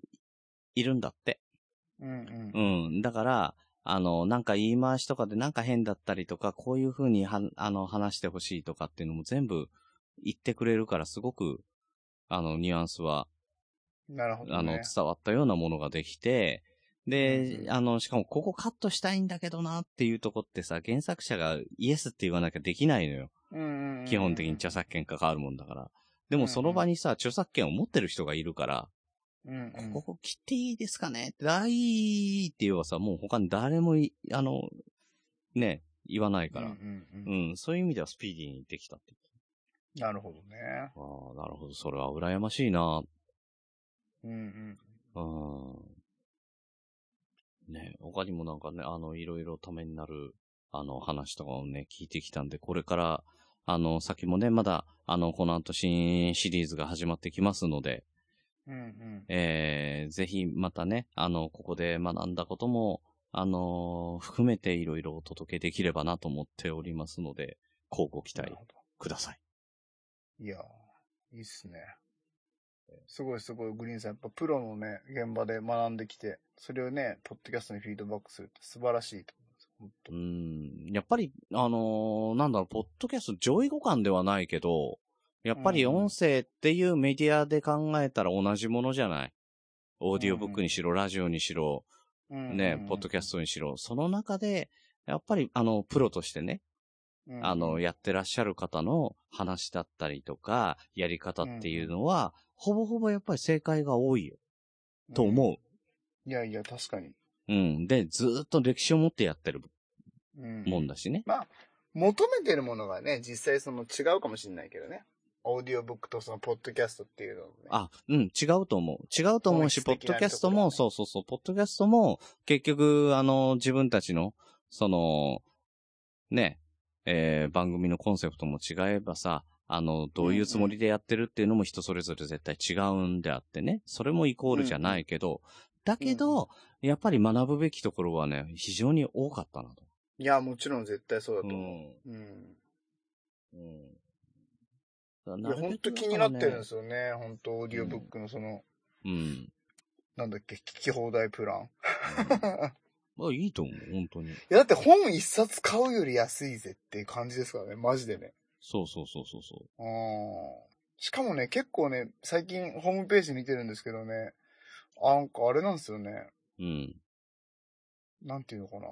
[SPEAKER 3] いるんだって。
[SPEAKER 4] うんうん。
[SPEAKER 3] うん。だから、あの、なんか言い回しとかでなんか変だったりとか、こういう風には、あの、話してほしいとかっていうのも全部言ってくれるから、すごく、あの、ニュアンスは
[SPEAKER 4] なるほど、
[SPEAKER 3] あの、
[SPEAKER 4] ね。
[SPEAKER 3] 伝わったようなものができて、
[SPEAKER 4] う
[SPEAKER 3] で
[SPEAKER 4] んう、ん
[SPEAKER 3] あの、しかもここカットしたいんだけどなっていうとこってさ、原作者がイエスって言わなきゃできないのよ。
[SPEAKER 4] うんうん
[SPEAKER 3] 基本的に著作権関わるもんだから。でもその場にさ、著作権を持ってる人がいるから、
[SPEAKER 4] うんうん、
[SPEAKER 3] ここ切っていいですかねって、あ、いいって言えばさ、もう他に誰もい、あの、ね、言わないから
[SPEAKER 4] うん。うん
[SPEAKER 3] う
[SPEAKER 4] うん
[SPEAKER 3] ん、そういう意味ではスピーディーにできたって。
[SPEAKER 4] なるほどね。
[SPEAKER 3] ああ、なるほど。それは羨ましいな
[SPEAKER 4] うんうん。
[SPEAKER 3] うん。ね、他にもなんかね、あの、いろいろためになる、あの、話とかをね、聞いてきたんで、これから、あの、先もね、まだ、あの、この後新シリーズが始まってきますので、
[SPEAKER 4] うんうん。
[SPEAKER 3] えー、ぜひまたね、あの、ここで学んだことも、あのー含めていろいろお届けできればなと思っておりますので、こうご期
[SPEAKER 4] な
[SPEAKER 3] 待
[SPEAKER 4] るほど
[SPEAKER 3] ください。
[SPEAKER 4] いやー、いいっすね。すごいすごい、グリーンさん。やっぱプロのね、現場で学んできて、それをね、ポッドキャストにフィードバックするって素晴らしいと思います。
[SPEAKER 3] う
[SPEAKER 4] 本
[SPEAKER 3] ん、やっぱり、あのーなんだろう、ポッドキャスト上位互換ではないけど、やっぱり
[SPEAKER 4] うんうん
[SPEAKER 3] 音声っていうメディアで考えたら同じものじゃない。オーディオブックにしろ、ラジオにしろ、
[SPEAKER 4] 当うんうんうん
[SPEAKER 3] ね、ポッドキャストにしろ、その中で、やっぱり、あの、プロとしてね、
[SPEAKER 4] うん
[SPEAKER 3] あの、やってらっしゃる方の話だったりとか、やり方っていうのは、ほぼほぼやっぱり正解が多いよ、と思
[SPEAKER 4] うん。いやいや、確かに。
[SPEAKER 3] う。うん。で、ずーっと歴史を持ってやってる
[SPEAKER 4] うん
[SPEAKER 3] もんだしね。
[SPEAKER 4] まあ、求めてるものがね、実際その違うかもしれないけどね。オーディオブックとそのポッドキャストっていうのもね。
[SPEAKER 3] あ、うん、違うと思う。違うと思うし、ポ
[SPEAKER 4] 本
[SPEAKER 3] ッ
[SPEAKER 4] 質的
[SPEAKER 3] ド
[SPEAKER 4] な
[SPEAKER 3] キャスト
[SPEAKER 4] ところ
[SPEAKER 3] も、
[SPEAKER 4] ね
[SPEAKER 3] そうそうそう、ポッドキャストも、結局、あの、自分たちの、その、ね、えー番組のコンセプトも違えばさ、あの、どういうつもりでやってるっていうのも人それぞれ絶対違うんであってね。それもイコールじゃないけど、だけど、やっぱり学ぶべきところはね、非常に多かったなと。
[SPEAKER 4] いや、もちろん絶対そうだと思
[SPEAKER 3] ん。
[SPEAKER 4] う。うん。
[SPEAKER 3] うん。。
[SPEAKER 4] いや、ほんと気になってるんですすよね。ほんと、オーディオブックのその、
[SPEAKER 3] うん。
[SPEAKER 4] なんだっけ、聞き放題プラン。
[SPEAKER 3] まあ、いいと思う、本当に。
[SPEAKER 4] いや、だって本一冊買うより安いぜっていう感じですからね。マジでね。
[SPEAKER 3] そうそうそうそうそう。
[SPEAKER 4] うん。しかもね、結構ね、最近ホームページ見てるんですけどね、なんかあれなんですよね。
[SPEAKER 3] うん。
[SPEAKER 4] なんていうのかな。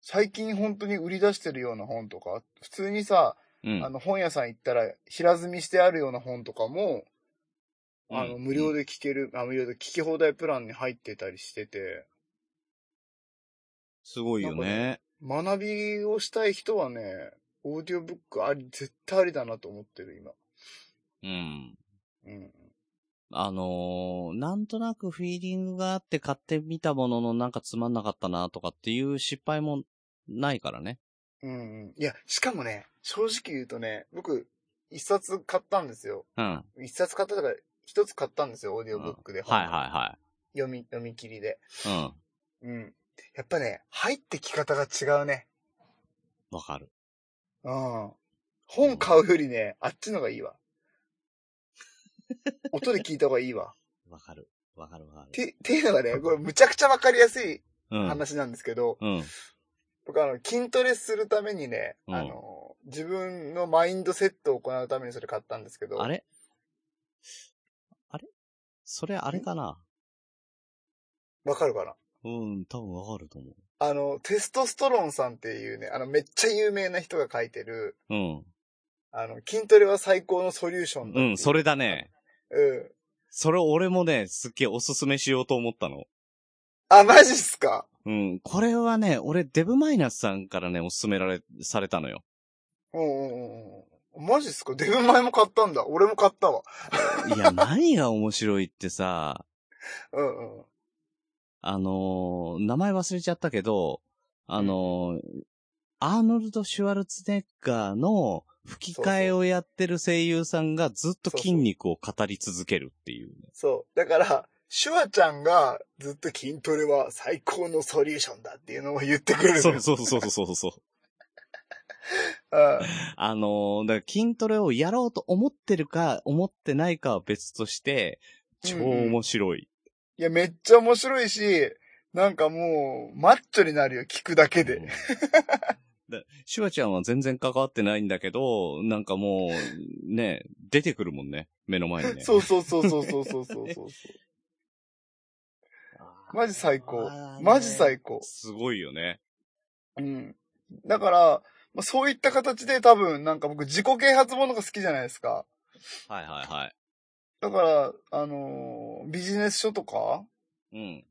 [SPEAKER 4] 最近本当に売り出してるような本とか、普通にさ、
[SPEAKER 3] うん。
[SPEAKER 4] あの本屋さん行ったら平積みしてあるような本とかも、あ
[SPEAKER 3] う
[SPEAKER 4] の
[SPEAKER 3] ん
[SPEAKER 4] 無料で聞ける、あ無料で聞き放題プランに入ってたりしてて、
[SPEAKER 3] すごいよね。
[SPEAKER 4] 学びをしたい人はね、オーディオブックあり、絶対ありだなと思ってる今。
[SPEAKER 3] うん。
[SPEAKER 4] うん。
[SPEAKER 3] あのーなんとなくフィーリングがあって買ってみたもののなんかつまんなかったなとかっていう失敗もないからね。
[SPEAKER 4] うんうん。いや、しかもね、正直言うとね、僕、一冊買ったんですよ。
[SPEAKER 3] うん。はい
[SPEAKER 4] 一冊買ったとか、一つ買ったんですよ、オーディオブックで。
[SPEAKER 3] はいは
[SPEAKER 4] 読み、読み切りで。
[SPEAKER 3] い。うん。
[SPEAKER 4] うん。やっぱね、入ってき方が違うね。
[SPEAKER 3] わかる。
[SPEAKER 4] うん。本買うよりね、あっちのがい いわ。音で聞いた方がいいわ。
[SPEAKER 3] わかる。わかるわか
[SPEAKER 4] っ
[SPEAKER 3] る。
[SPEAKER 4] て、っていうのがね、これむちゃくちゃわかりやすい
[SPEAKER 3] うん。
[SPEAKER 4] 話なんですけど、
[SPEAKER 3] うん。
[SPEAKER 4] 僕あの、筋トレするためにね、
[SPEAKER 3] うん
[SPEAKER 4] あの、自分のマインドセットを行うためにそれ買ったんですけど、
[SPEAKER 3] あれあれそれあれかな
[SPEAKER 4] わかるかな
[SPEAKER 3] うん、多分わかると思
[SPEAKER 4] あの、テストストロンさんっていうね、あの、めっちゃ有名な人が書いてる、
[SPEAKER 3] う。うん。
[SPEAKER 4] あの、筋トレは最高のソリューションだって
[SPEAKER 3] う
[SPEAKER 4] い
[SPEAKER 3] ん、そ。れだね。
[SPEAKER 4] うん。
[SPEAKER 3] それ俺もね、すっげえおすすめしようと思ったの。
[SPEAKER 4] あ、マジっすか
[SPEAKER 3] うん、これはね、俺デブマイナスさんからね、おすすめられ、されたのよ。
[SPEAKER 4] うんうんうんうん。マジっすかデブ前も買ったんだ。俺も買ったわ。
[SPEAKER 3] いや、何が面白いってさ、
[SPEAKER 4] うんうん。
[SPEAKER 3] あのー名前忘れちゃったけど、あのーアーノルド・シュワルツェネッガーの吹き替えをやってる声優さんがずっと筋肉を語り続けるっていうね、
[SPEAKER 4] そう。だから、シュワちゃんがずっと筋トレは最高のソリューションだっていうのを言ってくれる。
[SPEAKER 3] そうそうそうそうそう。
[SPEAKER 4] うん。
[SPEAKER 3] あのーだから筋トレをやろうと思ってるか、思ってないかは別として、超面白い。
[SPEAKER 4] いや、めっちゃ面白いし、なんかもう、マッチョになるよ。聞くだけ
[SPEAKER 3] うん
[SPEAKER 4] で。
[SPEAKER 3] だシュワちゃんは全然関わってないんだけど、なんかもう、ね、出てくるもんね。目の前にね。
[SPEAKER 4] そうそうそうそうそうそうそうそう。マジ最高
[SPEAKER 3] あー。ね
[SPEAKER 4] マジ最高。
[SPEAKER 3] すごいよね。
[SPEAKER 4] うん。だから、まあ、そういった形で多分、なんか僕自己啓発ものが好きじゃないですか。
[SPEAKER 3] はいはいは
[SPEAKER 4] だから、あのービジネス書とか、
[SPEAKER 3] い。うん。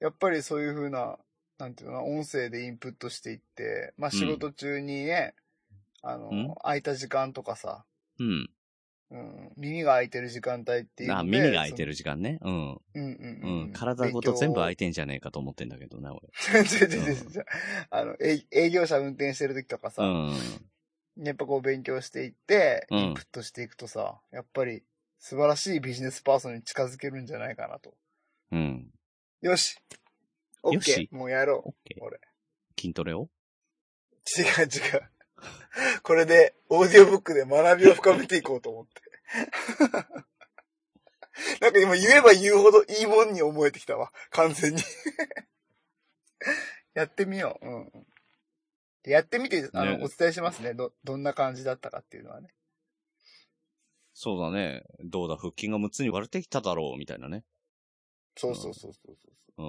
[SPEAKER 4] やっぱりそういう風な、なんていうのかな、音声でインプットしていって、まあ
[SPEAKER 3] うん
[SPEAKER 4] 仕事中にね、あのー
[SPEAKER 3] うん
[SPEAKER 4] 空いた時間とかさ、
[SPEAKER 3] うん。
[SPEAKER 4] うん、耳が開いてる時間帯っていう
[SPEAKER 3] あ、
[SPEAKER 4] ので。
[SPEAKER 3] 耳が開いてる時間ね。うん。
[SPEAKER 4] その。うん
[SPEAKER 3] う
[SPEAKER 4] うん
[SPEAKER 3] ん。。体ごと全部開いてんじゃねえかと思ってんだけどな、俺。
[SPEAKER 4] てる。違う違う違う違うあの、営営業者運転してる時とかさ、
[SPEAKER 3] うん。
[SPEAKER 4] やっぱこう勉強していって、
[SPEAKER 3] うん
[SPEAKER 4] インプットしていくとさ、やっぱり素晴らしいビジネスパーソンに近づけるんじゃないかなと。
[SPEAKER 3] うん。
[SPEAKER 4] よし
[SPEAKER 3] よし
[SPEAKER 4] !OK! もうやろ
[SPEAKER 3] オッケー
[SPEAKER 4] 俺。
[SPEAKER 3] 筋トレを
[SPEAKER 4] う。違う違う。これで、オーディオブックで学びを深めてい こうと思って。なんか今言えば言うほどいいもんに思えてきたわ。完全に。 やってみよう。うん。でやってみて、あの、
[SPEAKER 3] ね
[SPEAKER 4] お伝えしますね。ど、どんな感じだったかっていうのはね。
[SPEAKER 3] そうだね。どうだ、腹筋が6つに割れてきただろう、みたいなね。
[SPEAKER 4] そうそうそうそうそう。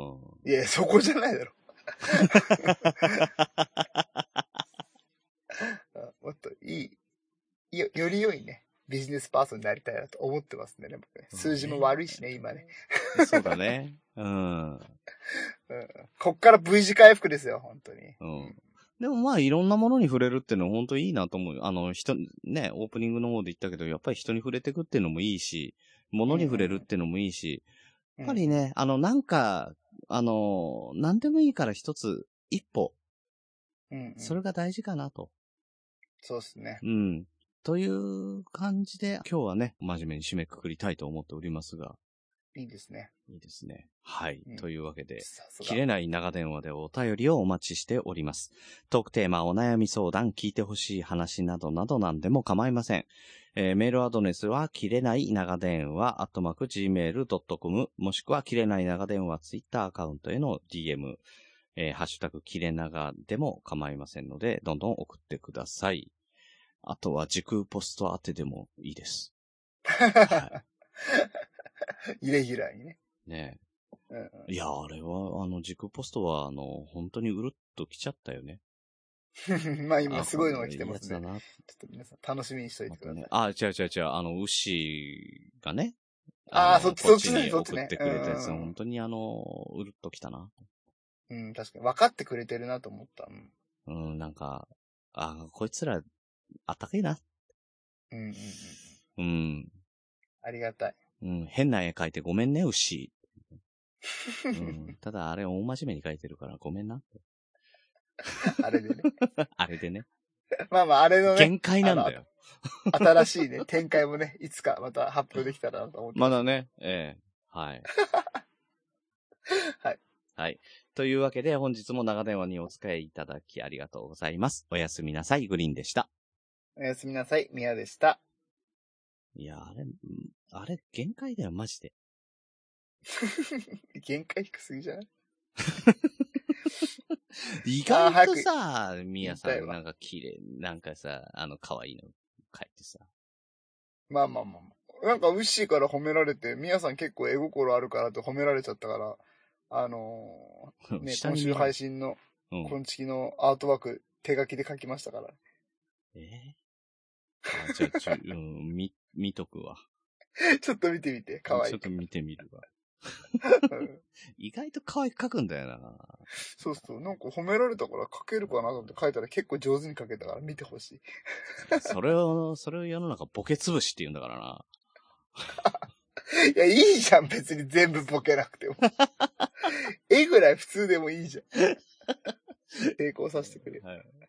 [SPEAKER 3] うん。
[SPEAKER 4] いや、そこじゃないだろ。 あもっといいよ、より良いね、ビジネスパーソンになりたいなと思ってますね、でもね数字も悪いしね、今ね。。
[SPEAKER 3] そうだね。うん。
[SPEAKER 4] うん、こっから V 字回復ですよ、本当に。
[SPEAKER 3] うん。でもまあ、いろんなものに触れるっていうのは本当いいなと思う。あの、人、ね、オープニングの方で言ったけど、やっぱり人に触れてくっていうのもいいし、物に触れるっていうのもいいし、やっぱりね、あの、なんか、あの、なんでもいいから一つ、一歩、
[SPEAKER 4] うん、うんうん
[SPEAKER 3] それが大事かなと。
[SPEAKER 4] そうですね。
[SPEAKER 3] うん。という感じで、今日はね、真面目に締めくくりたいと思っておりますが、
[SPEAKER 4] いいですね。
[SPEAKER 3] いいですね。はい。
[SPEAKER 4] うん
[SPEAKER 3] というわけで、
[SPEAKER 4] さす
[SPEAKER 3] 切れ
[SPEAKER 4] が。
[SPEAKER 3] ない長電話でお便りをお待ちしております。トークテーマ、お悩み相談、聞いてほしい話などなど何でも構いません。えーメールアドレスは、切れない長電話、アットマーク、gmail.com、もしくは、切れない長電話、ツイッターアカウントへの DM、えーハッシュタグ、切れ長でも構いませんので、どんどん送ってください。あとは、時空ポスト宛てでもいいです。は
[SPEAKER 4] イレギュラーにね。
[SPEAKER 3] ね
[SPEAKER 4] うんうん
[SPEAKER 3] えいや、あれは、あの、時空ポストは、あの、本当にうるっと来ちゃったよね。
[SPEAKER 4] まあ今すごいのが来てます
[SPEAKER 3] あ
[SPEAKER 4] ね
[SPEAKER 3] こ。れいいやつだな
[SPEAKER 4] ちょっと皆さん楽しみにしといて
[SPEAKER 3] ま
[SPEAKER 4] く
[SPEAKER 3] た
[SPEAKER 4] ださい
[SPEAKER 3] ね。あ、違う違う違う、あの、牛がね。
[SPEAKER 4] あー
[SPEAKER 3] の
[SPEAKER 4] そっち
[SPEAKER 3] こ
[SPEAKER 4] そっちね
[SPEAKER 3] に
[SPEAKER 4] そっちね
[SPEAKER 3] 送ってくれたやつ、
[SPEAKER 4] うんうんうん
[SPEAKER 3] 本当にあの、うるっときたな。
[SPEAKER 4] うん、確かに。分かってくれてるなと思った。うん。
[SPEAKER 3] うん、なんか、あーこいつら、あったかいな。
[SPEAKER 4] うんうんうん。
[SPEAKER 3] うん。
[SPEAKER 4] ありがたい。
[SPEAKER 3] うん、変な絵描いてごめんね、牛。うん、ただ、あれ、大真面目に描いてるから、ごめんな。
[SPEAKER 4] あれでね。
[SPEAKER 3] あれでね。
[SPEAKER 4] まあまあ、あれのね、
[SPEAKER 3] 限界なんだよ。
[SPEAKER 4] 新しいね、 展開もね、いつかまた発表できたらなと思って。
[SPEAKER 3] まだね、ええはい。
[SPEAKER 4] はい。
[SPEAKER 3] はい。というわけで、本日も長電話にお使いいただきありがとうございます。おやすみなさい、グリーンでした。
[SPEAKER 4] おやすみなさい、ミヤでした。
[SPEAKER 3] いや、あれ、うんあれ、限界だよ、マジで。
[SPEAKER 4] 限界低すぎじゃない
[SPEAKER 3] 意
[SPEAKER 4] あ
[SPEAKER 3] 外
[SPEAKER 4] ー早
[SPEAKER 3] と
[SPEAKER 4] く
[SPEAKER 3] さ、みやさ
[SPEAKER 4] 言いた
[SPEAKER 3] ん、
[SPEAKER 4] いわ
[SPEAKER 3] なんか綺麗、なんかさ、あの、可愛いの書いてさ。
[SPEAKER 4] まあまあまあまあ。なんか、ウッシーから褒められて、ミヤさん結構絵心あるからって褒められちゃったから、あのー、ね、
[SPEAKER 3] 下
[SPEAKER 4] 今
[SPEAKER 3] に見
[SPEAKER 4] 週
[SPEAKER 3] る
[SPEAKER 4] 配信の、
[SPEAKER 3] うん
[SPEAKER 4] こんちきのアートワーク、手書きで書きましたから。
[SPEAKER 3] えーあ、じゃあ、ちょ、うん、見、見とくわ。
[SPEAKER 4] ちょっと見てみて、かわい
[SPEAKER 3] ちょ
[SPEAKER 4] い
[SPEAKER 3] っと。見てみるわ。
[SPEAKER 4] うん
[SPEAKER 3] 意外と可愛く書くんだよな。
[SPEAKER 4] そうそう、なんか褒められたから書けるかなと思って書いたら結構上手に書けたから見てほしい。
[SPEAKER 3] それを、それを世の中ボケ潰しって言うんだから な。
[SPEAKER 4] いや、いいじゃん、別に全部ボケなくても。絵ぐらい普通でもいいじゃん。成功させてくれ。
[SPEAKER 3] はい。